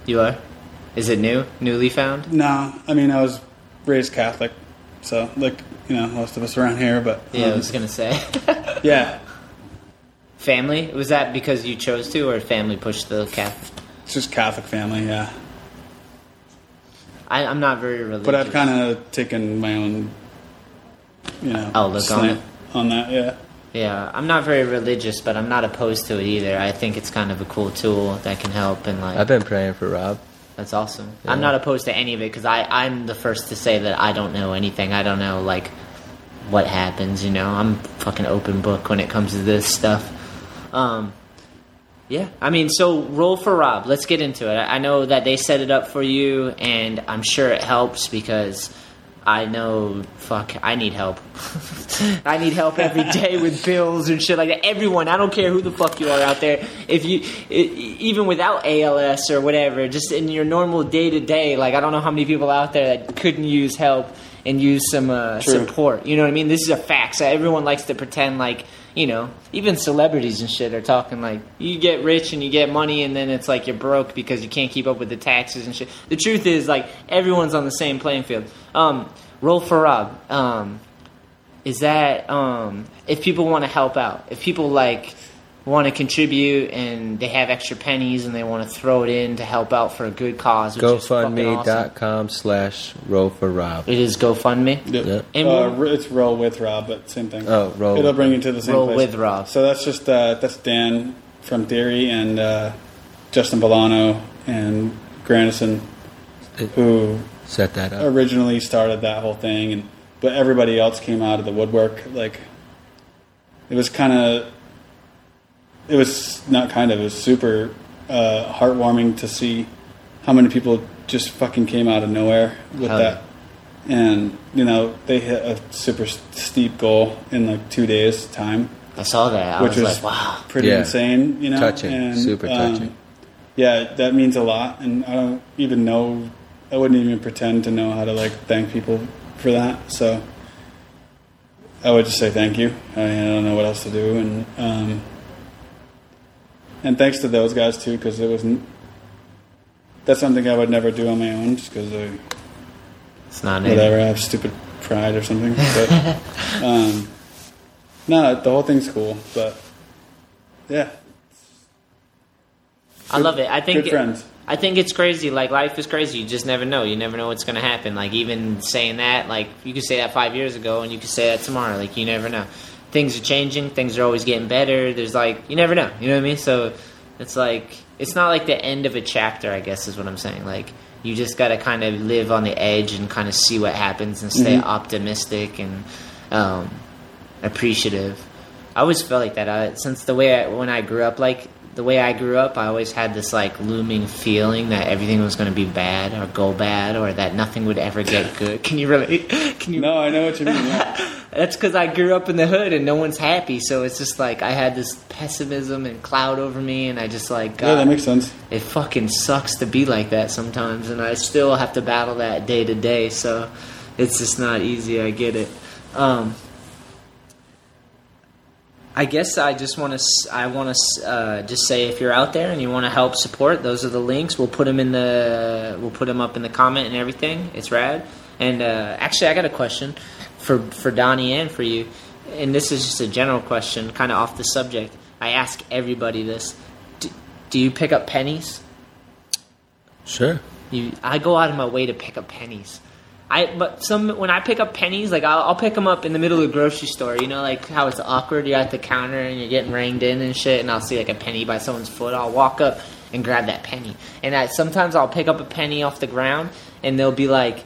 C: You are? Is it new? Newly found?
I: nah. I mean, I was raised Catholic, so like you know, most of us around here, but
C: Yeah, I
I: um,
C: was gonna say. [LAUGHS]
I: yeah,
C: family? Was that because you chose to, or family pushed the Catholic?
I: it's just Catholic family, yeah.
C: I, I'm not very religious.
I: But I've kind of taken my own, you know,
C: Outlook on
I: slant
C: it.
I: on that. Yeah,
C: Yeah, I'm not very religious, but I'm not opposed to it either. I think [LAUGHS] it's kind of a cool tool that can help and like.
H: I've been praying for Rob.
C: That's awesome.
H: Yeah.
C: I'm not opposed to any of it because I I'm the first to say that I don't know anything. I don't know like what happens. You know, I'm fucking open book when it comes to this stuff. Um, yeah, I mean, so roll for Rob. Let's get into it. I I know that they set it up for you, and I'm sure it helps because I know, fuck, I need help. [LAUGHS] I need help every day with bills and shit like that. Everyone, I don't care who the fuck you are out there. If you, i- even without ALS or whatever, just in your normal day to day, like I don't know how many people out there that couldn't use help and use some uh,
I: True.
C: support. You know what I mean? This is a fact. So everyone likes to pretend like you know, even celebrities and shit are talking like you get rich and you get money and then it's like you're broke because you can't keep up with the taxes and shit. The truth is like everyone's on the same playing field. Um, roll for Rob. Um, is that um, if people want to help out, if people like want to contribute and they have extra pennies and they want to throw it in to help out for a good cause, which is fucking awesome.
H: GoFundMe.com slash roll for Rob.
C: It is GoFundMe.
H: Yep.
C: And
I: uh,
C: we'll-
I: ro- it's roll with Rob, but same thing.
H: Oh, roll.
I: It'll bring you to the same
C: Roll
I: place.
C: with Rob.
I: So that's just uh, that's Dan from Theory and uh, Justin Bolano and Grandison, who
H: Set that up.
I: originally started that whole thing, and but everybody else came out of the woodwork. Like it was kind of, it was not kind of, it was super uh, heartwarming to see how many people just fucking came out of nowhere with
C: Hell yeah.
I: that. And you know they hit a super s- steep goal in like two days time,
C: I saw that. I
I: which
C: was
I: was
C: like, wow.
I: pretty
H: Yeah.
I: insane. You know,
H: Touching.
I: um,
H: Super touching.
I: Yeah, that means a lot, and I don't even know. I wouldn't even pretend to know how to like thank people for that. So I would just say thank you. I, mean, I don't know what else to do, and um, and thanks to those guys too, because it wasn't. That's something I would never do on my own, just because I
C: It's not it.
I: whatever. I have stupid pride or something. But um, no, the whole thing's cool. But yeah,
C: I love it. I think
I: good friends.
C: I think it's crazy. Like life is crazy. You just never know. You never know what's gonna happen. Like even saying that, like you could say that five years ago, and you could say that tomorrow. Like you never know. Things are changing. Things are always getting better. There's like you never know. You know what I mean? So it's like it's not like the end of a chapter. I guess is what I'm saying. Like you just gotta kind of live on the edge and kind of see what happens and stay
I: Mm-hmm.
C: optimistic and um, appreciative. I always felt like that. I, since the way I, when I grew up, like the way I grew up, I always had this like looming feeling that everything was going to be bad or go bad or that nothing would ever get good. [LAUGHS] Can you relate? Can you?
I: No, I know what you mean. Yeah.
C: That's because I grew up in the hood and no one's happy, so it's just like I had this pessimism and cloud over me, and I just like
I: yeah,
C: God,
I: that makes sense.
C: it fucking sucks to be like that sometimes, and I still have to battle that day to day. So it's just not easy. I get it. Um, I guess I just want to. I want to uh, just say if you're out there and you want to help support, those are the links. We'll put them in the. We'll put them up in the comment and everything. It's rad. And uh, actually, I got a question for for Donnie and for you. And this is just a general question, kind of off the subject. I ask everybody this: do, do you pick up pennies?
H: Sure.
C: You, I go out of my way to pick up pennies. I but some when I pick up pennies, like I'll, I'll pick them up in the middle of the grocery store. You know, like how it's awkward. You're at the counter and you're getting ranged in and shit, and I'll see like a penny by someone's foot. I'll walk up and grab that penny, and I, sometimes I'll pick up a penny off the ground, and they'll be like,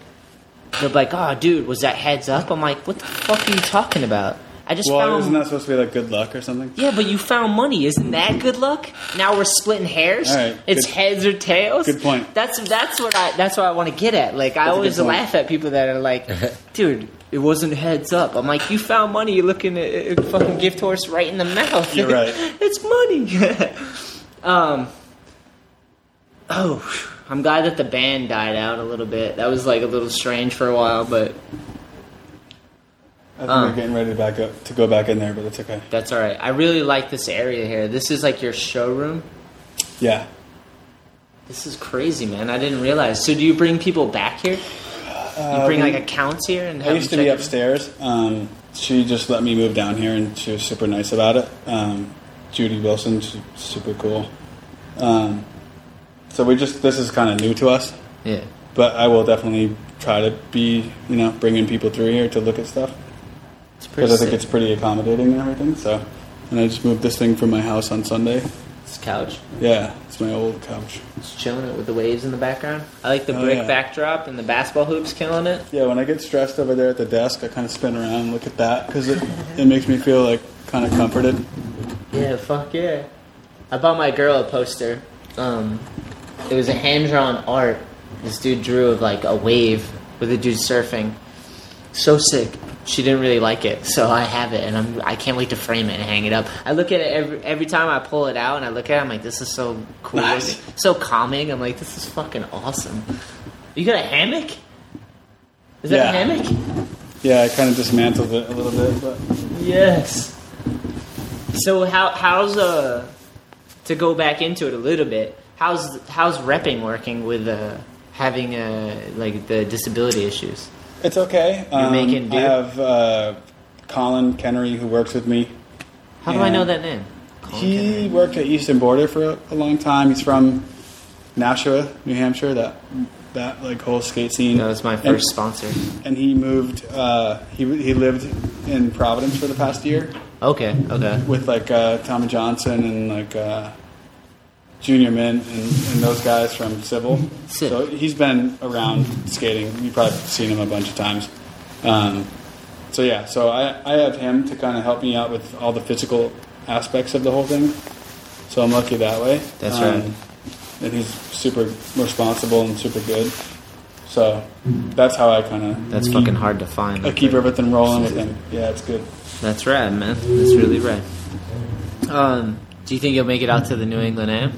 C: they'll be like, "Oh, dude, was that heads up?" I'm like, "What the fuck are you talking about?" I just
I: Well,
C: found
I: isn't that supposed to be like good luck or something?
C: yeah, but you found money. Isn't that good luck? Now we're splitting hairs.
I: All right,
C: it's
I: good-
C: heads or tails.
I: good point.
C: That's that's what I that's what I want to get at. Like I
I: a good
C: always
I: point.
C: laugh at people that are like, "Dude, it wasn't heads up." I'm like, "You found money. You're looking at a fucking gift horse right in the mouth.
I: You're right.
C: [LAUGHS] it's money." [LAUGHS] um. Oh, I'm glad that the band died out a little bit. That was like a little strange for a while, but
I: I think
C: Um.
I: we're getting ready to back up to go back in there, but that's okay.
C: that's all right. I really like this area here. This is like your showroom.
I: Yeah.
C: This is crazy, man. I didn't realize. So, do you bring people back here? You bring like accounts here and
I: Um, I
C: have
I: used to
C: them
I: be
C: Um, check it?
I: upstairs. Um, she just let me move down here, and she was super nice about it. Um, Judy Wilson, she's super cool. Um, so we just this is kind of new to us.
C: Yeah.
I: But I will definitely try to be you know bringing people through here to look at stuff
C: It's
I: because I think
C: sick.
I: it's pretty accommodating and everything. So, and I just moved this thing from my house on Sunday.
C: This couch.
I: Yeah, it's my old couch.
C: It's chilling it with the waves in the background. I like the
I: Oh,
C: brick
I: yeah.
C: backdrop and the basketball hoops killing it.
I: Yeah, when I get stressed over there at the desk, I kind of spin around and look at that because it, it makes me feel like kind of comforted.
C: Yeah, fuck yeah. I bought my girl a poster. Um, it was a hand drawn art this dude drew of like a wave with a dude surfing. So sick. She didn't really like it, so I have it, and I'm I can't wait to frame it and hang it up. I look at it every every time I pull it out, and I look at it. I'm like, this is so cool,
I: Nice.
C: [LAUGHS] so calming. I'm like, this is fucking awesome. You got a hammock? Is that a
I: Yeah.
C: hammock?
I: Yeah, I kind of dismantled it a little bit, but
C: Yes. So how how's uh to go back into it a little bit? How's how's repping working with uh having uh like the disability issues?
I: it's okay. Um,
C: You're making do?
I: I have uh, Colin Kennery who works with me.
C: How do I know
I: Yeah.
C: that name? Colin
I: he
C: Kennedy.
I: worked at Eastern Border for a, a long time. He's from Nashua, New Hampshire. That that like whole skate scene.
C: That was my
I: And-
C: first sponsor.
I: And he moved. Uh, he he lived in Providence for the past year.
C: Okay, okay.
I: with like uh, Tommy Johnson and like uh, Junior Mint and, and those guys from Civil.
C: Sick.
I: So he's been around skating. You've probably seen him a bunch of times. Um, so yeah, so I, I have him to kind of help me out with all the physical aspects of the whole thing. So I'm lucky that way. Um,
C: That's right.
I: And he's super responsible and super good. So that's how I kind of
C: That's fucking hard to find.
I: I keep everything rolling with him. Yeah, it's good.
C: That's rad, man. That's really rad. Um, do you think you'll make it out to the New England Am?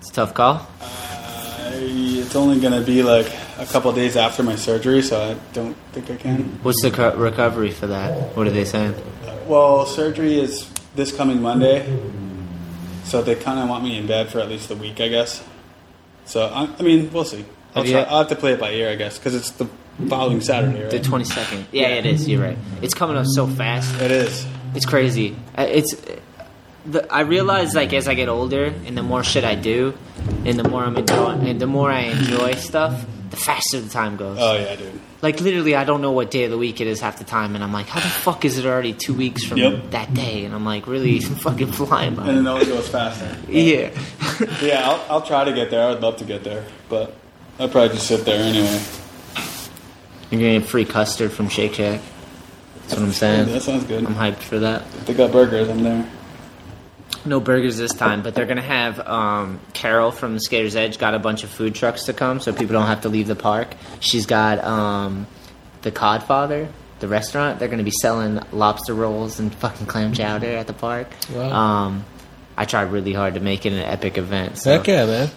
C: It's a tough call.
I: I, it's only going to be like a couple days after my surgery, so I don't think I can.
C: What's the co- recovery for that? What are they saying?
I: Well, surgery is this coming Monday, so they kind of want me in bed for at least a week, I guess. So I, I mean, we'll see. I'll,
C: Have you-
I: try, I'll have to play it by ear, I guess, because it's the following Saturday, right?
C: The 22nd. Yeah, it is. You're right. It's coming up so fast.
I: it is.
C: It's crazy. I- It's. The, I realize, like, as I get older, and the more shit I do, and the more I'm enjoying, and the more I enjoy stuff, the faster the time goes.
I: Oh yeah, dude.
C: like, literally, I don't know what day of the week it is half the time, and I'm like, how the fuck is it already two weeks from
I: Yep.
C: that day? And I'm like, really [LAUGHS] fucking flying by.
I: And it only goes faster.
C: yeah.
I: Yeah, I'll, I'll try to get there. I would love to get there, but I'd probably just sit there anyway.
C: You're gonna get free custard from Shake Shack. That's what I'm
I: That
C: saying.
I: sounds good.
C: I'm hyped for that.
I: If they got burgers, I'm there.
C: No burgers this time, but they're gonna have um, Carol from the Skaters Edge got a bunch of food trucks to come, so people don't have to leave the park. She's got um, the Codfather, the restaurant. They're gonna be selling lobster rolls and fucking clam chowder at the park.
H: Wow.
C: Um, I tried really hard to make it an epic event. So
H: Heck yeah, man.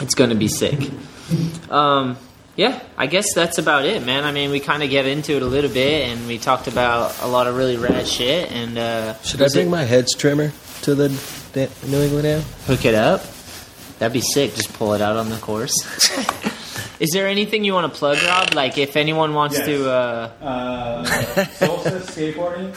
C: it's gonna be sick. Um, yeah, I guess that's about it, man. I mean, we kind of get into it a little bit, and we talked about a lot of really rad shit. And uh,
H: Should I
C: was
H: bring
C: it-
H: my hedge trimmer to the Da- New England Am?
C: hook it up? That'd be sick. Just pull it out on the course. [LAUGHS] Is there anything you want to plug, Rob? Like, if anyone wants
I: Yes.
C: to, uh,
I: Uh, Solstice Skateboarding,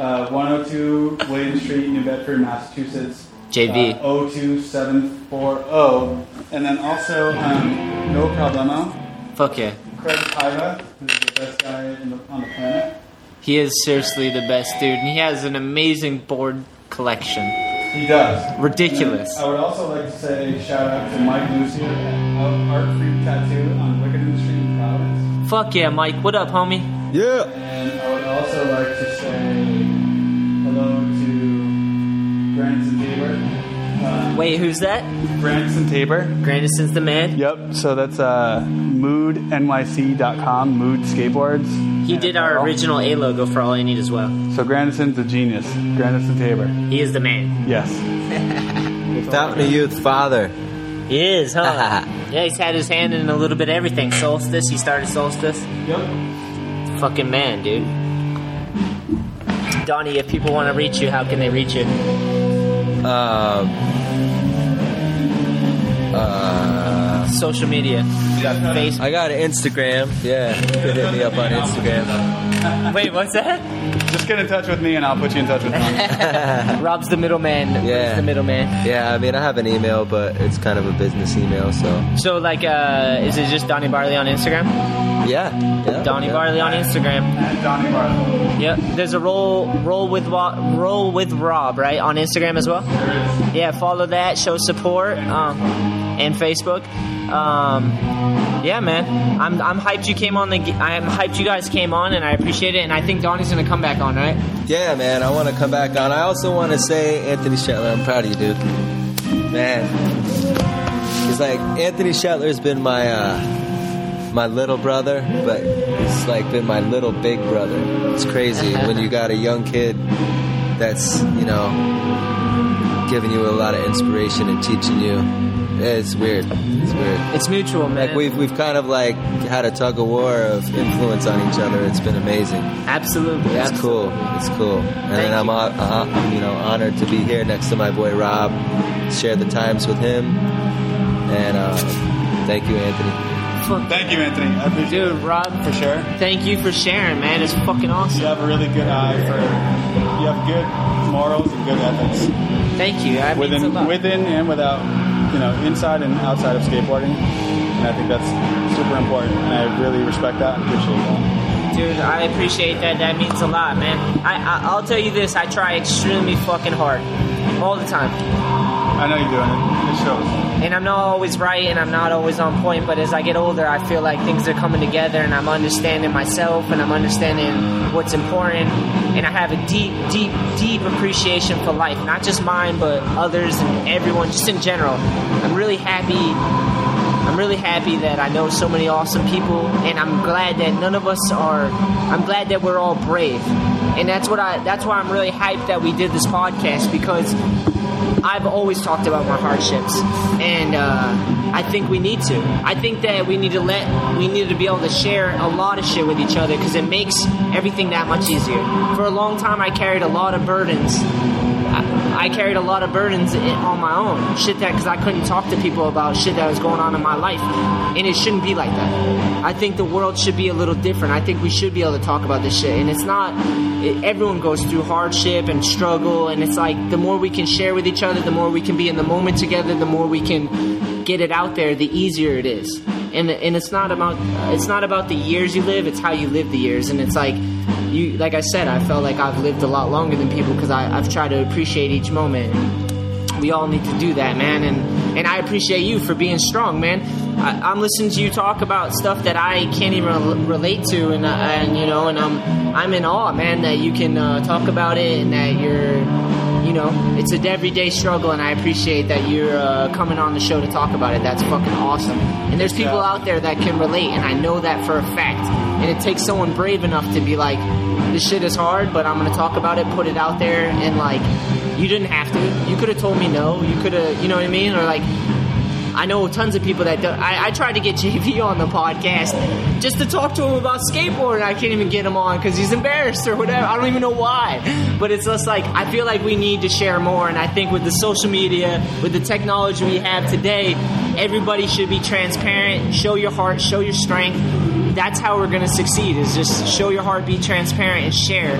I: uh, 102 William Street, New Bedford, Massachusetts.
C: JB.
I: Uh, 02740. oh. And then also, um, No Problemo,
C: fuck yeah.
I: Craig Paiva, who's the best guy in the, on the planet.
C: He is seriously the best dude, and he has an amazing board collection.
I: He does.
C: Ridiculous.
I: And I would also like to say shout out to Mike Lucier of Art Freak Tattoo on Wickedham Street in Providence.
C: Fuck yeah, Mike. What up, homie?
H: Yeah.
I: And I would also like to say hello to Branson Tabor. Uh,
C: Wait, who's that?
I: Branson Tabor.
C: Grandison's the man.
I: Yep. So that's uh, moodnyc.com, mood skateboards.
C: He did our original A logo for All I Need as well.
I: So Grandison's a genius. Grandison Tabor.
C: He is the man.
I: Yes.
H: Fountain of Youth father.
C: He is, huh? [LAUGHS] yeah, he's had his hand in a little bit of everything. Solstice, he started Solstice.
I: Yep.
C: Fucking man, dude. Donnie, if people want to reach you, how can they reach you?
H: Um, uh,
C: social media? You got Facebook.
H: I got an Instagram. Yeah, [LAUGHS] you can hit me up on Instagram.
C: Wait, what's that?
I: Just get in touch with me and I'll put you in touch [LAUGHS] with me.
C: Rob's the middleman.
H: Yeah.
C: He's the middleman.
H: Yeah, I mean, I have an email, but it's kind of a business email, so
C: So, like, uh, is it just Donnie Barley on Instagram?
H: yeah. yeah
C: Donnie
H: yeah.
C: Barley on Instagram.
I: And Donnie Barlow.
C: Yep. There's a roll, roll with, Wa- roll with Rob, right, on Instagram as well. Yeah, follow that. Show support. Um, and Facebook. Um, yeah, man. I'm, I'm hyped you came on the. g- I'm hyped you guys came on, and I appreciate it. And I think Donnie's gonna come back on, right?
H: Yeah, man, I want to come back on. I also want to say, Anthony Shetler, I'm proud of you, dude. Man, he's like Anthony Shetler's been my uh, my little brother, but he's like been my little big brother. It's crazy when you got a young kid that's you know giving you a lot of inspiration and teaching you. Yeah, It's weird. It's weird.
C: It's mutual, man.
H: Like we've we've kind of like had a tug of war of influence on each other. It's been amazing.
C: absolutely.
H: It's
C: absolutely.
H: cool. It's cool. And then I'm hon- uh, you know honored to be here next to my boy Rob, share the times with him, and uh, thank you, Anthony.
I: Thank you, Anthony. I appreciate
C: Dude,
I: it.
C: Rob,
I: For sure.
C: thank you for sharing, man. It's fucking
I: You
C: awesome.
I: have a really good eye for. You have good morals and good ethics
C: Thank you. That means a
I: within
C: lot.
I: within and without, you know, inside and outside of skateboarding. And I think that's super important. And I really respect that and appreciate that.
C: Dude, I appreciate that. That means a lot, man. I, I I'll tell you this. I try extremely fucking hard, all the time,
I: I know you're doing it. It shows.
C: and I'm not always right, and I'm not always on point. But as I get older, I feel like things are coming together, and I'm understanding myself, and I'm understanding what's important, and I have a deep, deep, deep appreciation for life, not just mine, but others and everyone, just in general. I'm really happy I'm really happy that I know so many awesome people, and I'm glad that none of us are. I'm glad that we're all brave, and that's what I. That's why I'm really hyped that we did this podcast because I've always talked about my hardships, and uh, I think we need to. I think that we need to let we need to be able to share a lot of shit with each other because it makes everything that much easier. For a long time, I carried a lot of burdens I, I carried a lot of burdens i- on my own. Shit that, because I couldn't talk to people about shit that was going on in my life. And it shouldn't be like that. I think the world should be a little different. I think we should be able to talk about this shit. And it's not, it, everyone goes through hardship and struggle. And it's like, the more we can share with each other, the more we can be in the moment together, the more we can get it out there, the easier it is. And, and it's not about it's not about the years you live; it's how you live the years. And it's like you like I said, I felt like I've lived a lot longer than people because I've tried to appreciate each moment. We all need to do that, man, and and I appreciate you for being strong, man. I, I'm listening to you talk about stuff that I can't even rel- relate to, and uh, and you know, and I'm I'm in awe, man, that you can uh, talk about it and that you're, you know, it's an everyday struggle, and I appreciate that you're uh, coming on the show to talk about it. That's fucking awesome. And there's people
I: Yeah.
C: out out there that can relate, and I know that for a fact. And it takes someone brave enough to be like, this shit is hard, but I'm gonna talk about it, put it out there, and like, you didn't have to. You could have told me no. You could have, you know what I mean? Or like, I know tons of people that do I, I tried to get [LAUGHS] JV on the podcast just to talk to him about skateboarding. I can't even get him on because he's embarrassed or whatever. I don't even know why. But it's just like, I feel like we need to share more. And I think with the social media, with the technology we have today, everybody should be transparent, show your heart, show your strength that's how we're gonna succeed is just show your heart be transparent and share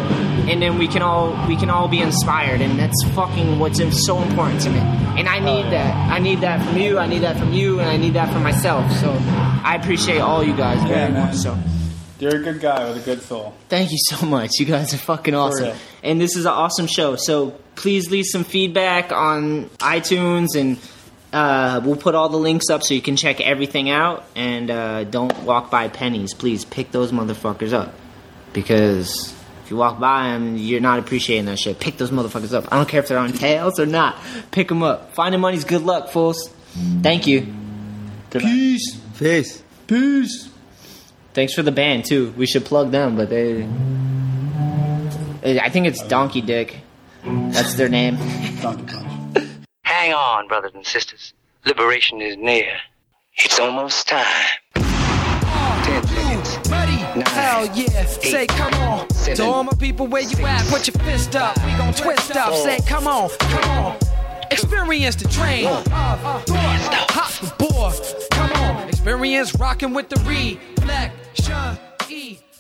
C: and then we can all we can all be inspired and that's fucking what's im- so important to me and i
I: Oh,
C: need that i need that from you i need that from you and i need that from myself so i appreciate all you guys
I: Yeah,
C: very
I: man.
C: much so
I: You're a good guy with a good soul.
C: Thank you so much. You guys are fucking awesome.
I: real.
C: And this is an awesome show. So please leave some feedback on iTunes and uh, we'll put all the links up so you can check everything out. And uh, don't walk by pennies. Please pick those motherfuckers up. Because if you walk by them, you're not appreciating that shit. Pick those motherfuckers up. I don't care if they're on tails or not. Pick them up. Finding money's good luck, fools. Thank you. Peace.
H: Peace.
C: Peace. Thanks for the band too. We should plug them, but they. I think it's Donkey Dick. That's their name.
I: Donkey Punch.
J: Hang on, brothers and sisters. Liberation is near. It's almost time. Ten seconds.
E: Muddy,
J: Nine.
E: hell yeah. Say come on.
J: Seven.
E: To all my people where you at, put your fist up. We gon' twist up. Say come on, Uh, come on. Experience the train. Hop the board. Come on. experience rocking with the reflection. E.